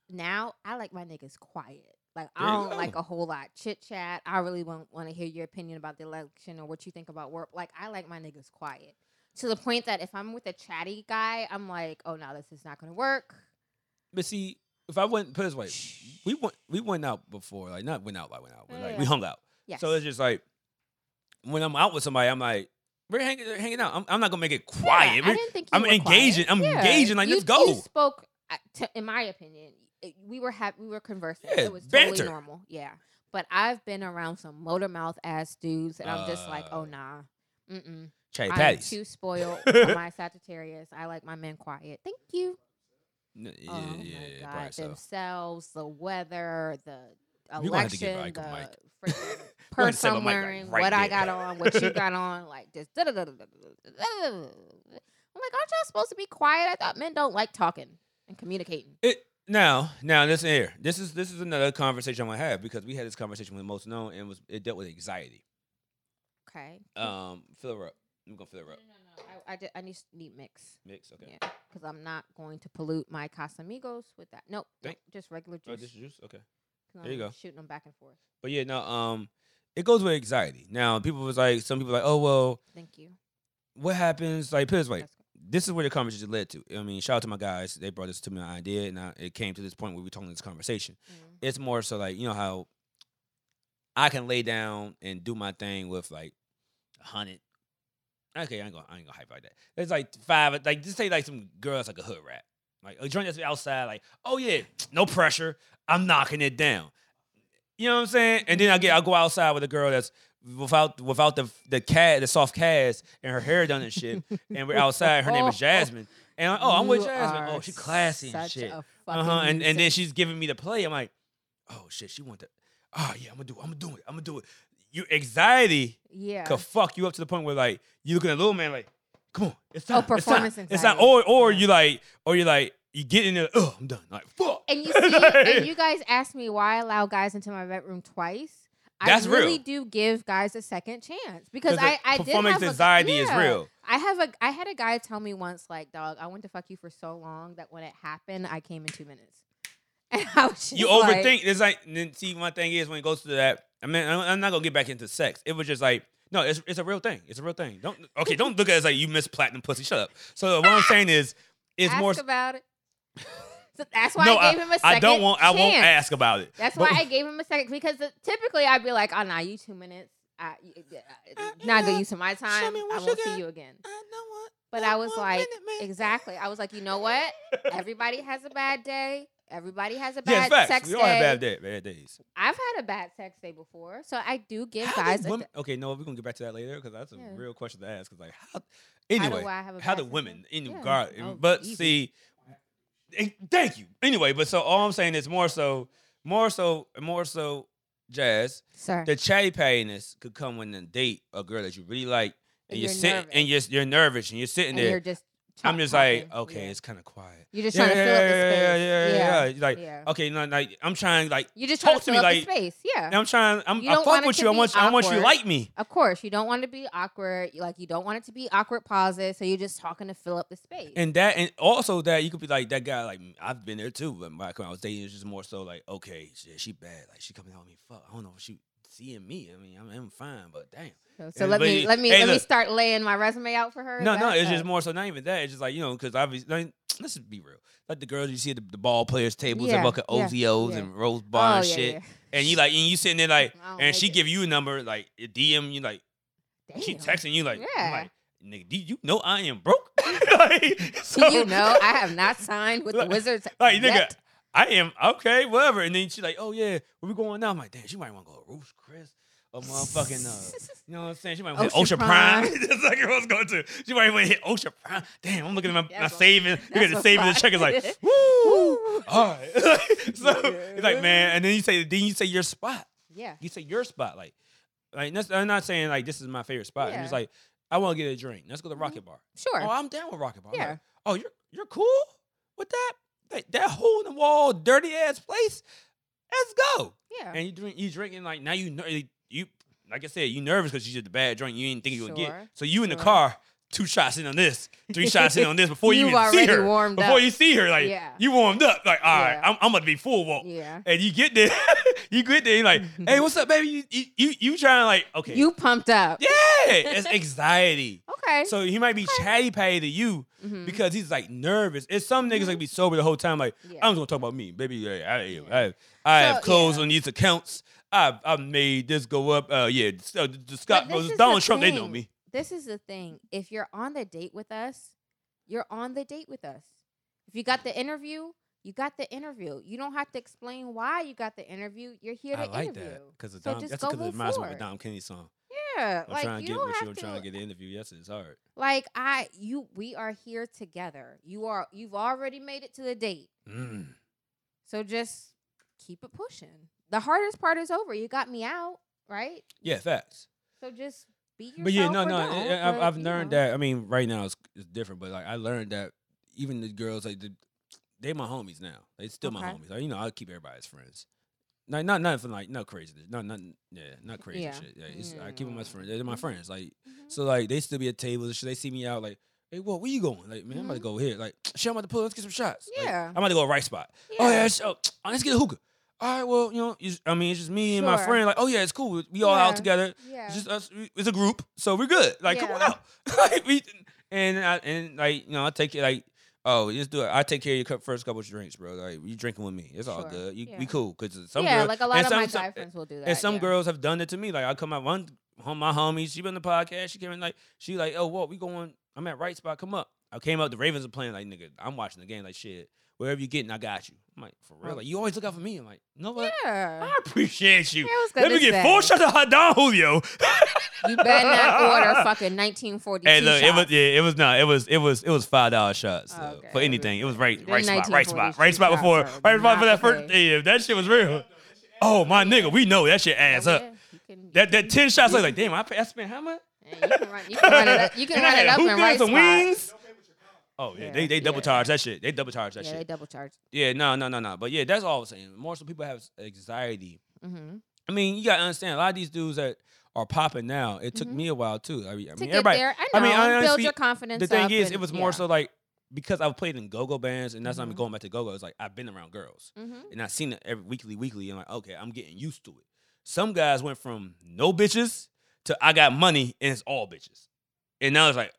S2: now I like my niggas quiet. Like I
S1: There you
S2: don't like
S1: go.
S2: a whole lot chit chat. I really won't want to hear your opinion about the election or what you think about work. Like I like my niggas quiet to the point that if I'm with a chatty guy, I'm like, oh no, this is not gonna work.
S1: But see, if I went put it this way, we went we went out before, like not went out, like went out, but
S2: Yeah,
S1: like
S2: yeah,
S1: we
S2: yeah.
S1: hung out.
S2: Yes.
S1: So it's just like when I'm out with somebody, I'm like, we're hanging, hanging out. I'm, I'm not gonna make it
S2: Yeah,
S1: quiet.
S2: I
S1: We're-
S2: didn't think you
S1: I'm
S2: were
S1: engaging.
S2: quiet.
S1: I'm
S2: Yeah.
S1: engaging. Like,
S2: You-
S1: let's go.
S2: You spoke, uh, to, in my opinion, it- we were happy. We were conversing.
S1: Yeah,
S2: it was
S1: banter.
S2: totally normal. Yeah, but I've been around some motor mouth ass dudes, and I'm just like,
S1: Uh,
S2: oh nah, mm
S1: Chatty
S2: I'm
S1: patties.
S2: too spoiled. for my Sagittarius. I like my men quiet. Thank you.
S1: N- yeah,
S2: oh
S1: yeah,
S2: my
S1: yeah, probably
S2: god,
S1: so.
S2: themselves, the weather, the
S1: You gonna have to give
S2: election,
S1: Ike a
S2: the
S1: mic.
S2: freaking
S1: You wanna
S2: purse
S1: sell a
S2: I'm
S1: mic right-
S2: wearing,
S1: right
S2: what
S1: there.
S2: I got on, what you got on, like just. da da da da da da da. I'm like, aren't y'all supposed to be quiet? I thought men don't like talking and communicating.
S1: It now, now listen here. This is this is another conversation I'm gonna have because we had this conversation with most known and was it dealt with anxiety.
S2: Okay.
S1: Um, fill her up. I'm gonna fill her up.
S2: I, I, did, I need need mix
S1: Mix, okay.
S2: Yeah. because I'm not going to pollute my Casamigos with that. Nope, nope,
S1: Thank-
S2: just regular
S1: Oh,
S2: juice.
S1: this is juice, okay.
S2: 'cause
S1: there you
S2: I'm
S1: go.
S2: Shooting them back and forth.
S1: But yeah, no, um, it goes with anxiety. Now, people was like, some people like, oh well,
S2: Thank you.
S1: what happens? Like, put it this way,
S2: That's-
S1: this is where the conversation led to. I mean, shout out to my guys. They brought this to me an idea, and I, it came to this point where we were talking this conversation.
S2: Mhm.
S1: It's more so like you know how I can lay down and do my thing with like a hundred. Okay, I ain't gonna I ain't gonna hype like that. It's like five. Like just say like some girls like a hood rat. Like a joint that's outside. Like oh yeah, no pressure. I'm knocking it down. You know what I'm saying? And then I get I go outside with a girl that's without without the the cat the soft cast and her hair done and shit. and we're outside. Her name is
S2: Oh.
S1: Jasmine. And I, oh, I'm with
S2: You
S1: Jasmine. Oh,
S2: are
S1: she classy and
S2: such
S1: shit.
S2: a
S1: Uh-huh.
S2: fucking
S1: And and then
S2: nuisance.
S1: she's giving me the play. I'm like, oh shit, she want that. Oh yeah, I'm gonna do it. I'm gonna do it. I'm gonna do it. Your anxiety
S2: yeah.
S1: could fuck you up to the point where like you looking at little man like, come on, it's
S2: Oh,
S1: time. it's time,
S2: performance
S1: It's time.
S2: anxiety.
S1: Or or
S2: Yeah.
S1: you like or you like you get in there. Oh, I'm done. Like fuck.
S2: And you see, and you guys asked me why I allow guys into my bedroom twice.
S1: That's
S2: I really
S1: real.
S2: do give guys a second chance because
S1: 'Cause the
S2: I, I did
S1: performance
S2: have a-
S1: anxiety is
S2: yeah.
S1: real.
S2: I have a I had a guy tell me once like, "Dog, I wanted to fuck you for so long that when it happened, I came in two minutes." And I was just
S1: you
S2: like-
S1: overthink. it's like and then see my thing is when it goes to that. I mean, I'm I'm not gonna get back into sex. It was just like no, it's it's a real thing. It's a real thing. Don't okay. Don't look at it as like you miss platinum pussy. Shut up. So what I'm saying is, it's
S2: ask
S1: more.
S2: about it. So that's why
S1: no,
S2: I gave him a second.
S1: I don't want. I won't
S2: chance.
S1: ask about it.
S2: That's
S1: But-
S2: why I gave him a second because the, typically I'd be like, "Oh, nah, you two minutes. I, y- y- uh, not good use of my time.
S1: me
S2: I
S1: what you
S2: won't see
S1: got.
S2: you again."
S1: I don't want-
S2: But
S1: I
S2: I was
S1: want
S2: like,
S1: minute, man.
S2: exactly. I was like, you know what? Everybody has a bad day. Everybody has a
S1: Yeah,
S2: bad
S1: it's facts.
S2: sex
S1: we
S2: day.
S1: all have bad, day, bad days.
S2: I've had a bad sex day before, so I do give
S1: How do
S2: guys. a
S1: women-
S2: d-
S1: okay, no, we're gonna get back to that later because that's a
S2: Yeah.
S1: real question to ask. Because like, how?
S2: I
S1: Anyway,
S2: know why I have a
S1: how
S2: bad
S1: do
S2: sex
S1: women
S2: day.
S1: in
S2: Yeah.
S1: regard
S2: Oh,
S1: but
S2: easy.
S1: see eh, thank you anyway but so all i'm saying is more so more so more so jazz
S2: sir,
S1: the chatty pattiness could come when a date a girl that you really like and,
S2: And
S1: you're,
S2: you're
S1: sitting and you're, you're nervous and you're sitting
S2: and
S1: there
S2: you're just.
S1: i'm
S2: talk-
S1: just like
S2: talking.
S1: okay
S2: Yeah.
S1: it's kind of quiet
S2: You're just trying to fill up the space.
S1: yeah, yeah, yeah, yeah. like
S2: Yeah.
S1: okay no like i'm trying like
S2: You're just
S1: Talk
S2: trying to
S1: to
S2: fill
S1: me
S2: up
S1: like-
S2: the space. Yeah.
S1: i'm trying i'm
S2: You
S1: I
S2: don't
S1: fuck
S2: want it
S1: with
S2: to
S1: you i
S2: be
S1: want you i want you to
S2: awkward.
S1: like me
S2: Of course, you don't want to be awkward. You- Like you don't want it to be awkward pauses, so you're just talking to fill up the space.
S1: and that and also that you could be like that guy like I've been there too but my, when I was dating it's just more so like okay she, she bad like she coming out with me fuck I don't know if she seeing me I mean I'm, I'm fine but damn
S2: so so
S1: and-
S2: let
S1: but
S2: me
S1: you-
S2: let me
S1: hey,
S2: let me
S1: look.
S2: start laying my resume out for her. Is
S1: no no
S2: that-
S1: it's just
S2: oh.
S1: more so not even that it's just like you know because obviously like, let's just be real like the girls you see at the, the ball players tables
S2: Yeah,
S1: and fucking
S2: yeah,
S1: OVOs
S2: yeah.
S1: and Rose Bar
S2: Oh,
S1: and
S2: yeah,
S1: shit
S2: yeah.
S1: and you like and you sitting there like
S2: I don't
S1: and she
S2: like it.
S1: give you a number like a DM you like she
S2: Damn.
S1: texting you like I'm
S2: Yeah.
S1: like nigga do you know I am broke like,
S2: Do
S1: so-
S2: you know I have not signed with the
S1: Like-
S2: Wizards?
S1: Like, nigga,
S2: yet.
S1: I am okay, whatever. And then she like, oh yeah, where we going now? I'm like, damn, she might want to go to Ruth's Chris or motherfucking uh, you know what I'm saying? She might want to hit
S2: Ocean
S1: Ocean Prime. That's like I was going to. She might want to hit Ocean Prime. Damn, I'm looking at my, my
S2: That's a-
S1: savings. Look at
S2: that's
S1: the
S2: a
S1: savings and
S2: fact.
S1: check is like, woo.
S2: Woo.
S1: All right. so it's like, man, and then you say then you say your spot.
S2: Yeah.
S1: You say your spot. Like, like that's, I'm not saying like this is my favorite spot. I'm just
S2: Yeah.
S1: like, I want to get a drink. Let's go to Rocket Bar.
S2: Sure.
S1: Oh, I'm down with Rocket Bar. I'm
S2: Yeah.
S1: like, oh, you're you're cool with that? Like that hole in the wall, dirty ass place. Let's go.
S2: yeah.
S1: And you drink, you drinking like now you ner- you like I said, you nervous because you did a bad drink. You didn't think you would get.
S2: Sure,
S1: So you in the
S2: sure.
S1: car, two shots in on this, three shots in on this before you
S2: You've
S1: even see
S2: already
S1: her.
S2: warmed
S1: before
S2: up.
S1: you see her, like
S2: Yeah.
S1: you warmed up. Like all right,
S2: Yeah.
S1: I'm, I'm gonna be full walk.
S2: yeah.
S1: And you get there, you get there, you like, hey, what's up, baby? You you you, you trying to like okay,
S2: You pumped up.
S1: yeah, it's anxiety.
S2: Okay.
S1: So he might be chatty patty to you
S2: Mhm.
S1: because he's like nervous. It's some niggas like be sober the whole time. Like
S2: Mm-hmm. Yeah.
S1: I'm just gonna talk about me, baby. yeah, I,
S2: Yeah.
S1: I, I
S2: So,
S1: have closed
S2: yeah.
S1: on these accounts. I've I've made this go up. Uh, yeah, this- uh, the, the Scott
S2: But this
S1: brothers,
S2: is
S1: Donald
S2: the
S1: Trump, they know
S2: thing.
S1: me.
S2: This is the thing. If you're on the date with us, you're on the date with us. If you got the interview, you got the interview. You don't have to explain why you got the interview. You're here to interview.
S1: because of
S2: So
S1: Dom.
S2: just
S1: that's
S2: go
S1: because it
S2: move
S1: reminds me of a
S2: forward.
S1: Dom Kennedy song.
S2: Yeah,
S1: I'm
S2: like
S1: trying to
S2: you
S1: get
S2: don't
S1: with you.
S2: have
S1: I'm
S2: to.
S1: trying to get the interview. Yes, it's hard.
S2: Like I, you, we are here together. You are. You've already made it to the date.
S1: Mm.
S2: So just keep it pushing. The hardest part is over. You got me out, right?
S1: Yeah, facts.
S2: So just be yourself.
S1: But yeah, no,
S2: or
S1: no,
S2: don't,
S1: I- I've,
S2: but,
S1: I've
S2: you
S1: learned
S2: know.
S1: that. I mean, right now it's, it's different, but like I learned that even the girls, like the, they my homies now. They still my
S2: Okay.
S1: homies. Like, you know, I keep everybody as friends. Not not nothing like not crazy. Not nothing. Yeah, not crazy
S2: Yeah.
S1: shit. Yeah, it's, I keep them as
S2: Mm.
S1: friends. They're my
S2: Mhm.
S1: friends. Like
S2: Mhm.
S1: so, like they still be at tables. and shit. They see me out. Like, hey, what? Where you going? Like, man, I'm about to go here. Like, shit, I'm about to pull. Let's get some shots. Like,
S2: Mm-hmm. Yeah.
S1: I'm about to go to right spot. Oh yeah, so, oh, let's get a hookah. All right, well, you know, it's- I mean, it's just me and my
S2: Sure.
S1: friend. Like, oh yeah, it's cool. We all out
S2: Yeah.
S1: together.
S2: yeah.
S1: It's just us. we- It's a group, so we're good. Like, come on
S2: Yeah.
S1: out. like, we, And I and like you know I take it like oh just do it. I take care of your cu- first couple drinks, bro. Like you drinking with me, it's all
S2: Sure.
S1: good. You,
S2: Yeah.
S1: We cool because some
S2: yeah,
S1: girl-
S2: like a lot
S1: and
S2: of
S1: some-
S2: my
S1: some-
S2: guy friends will do that.
S1: and some
S2: yeah.
S1: girls have done it to me. Like I come out one home my homie, she been on the podcast, she came in like she like, oh what, we going I'm at right spot, come up. I came up, the Ravens are playing, like nigga, I'm watching the game, like shit. Wherever you getting, I got you. I'm like, for real.
S2: Oh.
S1: Like you always look out for me. I'm like, you know what?
S2: Yeah.
S1: I appreciate you.
S2: I was
S1: Let
S2: gonna
S1: me get four
S2: say.
S1: shots of Don Julio.
S2: You better not order fucking 1942
S1: Hey, look,
S2: shots. Oh,
S1: it was yeah, it was not, it was it was it was five dollar shots so,
S2: Okay.
S1: for anything. It was right
S2: Them
S1: right spot, right
S2: 1940s
S1: spot, right spot
S2: shots
S1: before,
S2: are
S1: right spot for that
S2: not
S1: first.
S2: okay.
S1: Yeah, that shit was real. Oh my nigga, we know that shit ass up.
S2: Yeah, you can-
S1: That that ten shots look like damn. I, I spent how much?
S2: Yeah, you can run, you can run it up. You can
S1: And I
S2: run it
S1: had
S2: up
S1: hookah
S2: and right
S1: some
S2: spot.
S1: wings. Oh yeah,
S2: Yeah,
S1: they they
S2: yeah.
S1: double charge that shit. They double charge that
S2: Yeah, they
S1: shit.
S2: double charge.
S1: Yeah, no, no, no, no. But yeah, that's all I'm saying. More so, people have anxiety.
S2: Mm-hmm.
S1: I mean, you gotta understand. A lot of these dudes that are popping now. It took
S2: Mhm.
S1: me a while too. I mean, I
S2: To
S1: mean
S2: get
S1: everybody.
S2: there, I
S1: I
S2: know.
S1: mean,
S2: build
S1: honestly,
S2: your confidence.
S1: The thing
S2: up
S1: is,
S2: and-
S1: it was more
S2: yeah.
S1: so like because I played in go-go bands, and that's not me
S2: Mhm.
S1: going back to go-go. It's like I've been around girls,
S2: Mhm.
S1: and I seen it every weekly, weekly, and like okay, I'm getting used to it. Some guys went from no bitches to I got money and it's all bitches, and now it's like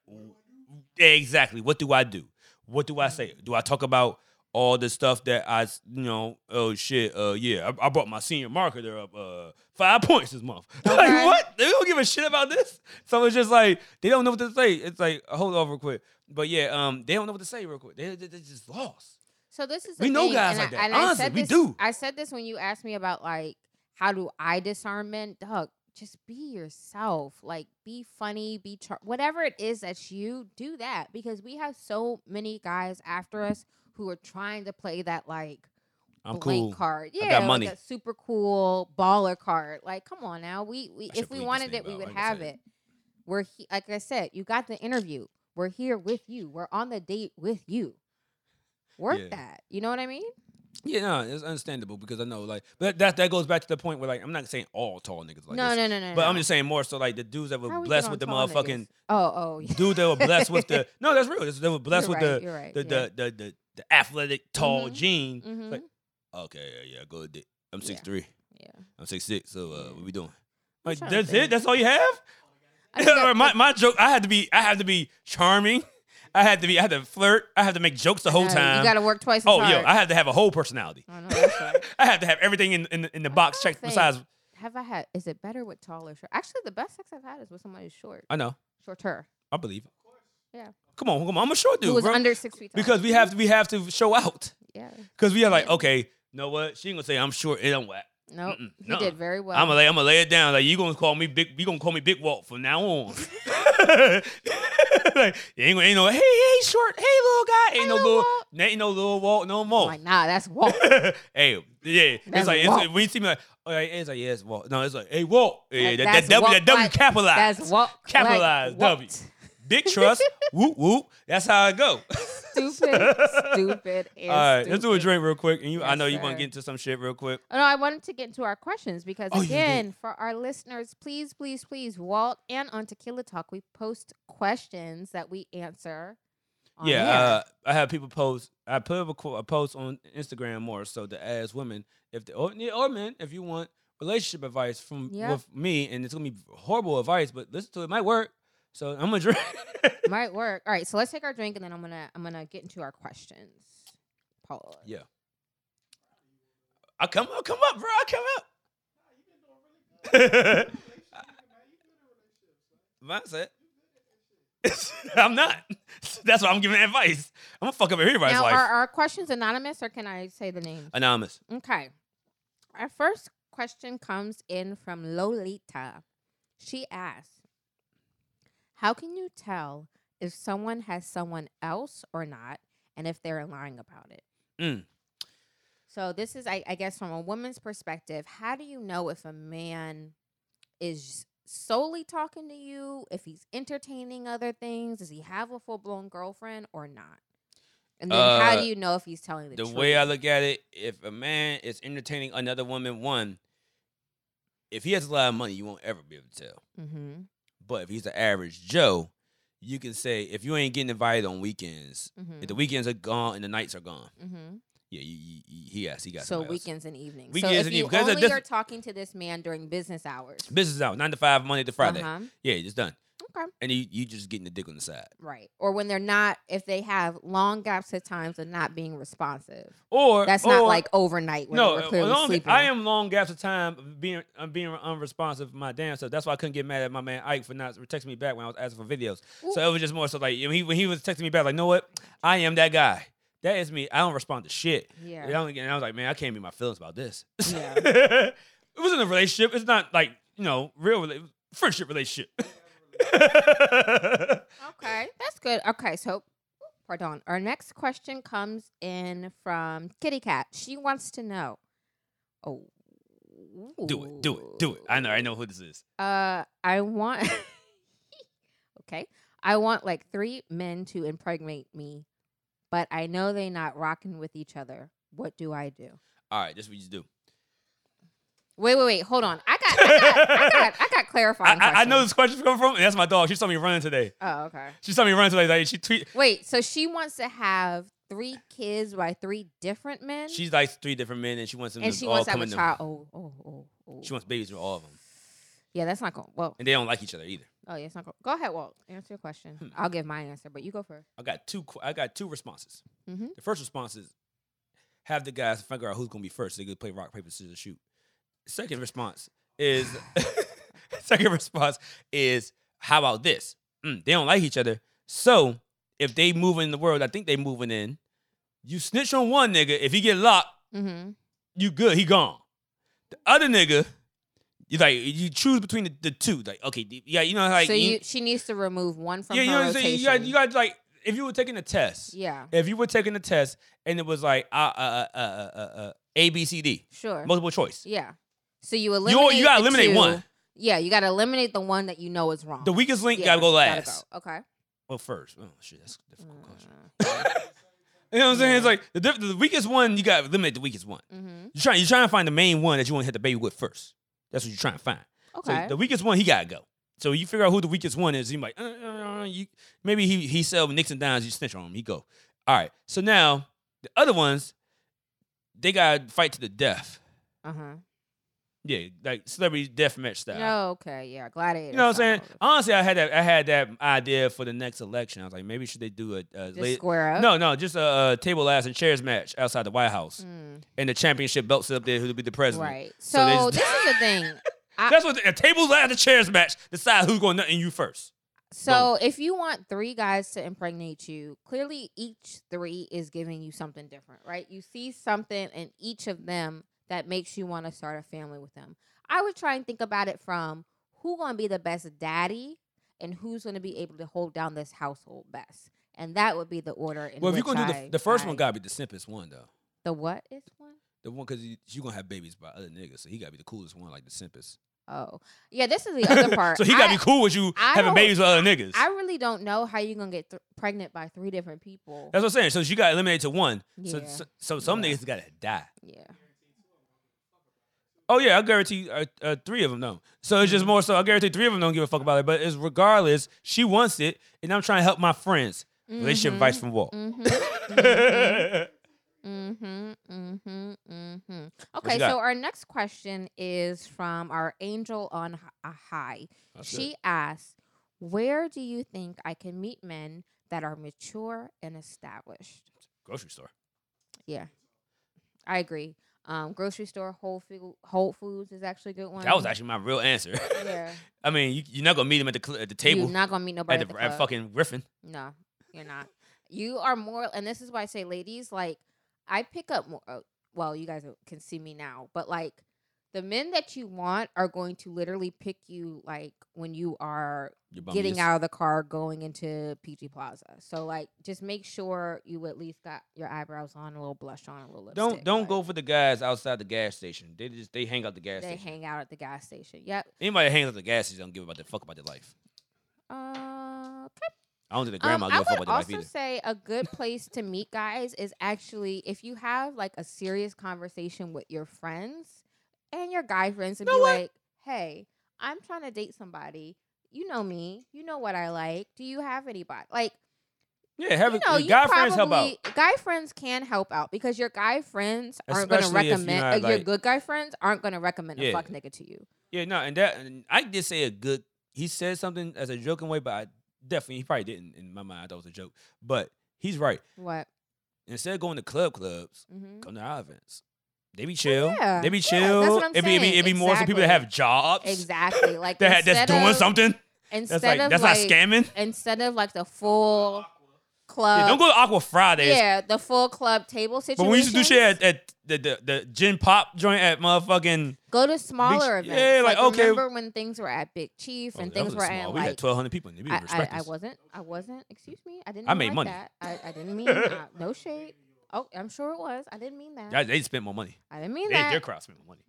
S1: exactly what do I do? What do I say? Do I talk about all the stuff that I s- you know? Oh shit, uh, yeah, I, I brought my senior marketer up uh five points this month.
S2: Okay.
S1: like what? They don't give a shit about this. So it's just like they don't know what to say. It's like hold on real quick, but yeah, um, they don't know what to say real quick. They they, they just lost.
S2: So this is
S1: We
S2: the
S1: know
S2: thing,
S1: guys
S2: and
S1: like
S2: I-
S1: that.
S2: and I
S1: Honestly,
S2: said
S1: we
S2: this,
S1: do.
S2: I said this when you asked me about like how do I discern men, Doug? Just be yourself. Like be funny, be char- whatever it is that you do that because we have so many guys after us who are trying to play that like
S1: I'm
S2: blank
S1: cool.
S2: card. Yeah,
S1: got
S2: like
S1: money.
S2: a super cool baller card. Like, come on now. We, we
S1: I should
S2: if we
S1: bleed this
S2: wanted
S1: thing
S2: it, we
S1: out,
S2: would
S1: like I
S2: have
S1: said.
S2: it. We're he- like I said, you got the interview. We're here with you. We're on the date with you. Work
S1: Yeah.
S2: that. You know what I mean?
S1: Yeah, no, it's understandable because I know like, but that that goes back to the point where like I'm not saying all tall niggas like
S2: no,
S1: this,
S2: no, no, no.
S1: but I'm
S2: no.
S1: just saying more so like the dudes that
S2: How
S1: were
S2: we
S1: blessed
S2: get
S1: with the
S2: on Tom
S1: motherfucking
S2: Niggas? Oh, oh, yeah.
S1: dude that were blessed with the no, that's real. They were blessed
S2: You're
S1: with
S2: right,
S1: the
S2: you're right,
S1: the,
S2: yeah.
S1: the the the the athletic tall
S2: Mhm.
S1: gene.
S2: Mhm.
S1: like- Okay, yeah, yeah, go with it. I'm
S2: Yeah.
S1: six three.
S2: yeah.
S1: I'm six six. So uh,
S2: Yeah.
S1: what we doing? Like
S2: trying to
S1: that's
S2: think.
S1: it. That's all you have.
S2: I think
S1: or
S2: that-
S1: my, my joke. I had to be. I had to be charming. I had to be. I had to flirt. I had to make jokes the
S2: I
S1: whole
S2: know,
S1: time.
S2: You got to work twice. As
S1: oh,
S2: hard.
S1: yo, I had to have a whole personality.
S2: I know, that's right.
S1: I had to have everything in in, in the box
S2: trying to
S1: checked
S2: think.
S1: besides.
S2: Have I had? Is it better with taller? Short? Actually, the best sex I've had is with somebody who's short,
S1: I know.
S2: shorter,
S1: I believe. it.
S2: Yeah.
S1: Come on, come on. I'm a short
S2: who
S1: dude,
S2: was
S1: bro.
S2: under six feet tall.
S1: because we have to, we have to show out.
S2: yeah,
S1: Because we are like,
S2: Yeah.
S1: okay, you know what? She ain't gonna say I'm short. It don't whack.
S2: no,
S1: Mm-mm,
S2: he
S1: nuh-uh.
S2: did very well.
S1: I'm gonna lay, I'm gonna lay it down. Like you gonna call me big, you gonna call me Big Walt from now on. like, ain't, gonna- ain't no hey hey short hey little guy ain't
S2: Hey,
S1: no
S2: little
S1: little,
S2: Walt.
S1: ain't no little Walt no
S2: I'm
S1: more.
S2: like, nah, that's Walt.
S1: hey yeah,
S2: That's
S1: it's like
S2: Walt.
S1: it's, we see me like oh, yeah, it's like yes it's Walt no it's like hey Walt yeah
S2: Like,
S1: that,
S2: that's
S1: that W
S2: Walt
S1: that W
S2: like-
S1: capitalized
S2: That's Walt. like
S1: Capitalized,
S2: Walt.
S1: W. big trust whoop whoop that's how I go.
S2: Stupid, stupid. And
S1: All right, let's do a
S2: stupid.
S1: drink real quick, and you I
S2: Yes,
S1: know you're gonna
S2: sir.
S1: get into some shit real quick.
S2: Oh, no, I wanted to get into our questions because
S1: Oh, you did.
S2: again, for our listeners, please, please, please, Walt and on Tequila Talk, we post questions that we answer. On
S1: yeah,
S2: air.
S1: uh, I have people post. I put up a, qu- a post on Instagram more so to ask women if they, or, yeah, or men if you want relationship advice from
S2: Yeah.
S1: with me, and it's gonna be horrible advice, but listen to it, it might work. So I'm gonna drink.
S2: might work. All right, so let's take our drink and then I'm gonna I'm gonna get into our questions. Pause.
S1: yeah, I come, I come up, bro. I come up. Mindset. I'm not. That's why I'm giving advice. I'm gonna fuck up everybody's
S2: Now,
S1: life.
S2: are our questions anonymous or can I say the names?
S1: Anonymous.
S2: Okay. Our first question comes in from Lolita. She asks, How can you tell if someone has someone else or not and if they're lying about it?
S1: Mm.
S2: So, this is, I, I guess, from a woman's perspective, how do you know if a man is solely talking to you, if he's entertaining other things, does he have a full blown girlfriend or not? And then, how
S1: Uh,
S2: do you know if he's telling the,
S1: the
S2: truth?
S1: way I look at it, if a man is entertaining another woman, one, if he has a lot of money, you won't ever be able to tell.
S2: mm-hmm.
S1: But if he's an average Joe, you can say if you ain't getting invited on weekends,
S2: Mm-hmm.
S1: if the weekends are gone and the nights are gone,
S2: mm-hmm.
S1: yeah, you, you, you, he has he got
S2: so
S1: somebody else.
S2: weekends and evenings. so
S1: Weekends
S2: if
S1: and
S2: you
S1: evenings, 'cause it's
S2: only
S1: diff-
S2: are talking to this man during business hours.
S1: Business out nine to five Monday to Friday.
S2: Uh-huh.
S1: Yeah, it's done.
S2: Okay.
S8: and you you just getting the dick on the side.
S2: Right. Or when they're not, if they have long gaps at times of not being responsive.
S1: Or
S2: That's not
S1: Uh, or-
S2: like overnight when
S1: no.
S2: we're
S1: uh,
S2: clearly
S1: long-
S2: sleeping.
S1: I am long gaps of time of being I'm being unresponsive. For my damn self. That's why I couldn't get mad at my man Ike for not texting me back when I was asking for videos. So it was just more so like when he, when he was texting me back, like, know what? I am that guy. That is me. I don't respond to shit.
S2: Yeah.
S1: And I, don't- and I was like, man, I can't be my feelings about this.
S2: Yeah.
S1: it was in a relationship. It's not like you know real rela- friendship relationship.
S2: Okay, that's good. Okay, so pardon. Our next question comes in from Kitty Cat. She wants to know. Oh,
S1: do it, do it, do it. I know, I know who this is.
S2: Uh, I want. okay, I want like three men to impregnate me, but I know they not rocking with each other. What do I do?
S8: All right, that's what you do.
S2: Wait, wait, wait. Hold on. I got, I got, I got, I got
S1: I,
S2: clarifying.
S1: I, I know
S2: questions.
S1: this question's coming from, and that's my dog. She saw me running today.
S2: Oh, okay.
S1: She saw me running today. Like she tweet.
S2: Wait. So she wants to have three kids by three different men.
S1: She's like three different men, and she wants them
S2: and
S1: to
S2: she
S1: all
S2: wants to have
S1: come in.
S2: a child. Oh, oh, oh, oh.
S1: She wants babies with all of them,
S2: Yeah, that's not going. Well,
S1: and they don't like each other either.
S2: oh yeah, it's not going. Go ahead, Walt. Answer your question.
S1: Hmm.
S2: I'll give my answer, but you go first.
S1: I got two. qu- I got two responses.
S2: Mhm.
S1: The first response is have the guys figure out who's gonna be first. They could play rock paper scissors shoot. Second response is second response is how about this? Mm, they don't like each other, so if they move in the world, I think they moving in. You snitch on one nigga. If he get locked,
S2: Mm-hmm.
S1: you good. He gone. The other nigga, you like you choose between the, the two. Like okay, yeah, you know like
S2: so you, she needs to remove one from
S1: yeah, you know
S2: her
S1: what I'm saying.
S2: rotation.
S1: You got you got like if you were taking a test,
S2: yeah,
S1: if you were taking a test and it was like uh, uh, uh, uh, uh, uh, A, B, C, D,
S2: sure.
S1: multiple choice,
S2: yeah. So you
S1: you
S2: eliminate.
S1: al- you gotta
S2: the
S1: eliminate
S2: two-
S1: one.
S2: Yeah, you got to eliminate the one that you know is wrong.
S1: The weakest link
S2: Yeah,
S1: gotta go last.
S2: go. Okay.
S1: Well, first. Oh shit, that's a difficult question.
S2: Uh,
S1: You know what I'm saying? It's
S2: Yeah.
S1: like the, diff- the weakest one. You gotta eliminate the weakest one.
S2: mhm.
S1: You're trying. You're trying to find the main one that you want to hit the baby with first. That's what you're trying to find. So
S2: Okay.
S1: the weakest one, he gotta go. So you figure out who the weakest one is. You like, uh, uh, uh, you, maybe he he sell Nixon Downs. You snitch on him. He go. All right. So now the other ones, they gotta fight to the death.
S2: Uh huh.
S1: Yeah, like celebrity death match style.
S2: No. Okay. Yeah. Gladiator.
S1: You know what I'm
S2: style.
S1: saying? Honestly, I had that. I had that idea for the next election. I was like, maybe should they do a, a
S2: Just
S1: la-
S2: square up.
S1: no, no, just a, uh table ass and chairs match outside the White House,
S2: Mm,
S1: and the championship belts up there. Who'll be the president?
S2: right.
S1: So they
S2: So
S1: just-
S2: this is the thing. I-
S1: That's what the, a tables ass and chairs match decide who's going to nut in you first.
S2: So if you want three guys to impregnate you, clearly each three is giving you something different, right? You see something in each of them that makes you want to start a family with them. I would try and think about it from who gonna be the best daddy and who's gonna be able to hold down this household best. And that would be the order in
S1: well, if
S2: which
S1: you're gonna do
S2: I-
S1: the, the first one,
S2: I-
S1: gotta be the simplest one though.
S2: the what is one?
S1: The one because you're gonna have babies by other niggas, so he gotta be the coolest one, like the simplest.
S2: Oh, yeah. This is the other part.
S1: so he
S2: I-
S1: gotta be cool with you
S2: I
S1: having
S2: don't-
S1: babies with other niggas.
S2: I really don't know how you're gonna get th- pregnant by three different people.
S1: That's what I'm saying. So you gotta eliminate to one. So,
S2: Yeah.
S1: so so some
S2: Yeah.
S1: niggas gotta die.
S2: yeah.
S1: Oh yeah, I guarantee you, uh, uh, three of them don't. So it's just
S2: Mm-hmm.
S1: more so I guarantee three of them don't give a fuck about it. But it's regardless, she wants it, and I'm trying to help my friends. Relationship advice from Walt.
S2: Mm-hmm. Mm-hmm. Mm-hmm. Mm-hmm. Okay,
S1: you got?
S2: so our next question is from our angel on h- a high. she asks, "Where do you think I can meet men that are mature and established?"
S1: grocery store.
S2: Yeah, I agree. Um, grocery store, Whole Foods, Whole Foods is actually a good one.
S1: That was actually my real answer.
S2: yeah.
S1: I mean, you, you're not gonna meet him at the cl- at the table
S2: You're not gonna meet nobody
S1: at,
S2: at,
S1: the,
S2: the
S1: at
S2: club.
S1: fucking Griffin.
S2: No, you're not. You are more, and this is why I say, ladies, like I pick up more. uh, Well, you guys can see me now, but like the men that you want are going to literally pick you, like when you are
S1: Your bum
S2: getting
S1: is-
S2: out of the car, going into PG Plaza. So like, just make sure you at least got your eyebrows on, a little blush on, a little lipstick.
S1: Don't don't
S2: like,
S1: go for the guys outside the gas station. They just they hang out the gas
S2: They
S1: station.
S2: hang out at the gas station. Yep.
S1: Anybody that hangs out at the gas station don't give about their fuck about their life.
S2: Uh,
S1: I don't think the
S2: Um,
S1: grandma
S2: I
S1: give a fuck
S2: would
S1: about their life
S2: also
S1: either.
S2: say a good place to meet guys is actually if you have like a serious conversation with your friends and your guy friends and
S1: Know
S2: be
S1: what?
S2: like, "Hey, I'm trying to date somebody. You know me. You know what I like. Do you have anybody?" Like,
S1: Yeah, have
S2: you
S1: a-
S2: know,
S1: your
S2: you
S1: guy
S2: probably,
S1: friends help out.
S2: Guy friends can help out because your guy friends aren't going to
S1: Especially if you're
S2: recommend
S1: not,
S2: uh, your
S1: like-
S2: good guy friends aren't going to recommend a
S1: Yeah.
S2: fuck nigga to you.
S1: Yeah, no, and that and I did say a good he said something as a joking way, but I definitely he probably didn't in my mind. I thought it was a joke, but he's right.
S2: What?
S1: Instead of going to club clubs,
S2: Mm-hmm.
S1: come to our events. They be chill.
S2: yeah.
S1: They be
S2: Yeah,
S1: chill.
S2: that's what I'm
S1: it'd be, it'd be,
S2: saying.
S1: it'd be more some people that
S2: Exactly.
S1: have jobs.
S2: Exactly. Like
S1: That, that's
S2: instead
S1: doing
S2: of-
S1: something.
S2: Instead
S1: That's like
S2: of
S1: that's not
S2: like
S1: scamming.
S2: instead of like the full club.
S1: Yeah, don't go to Aqua Fridays.
S2: uh, Yeah, the full club table situation.
S1: But we used to do shit at, at the, the the gin pop joint at motherfucking.
S2: Go to smaller
S1: Beach-
S2: events.
S1: yeah, like, okay.
S2: Remember when things were at Big Chief
S1: Oh,
S2: and
S1: that
S2: things
S1: was
S2: were
S1: small.
S2: at
S1: we
S2: like
S1: had twelve hundred people. And they
S2: I,
S1: didn't
S2: I,
S1: respect
S2: I
S1: us.
S2: wasn't. I wasn't. Excuse me. I didn't.
S1: I
S2: mean
S1: made
S2: like
S1: money.
S2: That. I, I didn't mean. that. No shade. Oh, I'm sure it was. I didn't mean that.
S1: Y'all- They spent more money.
S2: I didn't mean
S1: They,
S2: that.
S1: their crowd spent more money.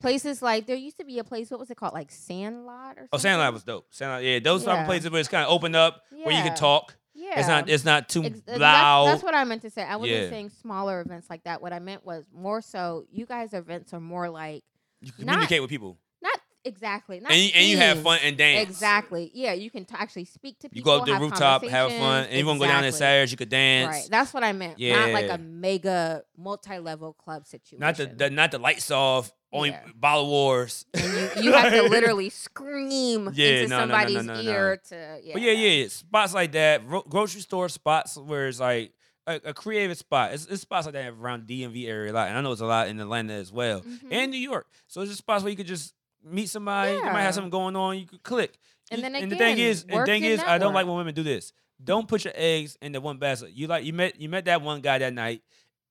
S2: Places like there used to be a place. What was it called? Like Sandlot or something.
S1: Oh, Sandlot was dope. Sandlot, yeah, those type
S2: Yeah.
S1: of places where it's kind of open up, where you
S2: Yeah.
S1: can talk.
S2: Yeah.
S1: It's not it's not too
S2: Ex- uh, that's-
S1: loud.
S2: That's, what I meant to say. I wasn't
S1: Yeah.
S2: saying smaller events like that. What I meant was more so. You guys' events are more like
S1: you
S2: not-
S1: communicate with people,
S2: not exactly. Not
S1: and you, and you have
S2: themes.
S1: fun and dance.
S2: Exactly. Yeah, you can t- actually speak to people.
S1: You go up to the rooftop, have fun, and you want to go down there
S2: and
S1: Saturdays. You could dance.
S2: Right. That's what I meant. Not like
S1: Yeah.
S2: a mega multi-level club situation.
S1: Not the, the not the lights off. Only
S2: Yeah.
S1: bottle wars.
S2: And you, you have to literally scream
S1: Yeah,
S2: into
S1: no, no, no,
S2: somebody's
S1: no, no, no.
S2: ear to yeah.
S1: But yeah, yeah, yeah, spots like that, ro- grocery store spots where it's like a, a creative spot. It's, it's spots like that around DMV area a lot, and I know it's a lot in Atlanta as well
S2: Mhm. And,
S1: and New York. So it's just spots where you could just meet somebody. You might
S2: Yeah.
S1: have something going on. You could click. You-
S2: then
S1: and the thing
S2: again,
S1: is, and
S2: work
S1: thing
S2: your
S1: is, I don't like
S2: network.
S1: when women do this. Don't put your eggs in the one basket. You like you met you met that one guy that night.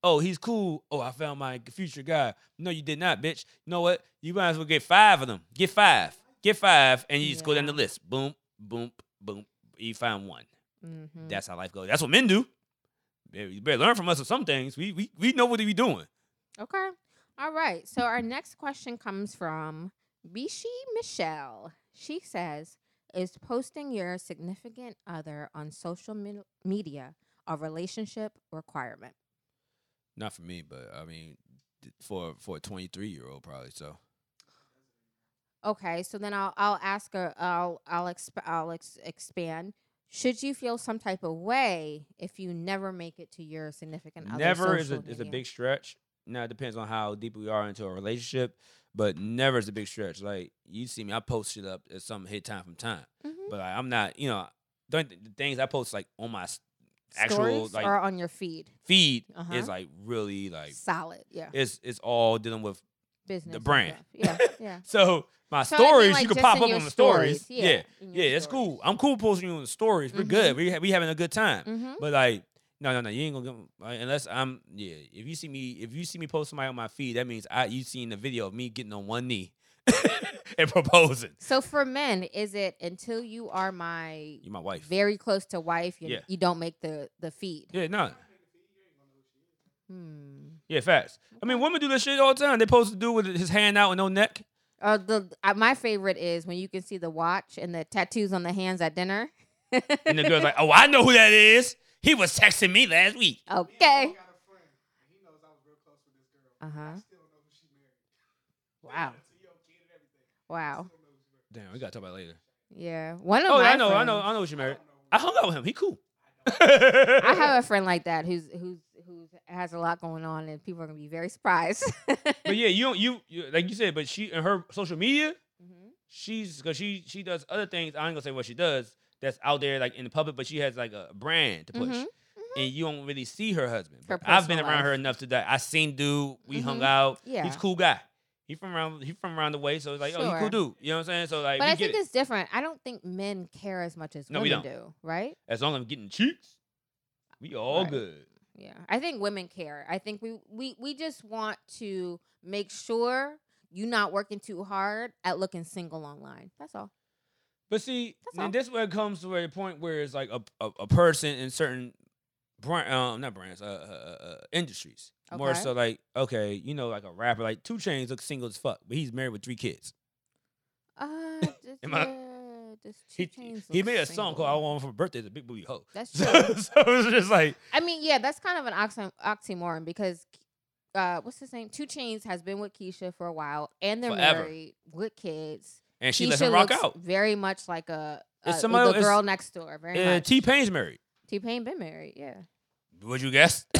S1: Oh, he's cool. Oh, I found my future guy. No, you did not, bitch. You know what? You might as well get five of them. Get five. Get five, and you just go down the
S2: Yeah.
S1: list. Boom, boom, boom. You find one.
S2: Mhm.
S1: That's how life goes. That's what men do. Yeah, You better learn from us of some things. We we we know what we doing.
S2: Okay. All right. So our next question comes from Bishi Michelle. She says, "Is posting your significant other on social mid- media a relationship requirement?"
S1: Not for me, but I mean, th- for for a twenty three year old probably. So
S2: Okay, so then I'll I'll ask her. I'll I'll exp- I'll ex- expand. Should you feel some type of way if you never make it to your significant other?
S1: never is a
S2: social
S1: is a
S2: media?
S1: big stretch. Now it depends on how deep we are into a relationship, but never is a big stretch. Like you see me, I post shit up at some hit time from time,
S2: Mhm.
S1: but like, I'm not. You know, don't, the things I post like on my s- actual
S2: Stories
S1: like
S2: or on your feed.
S1: feed
S2: Uh-huh.
S1: is like really like
S2: Solid, yeah.
S1: it's it's all dealing with.
S2: Business, and
S1: brand.
S2: stuff. yeah, yeah.
S1: So my
S2: So I mean,
S1: stories,
S2: like,
S1: you can
S2: just
S1: pop
S2: in
S1: up on
S2: your
S1: the stories.
S2: stories,
S1: Yeah,
S2: yeah, in
S1: yeah,
S2: your
S1: it's
S2: stories.
S1: cool. I'm cool posting you on the stories. We're
S2: Mhm.
S1: good. We ha- we having a good time.
S2: Mm-hmm.
S1: But like, no, no, no, you ain't gonna get like, unless I'm yeah. If you see me, if you see me post somebody on my feed, that means I you seen the video of me getting on one knee and proposing.
S2: So for men, is it until you are my
S1: You my wife.
S2: very close to wife, you,
S1: Yeah.
S2: you don't make the the feed?
S1: yeah, no,
S2: Hmm.
S1: yeah, facts. I mean, women do this shit all the time. They post a dude with his hand out and no neck.
S2: Uh, the uh, my favorite is when you can see the watch and the tattoos on the hands at dinner.
S1: And the girl's like, "Oh, I know who that is. He was texting me last week."
S2: Okay. Uh huh. Wow. Wow.
S1: Damn, we gotta talk about it later.
S2: Yeah. One of
S1: Oh,
S2: my
S1: I know, I know,
S2: friends-
S1: I know what you married. I hung out with him. He cool.
S2: I have a friend like that who's who's who's has a lot going on, and people are gonna be very surprised.
S1: but yeah, you don't you, you like you said, but she and her social media, Mm-hmm.
S2: Mhm.
S1: she's because she she does other things. I ain't gonna say what she does that's out there like in the public, but she has like a brand to push,
S2: Mhm,
S1: and you don't really see her husband.
S2: Her
S1: But I've been
S2: personal
S1: around her
S2: life.
S1: enough to that I seen dude. We hung
S2: Mhm.
S1: out.
S2: Yeah.
S1: he's a cool guy. He from around he from around the way, so it's like oh, he
S2: Sure.
S1: cool dude. You know what I'm saying? So like,
S2: But
S1: we
S2: I
S1: get
S2: think
S1: it.
S2: it's different. I don't think men care as much as
S1: No, we
S2: women do, right?
S1: as long as I'm getting cheeks, we all
S2: Right.
S1: good.
S2: Yeah, I think women care. I think we we we just want to make sure you're not working too hard at looking single online. That's all.
S1: But see,
S2: That's all.
S1: and this where it comes to where the point where it's like a a, a person in certain brand, um, not brands, uh, uh, uh, uh, industries. More
S2: Okay.
S1: so like, okay, you know, like a rapper, like Two Chains looks single as fuck, but he's married with three kids.
S2: Uh, just,
S1: Am I-
S2: yeah, just Two
S1: He,
S2: Chainz
S1: he
S2: looks
S1: made a song
S2: single.
S1: called "I Want for Birthday" a big booty hoe.
S2: That's
S1: So,
S2: true.
S1: so it's just like,
S2: I mean, yeah, that's kind of an oxy- oxymoron because uh, what's his name? Two Chains has been with Keisha for a while, and they're
S1: Forever.
S2: married with kids.
S1: and she
S2: Keisha
S1: lets him rock
S2: looks
S1: out.
S2: Very much like a, a
S1: It's somebody-
S2: the
S1: it's-
S2: girl next door. Very
S1: Uh,
S2: much.
S1: T Pain's married.
S2: T Pain been married, yeah.
S1: Would you guess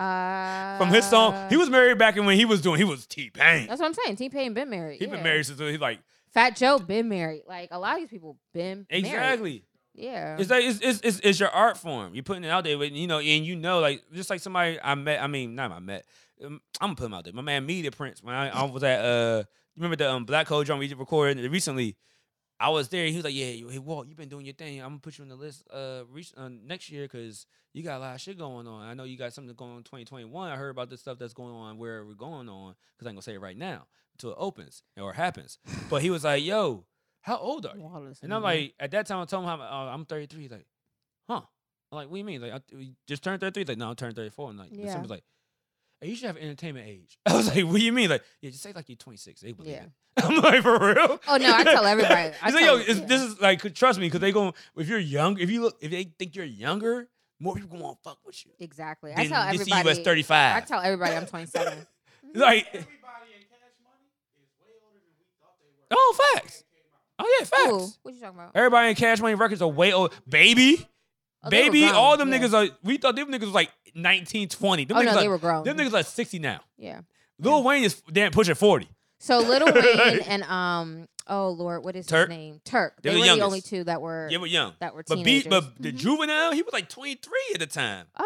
S2: Uh,
S1: from his song? He was married back in when he was doing. He was T Pain.
S2: That's what I'm saying. T Pain been married.
S1: He
S2: yeah.
S1: been married since he was like
S2: Fat Joe been married. Like a lot of these people been married.
S1: Exactly.
S2: Yeah.
S1: It's like it's, it's it's it's your art form. You're putting it out there, but you know, and you know, like just like somebody I met. I mean, not I met. Um, I'm gonna put him out there. My man Media Prince. When I, I was at uh, you remember the um Black Code drum we just recorded recently. I was there. He was like, "Yeah, you- hey Walt, you've been doing your thing. I'm gonna put you on the list uh, reach, uh next year because you got a lot of shit going on. I know you got something going on in 2021. I heard about this stuff that's going on where we're going on because I ain't gonna say it right now until it opens or happens. But he was like, "Yo, how old are you?"
S2: Wallace
S1: And I'm
S2: nigga.
S1: like, at that time, I told him I'm, uh, I'm 33. He's like, huh? I'm like, what do you mean? Like, I, we just turned 33. He's like, no, I'm turning 34. And like,
S2: Yeah.
S1: December's like, hey, you should have entertainment age. I was like, what do you mean? Like, yeah, just say like you're 26. They believe
S2: Yeah.
S1: it. I'm like, for real?
S2: Oh, no, I tell everybody. I
S1: He's like, yo,
S2: tell-
S1: it's,
S2: yeah.
S1: this is like, 'cause trust me, because they going, if you're young, if you look, if they think you're younger, more people gonna fuck with you.
S2: Exactly. I
S1: Then
S2: tell
S1: they see you
S2: everybody.
S1: as
S2: I
S1: 35.
S2: tell everybody I'm 27.
S1: like, oh, facts. Oh yeah, facts.
S2: Cool. What you talking about?
S1: Everybody in Cash Money Records are way old. Baby,
S2: Oh, they were
S1: baby,
S2: grown,
S1: all them
S2: yeah.
S1: niggas are. We thought them niggas was like 19, 20. Them
S2: Oh
S1: niggas
S2: no,
S1: are,
S2: they were grown.
S1: Them niggas are 60 now.
S2: Yeah.
S1: Lil Wayne is damn pushing 40.
S2: So Little Wayne and um, oh Lord, what is
S1: Turk.
S2: his name? Turk.
S1: They
S2: They,
S1: were
S2: were
S1: youngest.
S2: the only two that were
S1: Yeah, but young.
S2: that were
S1: But
S2: teenagers. Mm-hmm.
S1: B, but the juvenile, he was like 23 at the time.
S2: uh,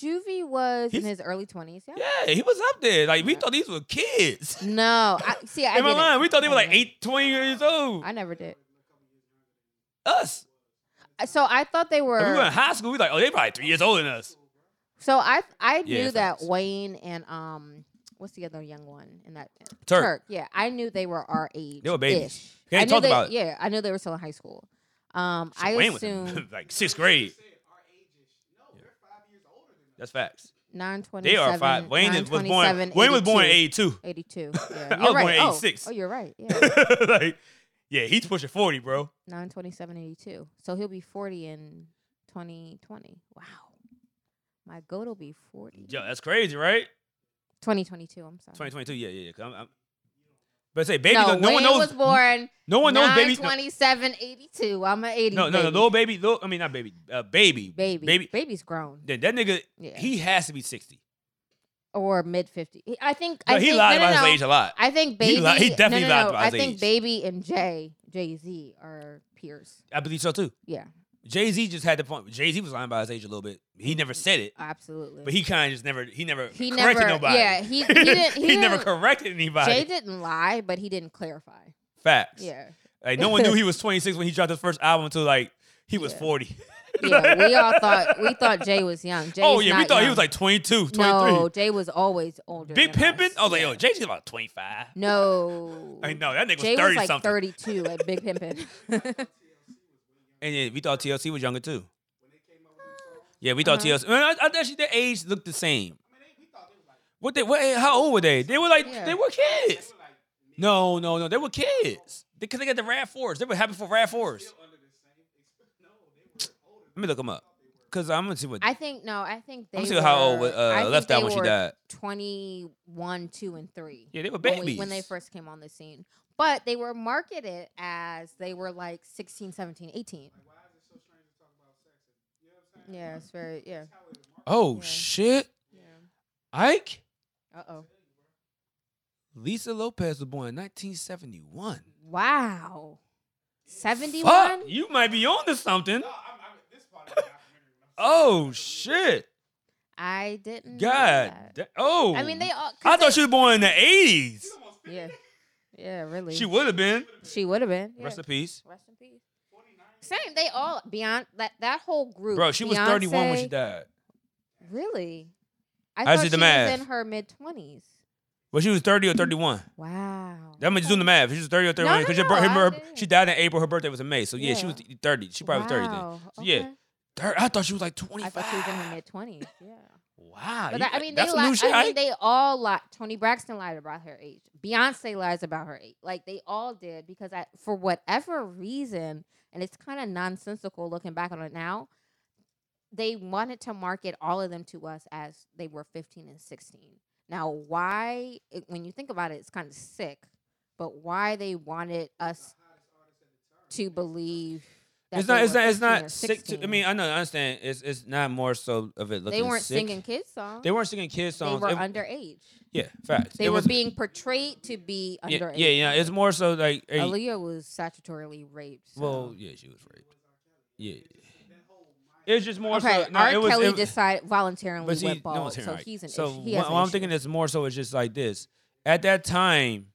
S2: Juvie was in
S1: He's-
S2: his early 20s. Yeah.
S1: Yeah, he was up there. Like, we
S2: Yeah.
S1: thought these were kids.
S2: No, I see. I
S1: In my
S2: didn't.
S1: mind, we thought they were
S2: I
S1: like
S2: didn't.
S1: 8, 20 years old.
S2: I never did. Uh,
S1: Us.
S2: So I thought they
S1: When we were
S2: were.
S1: in high school, we like, oh, they probably three years older than us.
S2: So I I
S1: Yeah,
S2: knew that
S1: facts.
S2: Wayne and um, what's the other young one in that
S1: Turk.
S2: Yeah, I knew they were our age.
S1: They were babies. Can't
S2: I knew
S1: talk
S2: they,
S1: about it.
S2: Yeah, I knew they were still in high school. Um, I
S1: Wayne was in,
S2: assume
S1: like sixth grade. That's facts.
S2: nine twenty.
S1: They are five. Wayne is, was born. Wayne was born in 82.
S2: 82. Yeah,
S1: I
S2: you're
S1: was born
S2: right.
S1: in
S2: Oh,
S1: 86.
S2: Oh, you're right. Yeah.
S1: like, yeah, he's pushing 40, bro.
S2: 927 82. So he'll be 40 in 2020. Wow. My goat will be 40.
S1: Yo, that's crazy, right?
S2: 2022, I'm sorry.
S1: 2022, yeah, yeah, yeah. 'cause I'm, I'm, but say, baby,
S2: no,
S1: no, no
S2: Wayne
S1: one knows.
S2: was born
S1: no one knows, baby. No,
S2: 927 82. I'm an 80.
S1: no, no, no,
S2: baby.
S1: little baby. Little, I mean, not baby. Uh, baby,
S2: baby.
S1: baby.
S2: Baby's grown.
S1: Then that nigga,
S2: Yeah.
S1: he has to be 60.
S2: or mid 50. I think.
S1: No,
S2: I
S1: he
S2: think,
S1: lied
S2: no, no,
S1: about
S2: no.
S1: his age a lot.
S2: I think
S1: He
S2: baby.
S1: li- he definitely
S2: no, no,
S1: lied
S2: no.
S1: about
S2: I
S1: his
S2: think
S1: age.
S2: baby and Jay, Jay Z, are peers.
S1: I believe so too.
S2: Yeah,
S1: Jay Z just had the point. Jay Z was lying about his age a little bit. He never said it,
S2: absolutely.
S1: but he kind of just never. He never
S2: He
S1: corrected
S2: never-
S1: nobody.
S2: yeah, he- he didn't- he
S1: He never
S2: didn't-
S1: corrected anybody.
S2: Jay didn't lie, but he didn't clarify.
S1: Facts.
S2: Yeah,
S1: Like no one knew he was 26 when he dropped his first album until like he was
S2: Yeah.
S1: 40.
S2: yeah. We all thought we thought Jay was young. Jay's
S1: oh yeah, we
S2: not
S1: thought he
S2: young.
S1: was like 22, 23.
S2: No, Jay was always older.
S1: Big
S2: than us.
S1: Pimpin'? I was like,
S2: Yeah.
S1: yo, Jay-Z's about 25.
S2: No.
S1: I know, that nigga was
S2: Mm-hmm. Jay
S1: 30
S2: was like
S1: something.
S2: 32 at Big Pimpin.
S1: And then we thought TLC was younger too. Yeah, we
S2: Uh-huh.
S1: thought TLC. Man, I, I actually their age looked the same. What they what eh, how old were they? They were like
S2: Yeah.
S1: they were kids. No, no, no. They were kids. Because they got the Rad Fours. They were happy for Rad Fours. Let me look them up. Cause I'm gonna see what
S2: I think no. I think they.
S1: I'm
S2: were,
S1: see how old uh,
S2: I think
S1: left out
S2: they
S1: when she
S2: were
S1: died.
S2: 21, 2, and 3.
S1: Yeah, they were
S2: when we-
S1: babies.
S2: When, they first came on the scene. But they were marketed as they were like 16, 17, 18. Yeah, it's very, yeah.
S1: Oh
S2: Yeah.
S1: shit.
S2: yeah.
S1: Ike?
S2: Uh oh.
S1: Lisa Lopez was born in 1971.
S2: Wow.
S1: Fuck,
S2: 71?
S1: you might be on to something. oh shit!
S2: I didn't. know
S1: God,
S2: that.
S1: da- oh.
S2: I mean, they all. 'cause
S1: I thought
S2: they-
S1: she was born in the 80s.
S2: Yeah. Yeah, really.
S1: She would have been.
S2: She would have been. Yeah.
S1: Rest in peace,
S2: Rest in peace. Same. They all, beyond that, that whole group.
S1: bro. She was 31 when she
S2: Beyonce,
S1: died.
S2: Really? I,
S1: I
S2: thought
S1: did
S2: she
S1: the math.
S2: was in her mid twenties.
S1: Well, she was 30 or 31.
S2: Wow.
S1: That means just doing the math. She was 30 or 31
S2: no,
S1: because
S2: no,
S1: her,
S2: I
S1: her-
S2: did.
S1: she died in April. Her birthday was in May, so yeah, she
S2: Yeah.
S1: was 30. She probably was 30 then.
S2: Wow,
S1: So, yeah.
S2: okay.
S1: Thir- I thought she was like 25.
S2: I thought she was in her mid twenties. Yeah.
S1: Wow,
S2: But
S1: Ah, you-
S2: that- I mean, they
S1: that's some
S2: li-
S1: new shit.
S2: I
S1: Ike.
S2: mean, they all lied. Tony Braxton lied about her age. Beyonce lies about her age. Like they all did because I, for whatever reason, and it's kind of nonsensical looking back on it now. They wanted to market all of them to us as they were 15 and 16. Now, why? It, when you think about it, it's kind of sick. But why they wanted us to believe that
S1: it's
S2: they
S1: not. It's
S2: were
S1: not. It's
S2: 15 or
S1: not sick. To, I
S2: 16.
S1: mean, I know. I understand. It's. It's not more so of it looking.
S2: they weren't
S1: sick.
S2: singing kids songs.
S1: They weren't singing kids
S2: They
S1: songs.
S2: were
S1: It-
S2: underage.
S1: yeah, facts.
S2: They
S1: It
S2: were
S1: was-
S2: being portrayed to be
S1: Yeah,
S2: underage.
S1: yeah, yeah. It's more so like. hey,
S2: Aaliyah was statutorily raped. so-
S1: Well, yeah, she was raped. Yeah. It's just more
S2: okay,
S1: so. No,
S2: R.
S1: it was,
S2: Kelly
S1: it,
S2: decided voluntarily
S1: but see,
S2: went
S1: no,
S2: bald,
S1: it's
S2: so
S1: alright.
S2: he's an
S1: So
S2: issue. He
S1: what,
S2: has
S1: what
S2: an
S1: I'm thinking
S2: issue.
S1: is more so. It's just like this. At that time,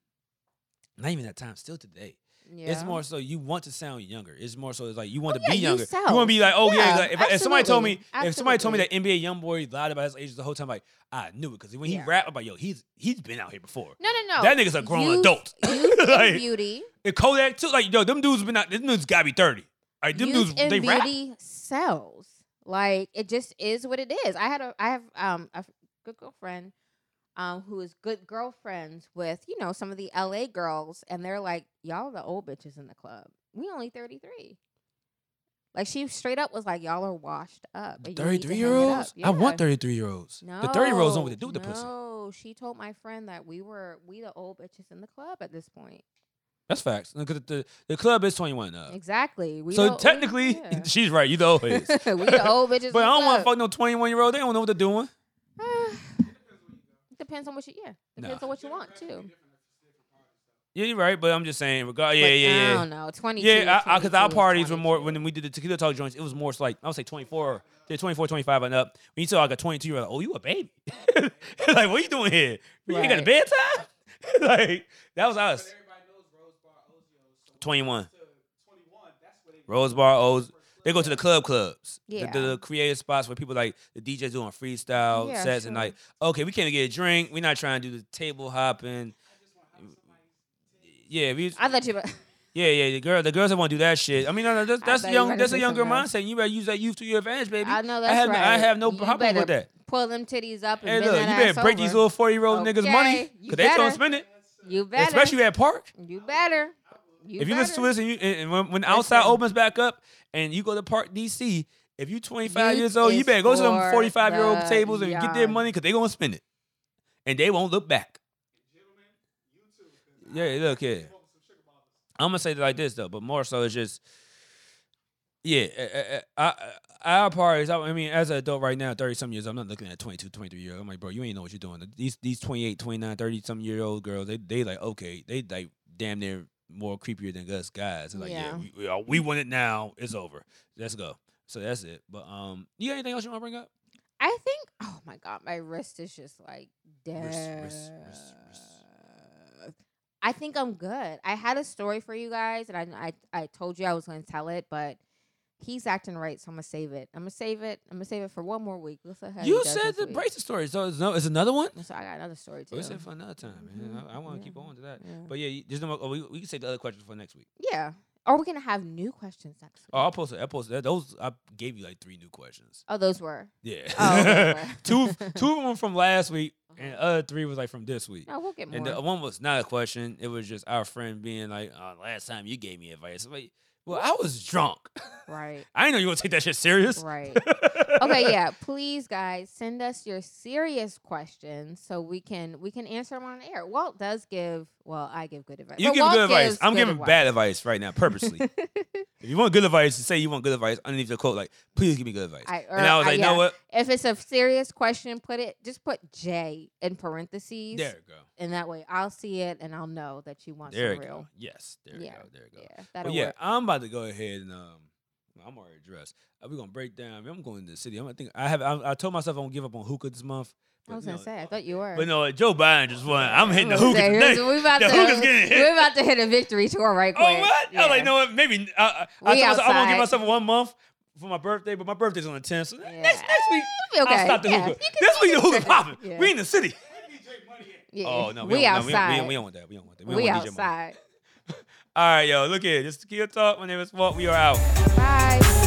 S1: not even that time. Still today. It's
S2: Yeah.
S1: more so you want to sound younger. It's more so it's like you want
S2: Oh,
S1: to
S2: yeah,
S1: be
S2: you
S1: younger. You,
S2: sell.
S1: want to be like, oh yeah.
S2: Yeah,
S1: like, if, if somebody told me,
S2: absolutely,
S1: if somebody told me that
S2: absolutely.
S1: NBA young boy lied about his age the whole time, like I knew it because when
S2: Yeah.
S1: he rapped, I'm like, yo, he's he's been out here before.
S2: No, no, no.
S1: That nigga's a grown
S2: Youth-
S1: adult.
S2: Youth
S1: Like-
S2: and beauty.
S1: And Kodak too, like yo, them dudes been out. Them dudes gotta be thirty. Like them
S2: youth
S1: dudes,
S2: and
S1: they rap.
S2: beauty sells. Like it just is what it is. I had a I have um a f- good girlfriend um who is good girlfriends with, you know, some of the LA girls and they're like, Y'all the old bitches in the club. We only thirty three. Like she straight up was like, Y'all are washed up. and you need to
S1: 33
S2: hang it
S1: year olds?
S2: up."
S1: I
S2: Yeah.
S1: want 33 year olds.
S2: No,
S1: The 30 year olds don't know what to do with the pussy.
S2: No, she told my friend that we were we the old bitches in the club at this point.
S1: That's facts. Look at the, the club is 21 now.
S2: Exactly. We the-
S1: Uh. So
S2: we-
S1: technically,
S2: yeah.
S1: she's right. You the old
S2: we
S1: heads.
S2: the old bitches.
S1: But I don't want
S2: want
S1: to fuck no 21 year old. They don't know what they're doing.
S2: Depends on what you yeah.
S1: Nah.
S2: Depends on what you want too.
S1: Yeah, you're right. But I'm just saying, regard. Yeah,
S2: But
S1: yeah,
S2: I
S1: yeah.
S2: don't know. Twenty.
S1: Yeah, I because our parties were more when we did the tequila talk joints. It was more so like I would say 24, yeah, 24, 25 and up. When you saw like a 22, you're like, oh, you a baby? like, what you doing here? You ain't got a
S2: Right.
S1: bedtime? like that was us.
S5: Everybody knows Rose Bar Ozio. So
S1: 21.
S5: to 21, that's where they
S1: Rose Bar O's. They go to the club clubs, the-
S2: Yeah.
S1: the, the creative spots where people like the DJs doing freestyle
S2: Yeah,
S1: sets and
S2: sure.
S1: like, okay, we can't get a drink. We're not trying to do the table hopping. Yeah, we.
S2: I thought you. Were,
S1: yeah, yeah. The girl, the girls that want to do that shit. I mean, no, no, that's,
S2: I
S1: that's
S2: thought you
S1: young.
S2: might
S1: That's a
S2: have said
S1: younger
S2: something else.
S1: mindset. You better use that youth to your advantage, baby.
S2: I know
S1: I
S2: that's
S1: have, no-
S2: right.
S1: I have no
S2: You
S1: problem with
S2: better
S1: that.
S2: Pull them titties up and
S1: Hey,
S2: bend
S1: look, you
S2: that
S1: better
S2: ass
S1: break
S2: over.
S1: these little forty year old niggas money
S2: Okay, you
S1: because they gonna
S2: better.
S1: spend it,
S2: You better.
S1: especially at park.
S2: you better. You
S1: if you
S2: better.
S1: listen to this and, you, and, and when, when outside
S2: Listen.
S1: opens back up and you go to Park DC, if you 25
S2: Youth
S1: years old, you
S2: is
S1: better go to them
S2: for
S1: 45 year old
S2: the
S1: tables and get their
S2: young.
S1: money because they gonna spend it, and they won't look back. Yeah, look, yeah. I'm gonna say it like this though, but more so it's just, yeah. uh, uh, uh, I, I, our parties. I, I mean, as an adult right now, 30 some years, I'm not looking at 22, 23 year old. I'm like, bro, you ain't know what you're doing. These these 28, 29, 30 some year old girls, they they like okay, they like damn near more creepier than us guys. They're like, yeah,
S2: Yeah.
S1: we, we, are- we want it now. It's over. Let's go. So that's it. But um, you got anything else you want to bring up?
S2: I think. Oh my god, my wrist is just like dead.
S1: wrist, wrist, wrist.
S2: I think I'm good. I had a story for you guys, and I I, I told you I was going to tell it, but he's acting right, so I'm gonna save it. I'm gonna save it. I'm gonna save it for one more week. Let's see how he
S1: you
S2: does
S1: said
S2: this
S1: the
S2: week.
S1: bracelet story. So it's no, it's another one.
S2: So I got another story too.
S1: We said for another time, man.
S2: Mhm.
S1: I, I want to
S2: Yeah.
S1: keep on to that.
S2: yeah.
S1: But yeah, you- there's no. more- oh, We, we can save the other questions for next week.
S2: yeah. Are we gonna have new questions next week?
S1: Oh, I'll post it. I posted that. Those I gave you like three new questions.
S2: Oh, those were.
S1: Yeah,
S2: Oh, okay,
S1: two
S2: okay.
S1: two of them from last week, and the other three was like from this week.
S2: No, we'll get more.
S1: And the one was not a question. It was just our friend being like, oh, "Last time you gave me advice, I'm like, well, I was drunk.
S2: right.
S1: I didn't know you were gonna take that shit serious."
S2: Right. okay, yeah. Please, guys, send us your serious questions so we can we can answer them on air. Walt does give. Well, I give good advice.
S1: You
S2: but
S1: give
S2: Walt
S1: good advice.
S2: gives
S1: I'm
S2: good
S1: giving bad advice right now, purposely. if you want good advice, say you want good advice underneath the quote, like, "Please give me good advice."
S2: I-
S1: and
S2: or
S1: I was
S2: I-
S1: like, "You know
S2: yeah.
S1: what?
S2: If it's a serious question, put it just put J in parentheses,
S1: There it go.
S2: and that way I'll see it and I'll know that you want
S1: There
S2: some
S1: it go.
S2: real.
S1: Yes. There
S2: Yeah,
S1: it go. There it go.
S2: Yeah,
S1: But
S2: that'll
S1: yeah,
S2: work.
S1: I'm about to go ahead and um, I'm already dressed. Uh, We're gonna break down. I'm going to the city. I'm gonna think. I have. I, I told myself I'm gonna give up on hookah this month.
S2: I was
S1: you
S2: gonna
S1: know,
S2: say I
S1: uh,
S2: thought you were.
S1: But no, Joe Biden just won. I'm hitting the
S2: I was
S1: hookah
S2: gonna say, here's-
S1: today.
S2: we about
S1: The
S2: to,
S1: hookah's getting hit.
S2: We're about to hit a victory tour right
S1: Oh what? I
S2: quick.
S1: was like,
S2: Yeah.
S1: you know what? Maybe I, I, I told myself
S2: We
S1: I won't give
S2: outside.
S1: myself one month for my birthday, but my birthday's on the 10th. So
S2: Yeah.
S1: next next week
S2: It'll be
S1: I'll stop the
S2: Yeah,
S1: hookah.
S2: you can-
S1: This week the hookah's popping.
S2: Yeah.
S1: We in the city.
S2: yeah.
S1: Oh no, we,
S2: we,
S1: don't, no, we,
S2: outside.
S1: don't, we, don't, we don't want that. We don't want that. We,
S2: we
S1: don't want DJ money.
S2: outside.
S1: All right, yo, look here. This is Kill Talk. My name is Walt. We are out.
S2: Bye.